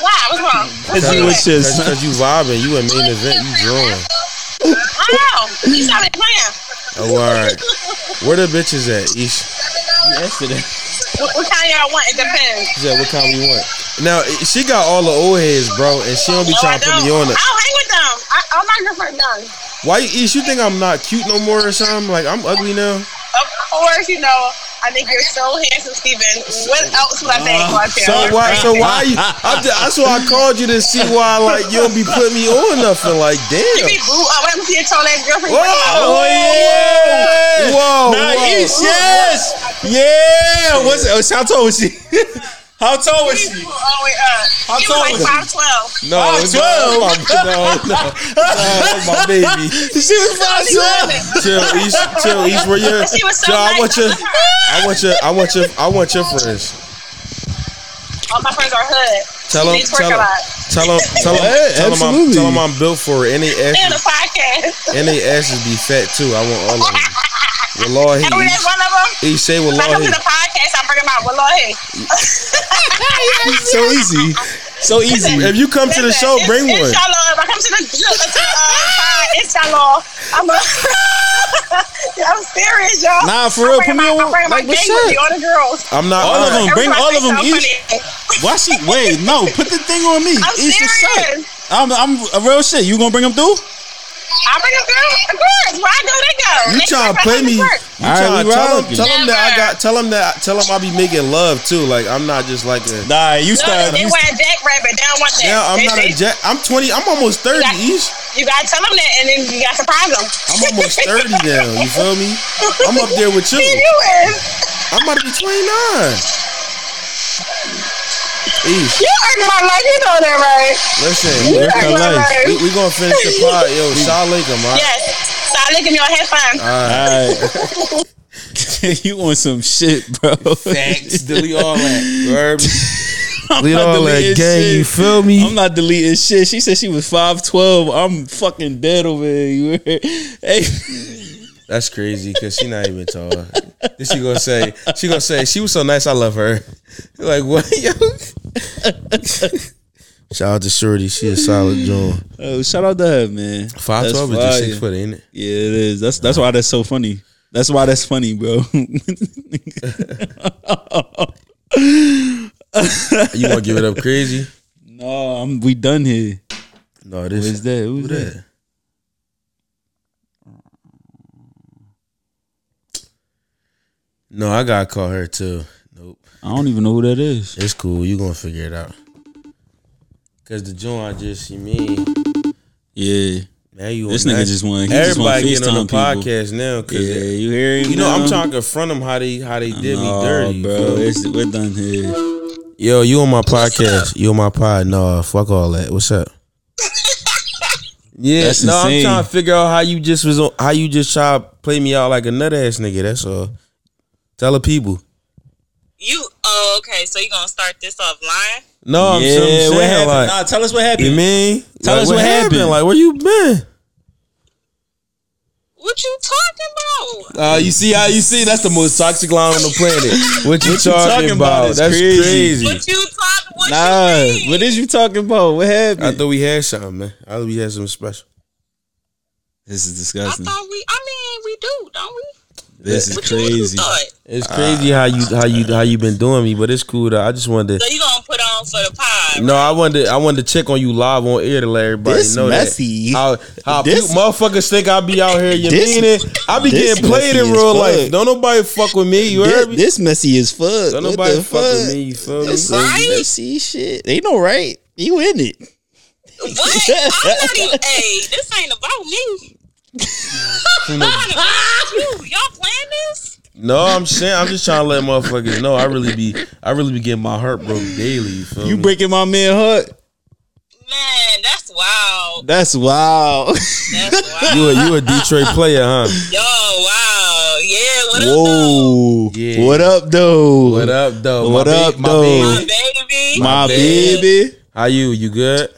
Why? What's wrong? What's
Cause you
wrong?
was just.
Cause you vibing, you in main event, you drawing.
I know. He's not playing.
Oh, all right. Where the bitches at, Ish?
Yesterday.
What, what kind y'all want? It depends.
She said, what kind we want? Now she got all the old heads, bro, and she don't be
No, Oh, I
trying to put me
don't.
on
I
it.
don't hang with them. I, I'm not good for none.
Why you Ish, you think I'm not cute no more or something? Like I'm ugly now?
Of course, you know, I think you're so handsome, Steven. What else would I say about
Uh,
you?
So why? So why? You, I'm just, that's why I called you to see why like you don't be putting me on nothing. Like
You
damn.
be boo up. What happened to your tall ass girlfriend?
Whoa!
Oh yeah!
Whoa,
Nah,
whoa.
Ish, yes, yeah. What's oh, how tall was she? how tall was she?
Oh, wait, uh,
How
she
tall
was
was she?
like five twelve.
No,
Oh,
no,
12.
no, no, no, that's my baby.
She was
Oh,
five twelve.
Chill, Ish, chill, Ish. Where you?
She was so
chill, I
nice.
want
I
your,
love her.
I want your, I want your, I want your friends.
All my friends are hood.
Tell him,
They twerk
tell
a
him,
lot.
tell him, tell him,
Yeah,
tell him, I'm,
absolutely.
tell him I'm built for it. Any
And a
asses,
podcast.
any asses be fat too. I want all of them. With Lord,
Every day,
he,
one of them.
he say with
If I
Lord,
come
he.
to the podcast, I bring them out. Well, Lord, hey.
So easy, so easy.
If you come to the show,
Listen,
bring
it's,
one.
It's y'all love. If I come to the to, the, uh, pod, it's y'all love. I'm a. I'm serious, y'all.
Nah, for real, put
I'm
me
bringing my, I'm
on.
bringing my
Like,
gang
what's
with me,
up?
all the girls.
I'm not
All of them. Bring all of
Everybody
them
so
each.
funny.
Why she? Wait, no. Put the thing on me.
I'm
Ish, what's up?
serious.
I'm, I'm a real shit. You gonna bring him through?
I bring them girls. Girls, where I go, they go.
You
They
trying to
twerk
play
like
me? You
twerk.
trying
All right,
to
we
tell
rocking.
him, tell him that I
Never.
got, tell him that, tell him I be making love too. Like I'm not just like a.
Nah, you
No,
start.
they
You
wear jackrabbit. They don't want that.
Now I'm
They-
not
they-
a jack. I'm 20. I'm almost 30. Ish.
You gotta tell them that, and then you gotta surprise them.
I'm almost 30 now. You feel me? I'm up there with
Steve,
you.
you is.
I'm about to be 29. Ish.
You earned my life. You know that, right?
Listen,
You
we're,
are
gonna-
lying.
we, we gonna finish the pod, yo. Shout Lakum, all right?
Yes. So I look at me on head fine.
Uh,
Alright. you want some shit, bro.
Facts, delete all that. Verb.
I'm
Delete
not
all that
deleting
gang.
shit.
You feel me?
I'm not deleting shit. She said she was 5'12. I'm fucking dead over here. You heard? Hey,
That's crazy because she not even tall. Then she gonna say she gonna say she was so nice. I love her. Like what, yo? Shout out to Shorty. She a solid joint.
oh, shout out to her, man.
Five twelve is
That's
just
fire.
six foot, ain't it?
Yeah, it is. That's that's why that's so funny. That's why that's funny, bro.
You gonna give it up crazy?
no, I'm, we done here.
No,
Who
this
is that? Who's
Who
that?
that? No, I gotta call her too. Nope.
I don't even know who that is.
It's cool. You gonna figure it out. Cause the joint I just you mean
Yeah,
now you
This
on
nigga
that-
just wanna- he just wanna
everybody getting on the
FaceTime people.
podcast now.
yeah.
Cause it-
You hear him?
you know
now?
I'm talking from them how they how they did
Nah,
me dirty,
bro.
bro.
It's, we're done here.
Yo, you on my podcast? You on my pod? No, fuck all that. What's up? Yeah,
That's
no,
insane.
I'm trying to figure out how you just was on, how you just try to play me out like a nut ass nigga. That's all. Tell the people.
You oh okay, so you gonna start this offline?
No, I'm,
yeah,
I'm saying
what happened?
like,
nah, tell us what happened.
you mean?
Tell
Like,
us what happened.
Like, where you been?
What you talking about?
Ah,
Uh, you see how you see? That's the most toxic line on the planet. What you, talking,
talking about?
about?
It's
That's
crazy.
crazy.
What you talking? What
Nah,
you mean?
Ah, what is you talking about? What
I
happened?
thought we had something, man. I thought we had something special.
This is
I
disgusting.
thought we. I mean, we do, don't we?
This is
What you- what you
crazy.
thought?
It's crazy how you how you how you been doing me, but it's cool. Though. I just wanted to
So you gonna put on for the pod?
No, I wanted to, I wanted to check on you live on air to let everybody
This
know
messy.
that. How, how
This-
this, motherfuckers think I be out here, you
This-
mean it? I be
this
getting played
messy
in
as
real
fuck.
life. Don't nobody fuck with me. You
This,
heard me?
this messy as fuck.
Don't
What
nobody
the
fuck, with me. You feel me?
This is
Right?
messy shit. They know right. You in it.
What? I'm not even. hey, this ain't about me. I'm not about you. Y'all playing this?
no, I'm saying I'm just trying to let motherfuckers know I really be I really be getting my heart broke daily. You feel
You
me?
breaking my man heart.
Man, that's wild.
That's wild.
That's wild.
you a you a Detroit player, huh?
Yo, wow. Yeah. What up, though?
Whoa.
Yeah.
What up, though?
What up, though?
What
ba-
up,
my
though?
baby.
My baby.
My
baby.
baby.
How you? You good?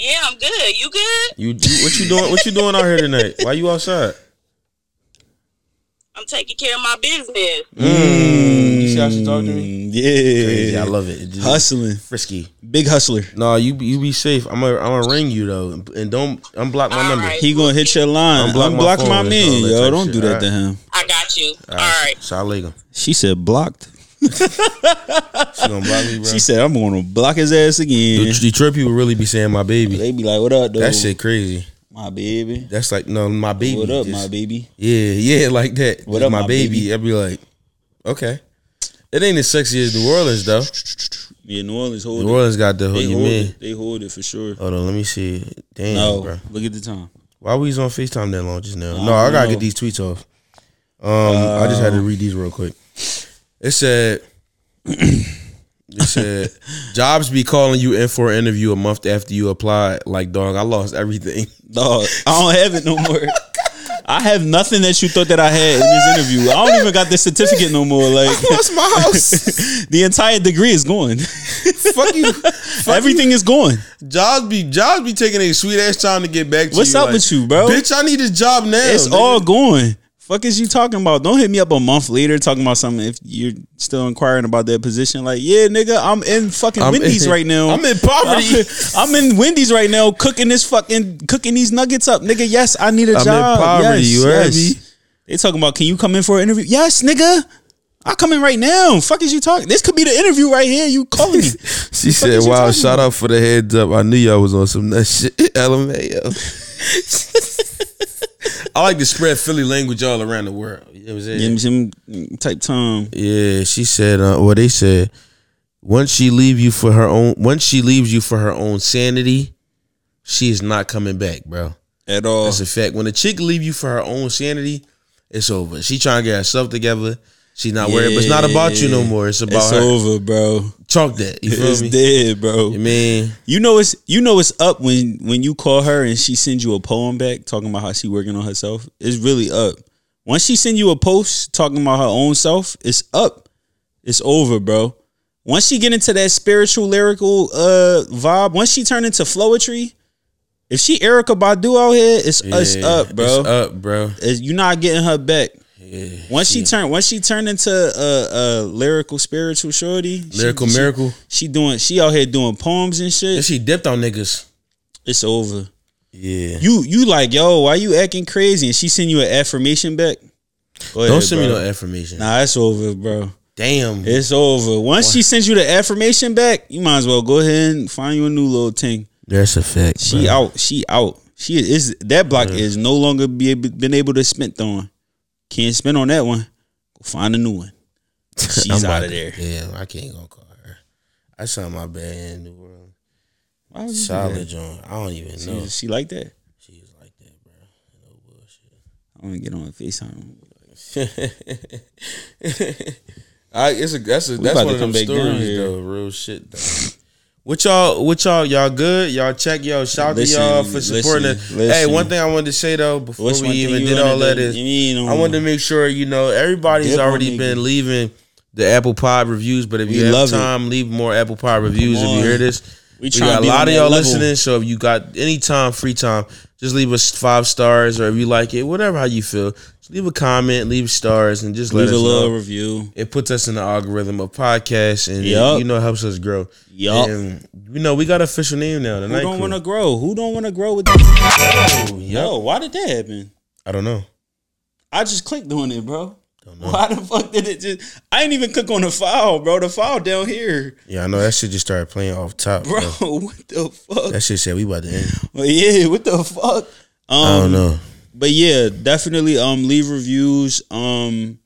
Yeah, I'm good. You good?
You, you what you doing? What you doing out here tonight? Why you outside?
I'm taking care of my business.
You see how she talking to me? Mm. Crazy. I
Yeah.
love it. It just-
Hustling.
frisky.
Big hustler.
No, you be- you be safe. I'm gonna I'm gonna ring you though, and don't unblock my
All
number.
right.
He gonna hit your line.
Unblock
Unblock,
my phone
my,
and all
man,
that
yo.
type
Don't
shit.
do that to
Alright.
him.
I got you. All right.
Salam.
She said blocked.
She gonna block me, bro.
She said I'm gonna block his ass again.
The Detroit people really be saying my baby.
They be like, "What up, though?
That shit crazy.
my baby.
That's like no, my baby.
What up,
just-
my baby?
Yeah, yeah, like that.
What
Just
up, my baby?
I'd be like, okay. It ain't as sexy as New Orleans though.
Yeah, New Orleans hold
New
it.
Orleans got the whole
They
you
hold
mean.
it. They hold it for sure.
Hold on, let me see. Damn,
no,
bro.
look at the time.
Why we was on Facetime that long just now?
I
No, I
don't
gotta
know. Uh.
get these tweets off. Um, I just had to read these real quick. It said, it said, jobs be calling you in for an interview a month after you apply. Like, dog, I lost everything.
Dog, I don't have it no more. I have nothing that you thought that I had in this interview. I don't even got this certificate no more. Like
lost my house.
the entire degree is gone.
Fuck you.
Everything is gone.
Jobs be jobs be taking a sweet ass time to get back to
What's
you.
up with you, bro?
Bitch, I need a job now.
It's
nigga.
all going. Fuck is you talking about? Don't hit me up a month later talking about something if you're still inquiring about that position. Like, yeah, nigga, I'm in fucking
I'm
Wendy's
in-
right now.
I'm in poverty.
I'm, in Wendy's right now cooking this fucking cooking these nuggets up, nigga. Yes, I need a
I'm in
job.
poverty,
Yes,
you heard
yes.
me?
They talking about can you come in for an interview? Yes, nigga. I come in right now. Fuck is you talking? This could be the interview right here. You calling me?
She
fuck is
said,
you
"Wow,
talking
shout out for the heads up. I knew y'all was on some nut shit." LMAO. I like to spread Philly language all around the world. You know what I'm saying?
Jim, Jim type time.
Yeah, she said. Uh, well, they said once she leave you for her own, once she leaves you for her own sanity, she is not coming back, bro.
At all.
That's a fact. When a chick leave you for her own sanity, it's over. She trying to get herself together. She's not worried, but it's not about you no more. It's about
It's
her.
over, bro.
Chalk that. You feel
It's
me?
dead, bro.
You mean?
You know it's you know it's up when when you call her and she sends you a poem back talking about how she working on herself. It's really up. Once she send you a post talking about her own self, it's up. It's over, bro. Once she get into that spiritual lyrical uh vibe, once she turn into flowetry, if she Erica Badu out here, it's it's
Yeah,
up, bro.
It's up, bro.
It's- you not getting her back. once she turn once she turned into a, a lyrical spiritual shorty, she-
Lyrical
she,
miracle.
She doing she out here doing poems and shit.
And she dipped on niggas.
it's over.
Yeah.
You you like yo, why you acting crazy? And she send you an affirmation back. Go ahead,
Don't send me
bro.
no affirmation.
Nah, it's over, bro.
Damn.
It's over. Once she sends you the affirmation back, you might as well go ahead and find you a new little thing.
That's a fact.
She
bro.
out. She out. She is that block is no longer be able, been able to spend on. Can't spend on that one. Go find a new one. She's
I'm
out
about
of there.
to- Yeah, I can't go call her. I saw my bad in New Orleans.
Why would you do
Solid
that?
joint. I don't even know.
She, she like that.
She was like that, bro. No bullshit.
I want to get on Facetime.
I, it's a that's a
We
that's
about
one
to
of
come
them
back down
stories
here.
though. Real shit though. What y'all, what y'all, y'all good? Y'all check, y'all shout
Listen,
to y'all for supporting
listen,
us. Hey,
listen.
one thing I wanted to say though, before
What's
we
one thing
even
you
did
wanna
all that
do?
is,
You mean,
I
um,
wanted to make sure you know everybody's
Dip on
already
nigga.
been leaving the Apple Pie reviews. But if
We
you have
love it.
time, leave more Apple Pie reviews. If
on.
you hear this,
We
we,
tryna
got a
be on
lot of
that
y'all
level.
listening. So if you got any time, free time, just leave us five stars, or if you like it, whatever how you feel, just leave a comment, leave stars, and just
Leave
let
a
us
little
know
review.
it puts us in the algorithm of podcasts and it,
Yup.
you know helps us grow.
Yup.
And you know, we got an official name now. The
Who
night
don't
crew.
want to grow? Who don't want to grow with that?
Yup.
Yo, why did that happen?
I don't know.
I just clicked on it, bro.
Don't know.
Why the fuck did it just? I didn't even click on the file, bro. The file down here,
Yeah, I know that shit just started playing off top.
bro.
Bro.
What the fuck?
That shit said we about to end.
Well, yeah, what the fuck? Um,
I don't know.
But yeah, definitely. Um, leave reviews. Um,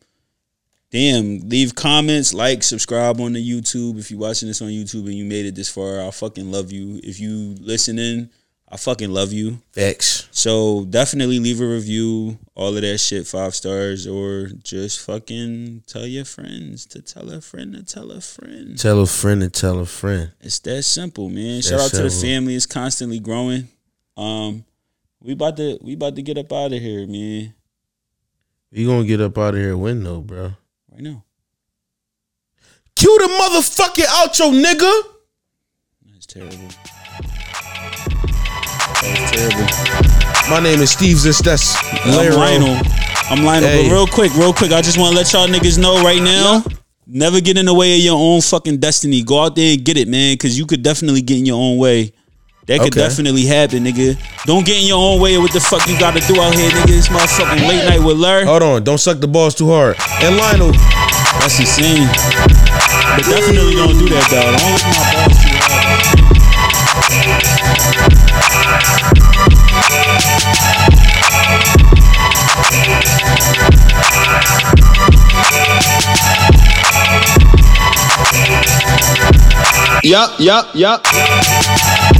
damn, leave comments, like, subscribe on the YouTube. If you're watching this on YouTube and you made it this far, I fucking love you. If you listening, I fucking love you.
Facts.
So definitely leave a review, all of that shit, five stars, or just fucking tell your friends to tell a friend to tell a friend.
Tell a friend and tell a friend.
It's that simple, man.
that
Shout out to the
simple.
family. It's constantly growing. Um, we about to we about to get up out of here, man.
We gonna get up out of here when though, bro.
Right now.
Cue the motherfucking outro, nigga.
That's terrible. That's terrible.
My name is Steve Zist. That's
I'm
Lero.
Lionel. I'm Lionel.
Hey.
But real quick, real quick, I just want to let y'all niggas know right now. Never get in the way of your own fucking destiny. Go out there and get it, man, because you could definitely get in your own way. That could
Okay.
definitely happen, nigga. Don't get in your own way of what the fuck you gotta do out here, nigga. This motherfucking late night with Lur.
Hold on, don't suck the balls too hard. And Lionel.
That's insane. But definitely don't do that, dog. Don't lick my balls too hard.
Yup, yup, yup.